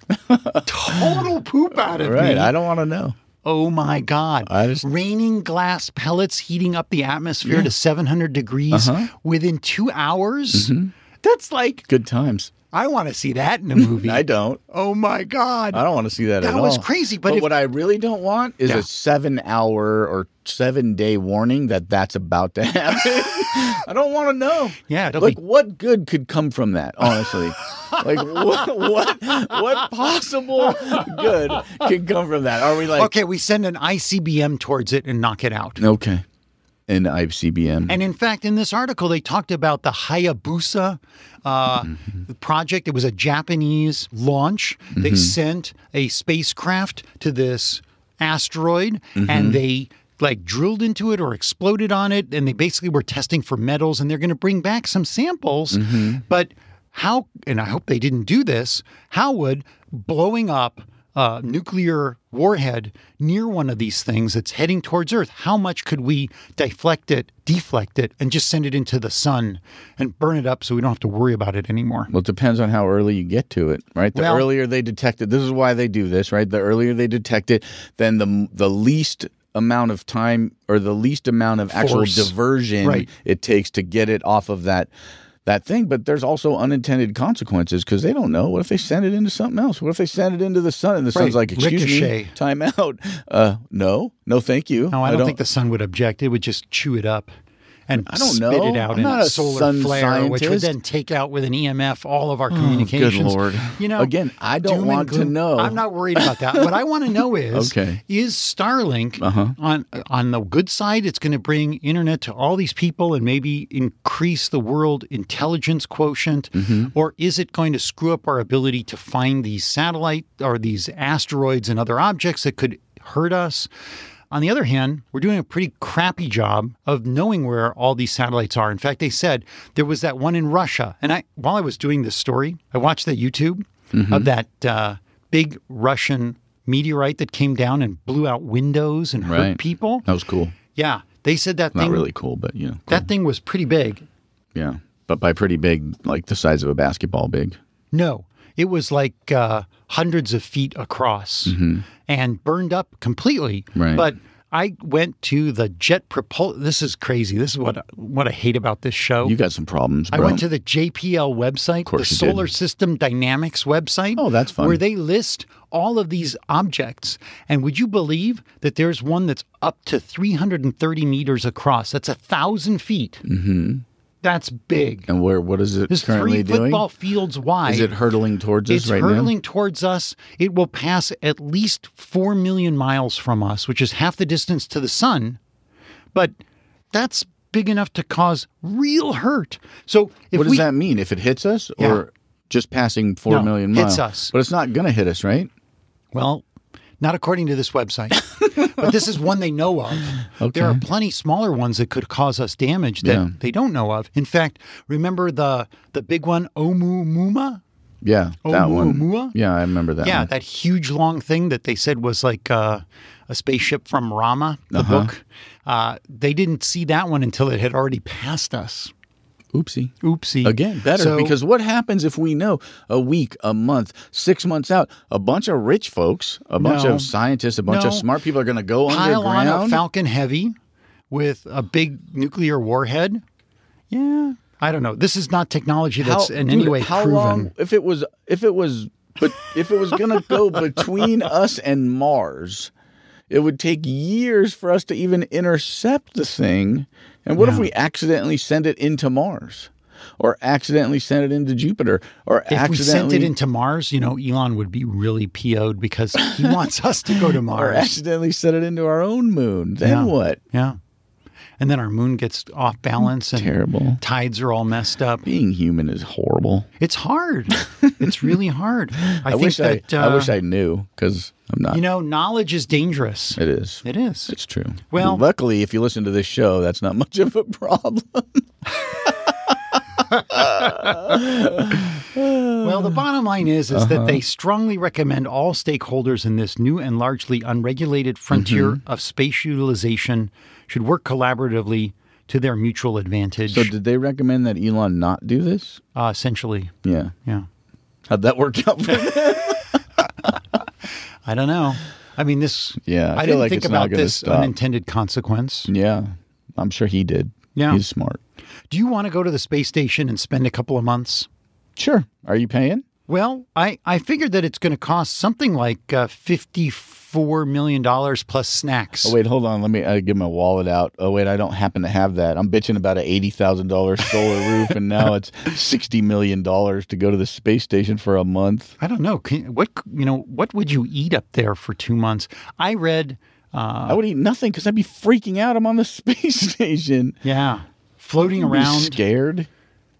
D: total poop out of
B: right.
D: me.
B: I don't want to know.
D: Oh my God.
B: I just-
D: Raining glass pellets heating up the atmosphere to 700 degrees
B: Uh-huh.
D: within two hours.
B: Mm-hmm.
D: That's like,
B: Good times.
D: I want to see that in a movie.
B: I don't.
D: oh my God.
B: I don't want to see that,
D: That
B: at all.
D: was crazy, but if-
B: what I really don't want is
D: Yeah.
B: a seven hour or seven day warning that that's about to happen. I don't want to know.
D: Yeah, it'll
B: like
D: be-
B: what good could come from that? Honestly, like what, what what possible good could come from that? Are we like Mm.
D: okay, we send an ICBM towards it and knock it out.
B: okay? And ICBM.
D: And in fact, in this article, they talked about the Hayabusa uh, project. It was a Japanese launch. They sent a spacecraft to this asteroid and they like drilled into it or exploded on it. And they basically were testing for metals and they're going to bring back some samples. But how, and I hope they didn't do this, how would blowing up a nuclear warhead near one of these things that's heading towards Earth, how much could we deflect it, deflect it, and just send it into the sun and burn it up so we don't have to worry about it anymore?
B: Well, it depends on how early you get to it, right? The
D: Well-
B: earlier they detect it, this is why they do this, right? The earlier they detect it, then the the least amount of time or the least amount of actual
D: Force.
B: diversion
D: Right.
B: it takes to get it off of that that thing. But there's also unintended consequences because they don't know. What if they send it into something else? What if they send it into the sun and the sun's like,
D: Right.
B: "Excuse
D: Ricochet.
B: me, time out." Uh, no, no, thank you.
D: No, I don't, think the sun would object. It would just chew it up and
B: I don't
D: spit
B: know.
D: it out
B: I'm
D: in
B: not
D: a
B: a
D: solar
B: sun
D: flare, which would
B: scientist. Hmm,
D: then take out with an EMF all of our
B: Good
D: communications.
B: lord!
D: You know,
B: again, I don't
D: doom and
B: want to
D: gloom.
B: know.
D: I'm not worried about that. What I want to know is,
B: Okay.
D: is Starlink on on the good side? It's going to bring internet to all these people and maybe increase the world intelligence quotient, or is it going to screw up our ability to find these satellite or these asteroids and other objects that could hurt us? On the other hand, we're doing a pretty crappy job of knowing where all these satellites are. In fact, they said there was that one in Russia, and I while I was doing this story, I watched that YouTube of that uh, big Russian meteorite that came down and blew out windows and hurt
B: Right.
D: people.
B: That was cool.
D: Yeah, they said that
B: Not
D: thing
B: really cool, but you know, cool.
D: that thing was pretty big.
B: Yeah. But by pretty big, like the size of a basketball big.
D: No, it was like uh, hundreds of feet across and burned up completely.
B: Mm-hmm. Right.
D: But I went to the jet propul. This is crazy. This is what what I hate about this show.
B: You got some problems,
D: I
B: bro.
D: went to the JPL website, the
B: course you did.
D: Solar System Dynamics website.
B: Oh, that's fun.
D: Where they list all of these objects. And would you believe that there's one that's up to 330 meters across? That's a thousand feet. Mm-hmm. That's big.
B: and where? What is it
D: It's
B: currently
D: three
B: doing?
D: football fields wide.
B: Is it hurtling towards us
D: It's
B: right
D: hurtling towards us. It will pass at least 4 million miles from us, which is half the distance to the sun. But that's big enough to cause real hurt. So if
B: now? What does
D: we,
B: that mean? If it hits us,
D: Yeah.
B: or just passing four
D: No,
B: million
D: hits
B: miles?
D: us.
B: but it's not gonna hit us, right?
D: Well, not according to this website, but this is one they know of.
B: Okay.
D: There are plenty smaller ones that could cause us damage that
B: Yeah.
D: they don't know of. In fact, remember the the big one, Oumuamua?
B: Uh-huh. Yeah, that one.
D: Oumuamua?
B: Yeah, I remember that.
D: Oh, yeah,
B: one.
D: that huge long thing that they said was like uh, a spaceship from Rama, the
B: Uh-huh.
D: book. Uh, they didn't see that one until it had already passed us.
B: Oopsie.
D: Oopsie.
B: Again, better
D: So-
B: because what happens if we know a week, a month, six months out, a bunch of rich folks, a bunch
D: No.
B: of scientists, a bunch of
D: No.
B: smart people are going to go
D: pile on a
B: underground?
D: Falcon Heavy with a big nuclear warhead. Yeah, I don't know. This is not technology that's in any
B: dude,
D: way
B: how
D: proven.
B: long if it was if it was but if it was going to go between us and Mars, it would take years for us to even intercept the thing. And what if we accidentally send it into Mars, or accidentally send it into Jupiter, or
D: If we sent
B: accidentally
D: it into Mars, you know, Elon would be really PO'd because he wants us to go to
B: or
D: Mars.
B: accidentally send it into our own moon? Then
D: Yeah.
B: what?
D: Yeah. And then our moon gets off balance and
B: Terrible.
D: tides are all messed up.
B: Being human is horrible.
D: It's hard. it's really hard. I,
B: I,
D: think
B: wish
D: that
B: I,
D: uh,
B: I wish I knew because I'm not.
D: you know, knowledge is dangerous.
B: it is.
D: It is.
B: It's true.
D: Well-
B: luckily, if you listen to this show, that's not much of a problem.
D: Well,
B: Mm.
D: the bottom line is is that
B: Uh-huh.
D: they strongly recommend all stakeholders in this new and largely unregulated frontier
B: Mm-hmm.
D: of space utilization should work collaboratively to their mutual advantage.
B: so, did they recommend that Elon not do this?
D: uh, essentially,
B: Yeah.
D: yeah.
B: How'd that work out for them?
D: I don't know. I mean, this.
B: Yeah, I
D: I,
B: feel
D: didn't
B: like
D: think
B: it's not
D: about
B: gonna
D: this
B: stop.
D: unintended consequence.
B: yeah. I'm sure he did.
D: Yeah.
B: He's smart.
D: Do you want to go to the space station and spend a couple of months?
B: Sure. Are you paying?
D: Well, I, I figured that it's going to cost something like uh, $54 million plus snacks.
B: Oh, wait, hold on. Let me uh, get my wallet out. Oh, wait, I don't happen to have that. I'm bitching about an $80,000 solar roof, and now it's $60 million to go to the space station for a month.
D: I don't know. Can, what c- you know? What would you eat up there for two months? I read, uh,
B: I would eat nothing because I'd be freaking out. I'm on the space station.
D: yeah, floating
B: I'd be
D: around,
B: scared.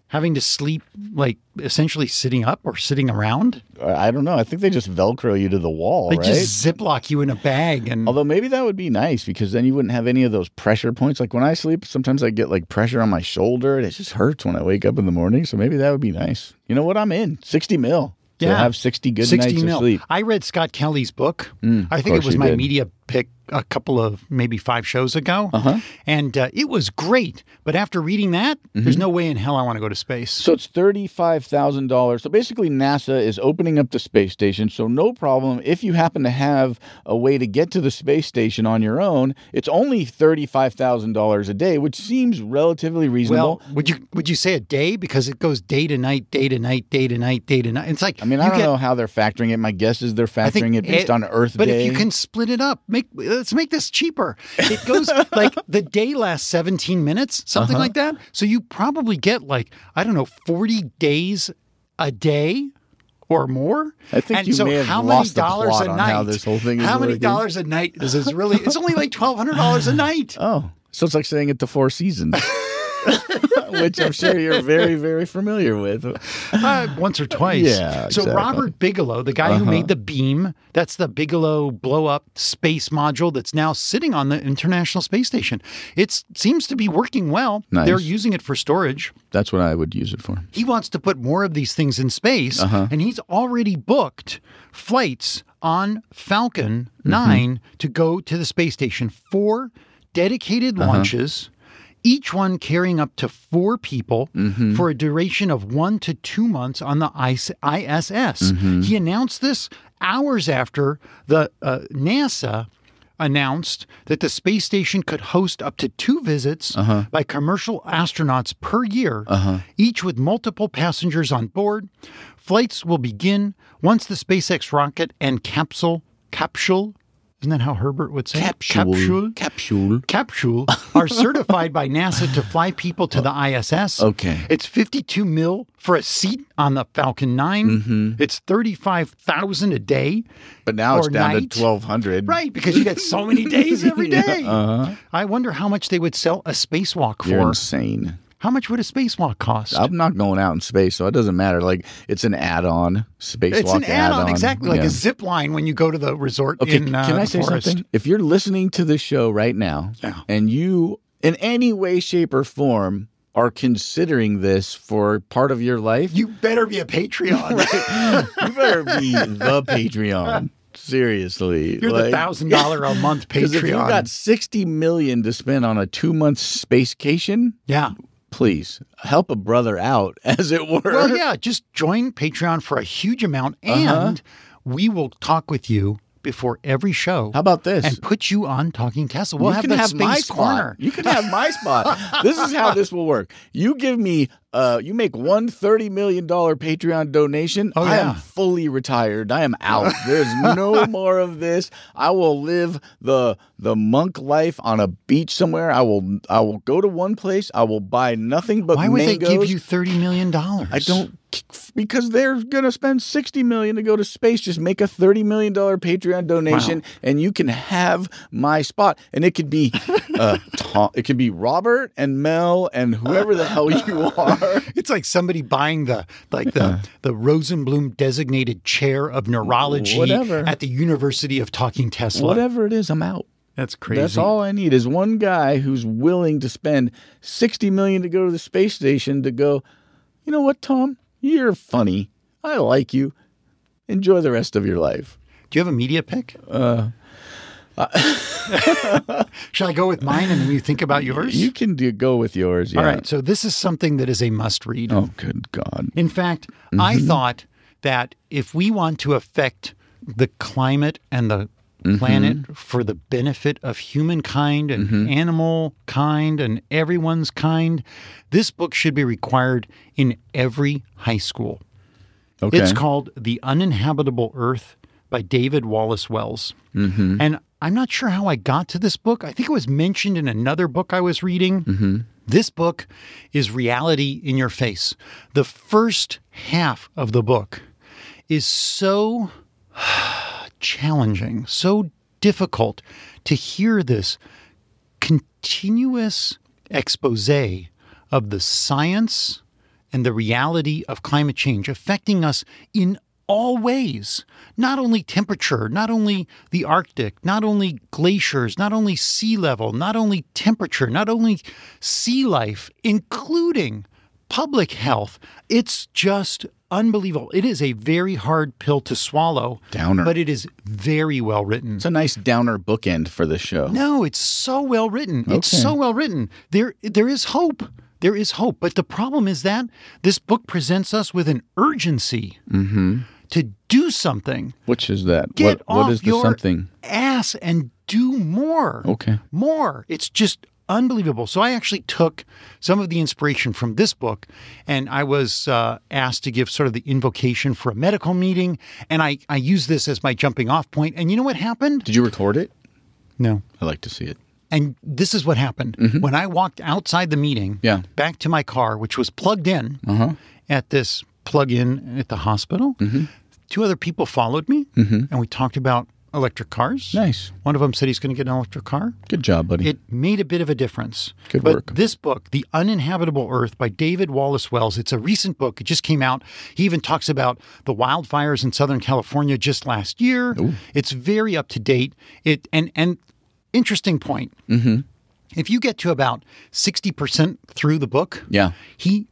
D: having to sleep like essentially sitting up or sitting around.
B: I I don't know. I think they just Velcro you to the wall,
D: They
B: right?
D: just ziploc you in a bag, and
B: Although maybe that would be nice because then you wouldn't have any of those pressure points. Like when I sleep, sometimes I get like pressure on my shoulder and it just hurts when I wake up in the morning. So maybe that would be nice. You know what? I'm in 60 mil. To
D: Yeah.
B: have 60 good nights
D: mil.
B: of sleep. Mm,
D: I read Scott Kelly's book. I think
B: course
D: it was
B: you
D: my
B: did.
D: media pick a couple of maybe five shows ago, uh-huh. and uh, it was great. But after reading that, there's no way in hell I want to go to space.
B: Mm-hmm. So it's $35,000. So basically, NASA is opening up the space station. So, no problem if you happen to have a way to get to the space station on your own. It's only $35,000 a day, which seems relatively reasonable.
D: Well, would you would you say a day because it goes day to night, day to night, day to night, day to night? It's like
B: I mean, I
D: you
B: don't
D: get-
B: know how they're factoring it. My guess is they're
D: I
B: factoring it based
D: eh,
B: on Earth
D: but
B: Day.
D: if you can split it up, make let's make this cheaper. It goes like the day lasts seventeen minutes, something
B: Uh-huh.
D: like that. So you probably get like I don't know forty days a day. Or more.
B: I think
D: and
B: you
D: so
B: may have
D: how
B: lost the
D: many dollars
B: plot
D: a
B: on
D: night?
B: how this whole thing is
D: how many
B: working.
D: dollars a night is this really? It's only like twelve hundred dollars a night.
B: oh, so it's like saying it the Four Seasons, which I'm sure you're very, very familiar with.
D: Uh, once or twice.
B: Yeah,
D: So
B: exactly. Uh-huh.
D: Robert Bigelow, the guy who made the beam, that's the Bigelow blow up space module that's now sitting on the International Space Station. It seems to be working well.
B: Nice.
D: They're using it for storage.
B: That's what I would use it for.
D: He wants to put more of these things in space, and he's already booked flights on Falcon 9 to go to the space station. Four dedicated launches, each one carrying up to four people for a duration of one to two months on the IS- ISS. He announced this hours after the uh, NASA announced that the space station could host up to two visits
B: Uh-huh.
D: by commercial astronauts per year, each with multiple passengers on board. Flights will begin once the SpaceX rocket and capsule capsule isn't that how Herbert would say it?
B: Capsule. Capsule.
D: capsule are certified by NASA to fly people to the ISS.
B: Okay.
D: It's 52 mil for a seat on the Falcon 9.
B: Mm-hmm.
D: It's 35,000 a day.
B: But now it's
D: or
B: down
D: night.
B: to 1,200.
D: Right, because you get so many days every day. I wonder how much they would sell a spacewalk
B: uh-huh.
D: for.
B: You're insane.
D: How much would a spacewalk cost?
B: I'm not going out in space, so it doesn't matter. Like it's an add-on spacewalk.
D: it's an add-on,
B: add-on.
D: exactly, like
B: Yeah.
D: a zip line when you go to the resort
B: Okay,
D: in uh,
B: can I
D: the
B: say
D: forest.
B: something? If you're listening to this show right now,
D: Yeah.
B: and you, in any way, shape, or form, are considering this for part of your life,
D: You better be a Patreon.
B: you better be the Patreon. Seriously,
D: You're the
B: like-
D: thousand dollar a month
B: 'Cause if you
D: Patreon.
B: got sixty million to spend on a two-month spacecation,
D: yeah.
B: please help a brother out, as it were.
D: Well, yeah, just join Patreon for a huge amount,
B: Uh-huh.
D: and we will talk with you before every show.
B: How about this?
D: and put you on Talking Tesla. We'll
B: you
D: have
B: can
D: the
B: have
D: space
B: my
D: corner.
B: spot. You can have my spot. this is how this will work. You give me, uh, you make one thirty million dollar Patreon donation.
D: Oh,
B: I
D: yeah.
B: am fully retired. I am out. There's no more of this. I will live the the monk life on a beach somewhere. I will I will go to one place. I will buy nothing but
D: Why would
B: mangoes.
D: they give you thirty million dollars?
B: I don't because they're gonna spend sixty million to go to space. Just make a thirty million dollar Patreon donation, and you can have my spot. And it could be, uh, Tom, it could be Robert and Mel and whoever the hell you are.
D: It's like somebody buying the like the the Rosenblum designated chair of neurology
B: Whatever.
D: at the University of Talking Tesla.
B: Whatever it is, I'm out.
D: That's crazy.
B: That's all I need is one guy who's willing to spend sixty million to go to the space station to go. You know what, Tom? You're funny. I like you. Enjoy the rest of your life.
D: Do you have a media pick? Uh, Shall I go with mine and then you think about yours?
B: You can do, go with yours. Yeah.
D: All right. So this is something that is a must read.
B: Oh, good God.
D: In fact, I thought that if we want to affect the climate and the planet for the benefit of humankind and animal kind and everyone's kind, this book should be required in every high school.
B: Okay.
D: It's called The Uninhabitable Earth by David Wallace Wells. Mm-hmm. And I'm not sure how I got to this book. I think it was mentioned in another book I was reading. Mm-hmm. This book is Reality in Your Face. The first half of the book is so challenging, so difficult to hear this continuous expose of the science and the reality of climate change affecting us in all ways not only temperature not only the arctic not only glaciers not only sea level not only temperature not only sea life including public health it's just unbelievable it is a very hard pill to swallow
B: Downer.
D: but it is very well written
B: It's a nice downer bookend for the show.
D: no, it's so well written. It's
B: Okay.
D: so well written. There there is hope. There is hope. But the problem is that this book presents us with an urgency to do something.
B: Which is that?
D: Get
B: Mm-hmm. what,
D: off
B: what is the
D: your
B: something?
D: ass and do more.
B: Okay.
D: More. It's just unbelievable. So I actually took some of the inspiration from this book and I was uh, asked to give sort of the invocation for a medical meeting. And I, I used this as my jumping off point. And you know what happened?
B: Did you record it?
D: No.
B: I like to see it.
D: And this is what happened. When I walked outside the meeting,
B: Mm-hmm. Yeah. Uh-huh.
D: back to my car, which was plugged in at this plug in at the hospital,
B: Mm-hmm.
D: two other people followed me and we talked about electric cars.
B: Nice.
D: One of them said he's going to get an electric car.
B: Good job, buddy.
D: It made a bit of a difference.
B: Good
D: but
B: work.
D: This book, The Uninhabitable Earth by David Wallace Wells, it's a recent book. It just came out. He even talks about the wildfires in Southern California just last year. It's very up to date. It and and interesting point.
B: Mm-hmm.
D: If you get to about 60% through the book,
B: Yeah.
D: he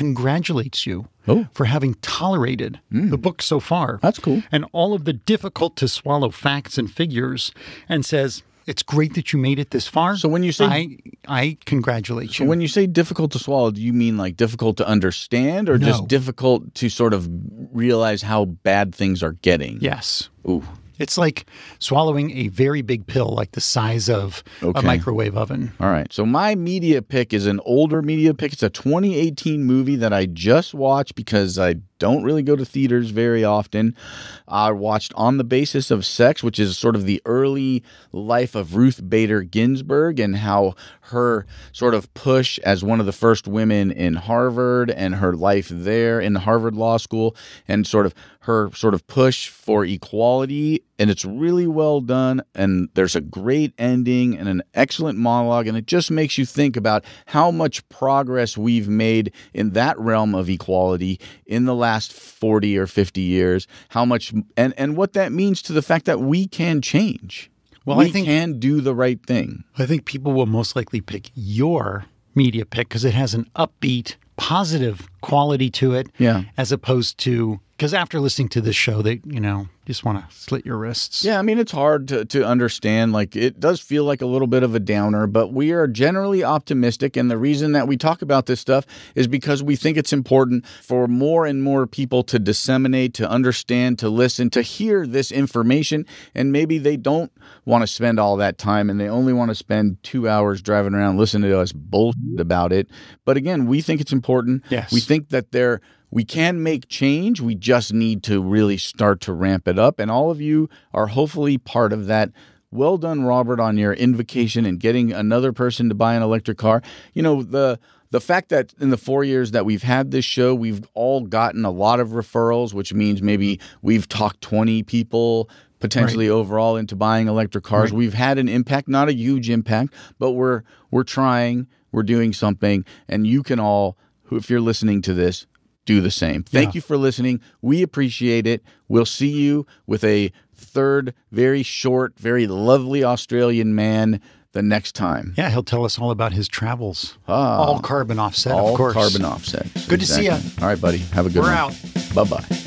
D: congratulates you
B: Oh. Mm.
D: for having tolerated the book so far.
B: That's cool.
D: And all of the difficult to swallow facts and figures and says, it's great that you made it this far.
B: So when you say-
D: I, I congratulate you.
B: when you say difficult to swallow, do you mean like difficult to understand or
D: No.
B: just difficult to sort of realize how bad things are getting?
D: yes.
B: Ooh.
D: It's like swallowing a very big pill, like the size of a
B: Okay.
D: microwave oven.
B: All right. So my media pick is an older media pick. It's a 2018 movie that I just watched because I don't really go to theaters very often. I watched On the Basis of Sex, which is sort of the early life of Ruth Bader Ginsburg and how her sort of push as one of the first women in Harvard and her life there in Harvard Law School and sort of her sort of push for equality and it's really well done and there's a great ending and an excellent monologue and it just makes you think about how much progress we've made in that realm of equality in the last 40 or 50 years how much and and what that means to the fact that we can change
D: Well,
B: we
D: I think-
B: can do the right thing
D: I think people will most likely pick your media pick because it has an upbeat, positive quality to it.
B: Yeah.
D: As opposed to, because after listening to this show, they, you know, just want to slit your wrists.
B: Yeah, I mean, it's hard to, to understand. Like, it does feel like a little bit of a downer, but we are generally optimistic. And the reason that we talk about this stuff is because we think it's important for more and more people to disseminate, to understand, to listen, to hear this information. And maybe they don't want to spend all that time and they only want to spend two hours driving around listening to us bullshit about it. But again, we think it's important.
D: Yes.
B: We think that they're we can make change. We just need to really start to ramp it up. And all of you are hopefully part of that. Well done, Robert, on your invocation and getting another person to buy an electric car. You know, the the fact that in the four years that we've had this show, we've all gotten a lot of referrals, which means maybe we've talked 20 people potentially overall into buying electric cars. We've had an impact, not a huge impact, but we're we're trying, we're doing something, and you can all who if you're listening to this, do the same. Thank you for listening. We appreciate it. We'll see you with a third, very short, very lovely Australian man the next time. Ah.
D: Yeah, he'll tell us all about his travels. all carbon offset,
B: All
D: of course.
B: carbon offset.
D: Good to see ya.
B: All right, buddy. Have a good
D: We're
B: one.
D: out.
B: Bye bye.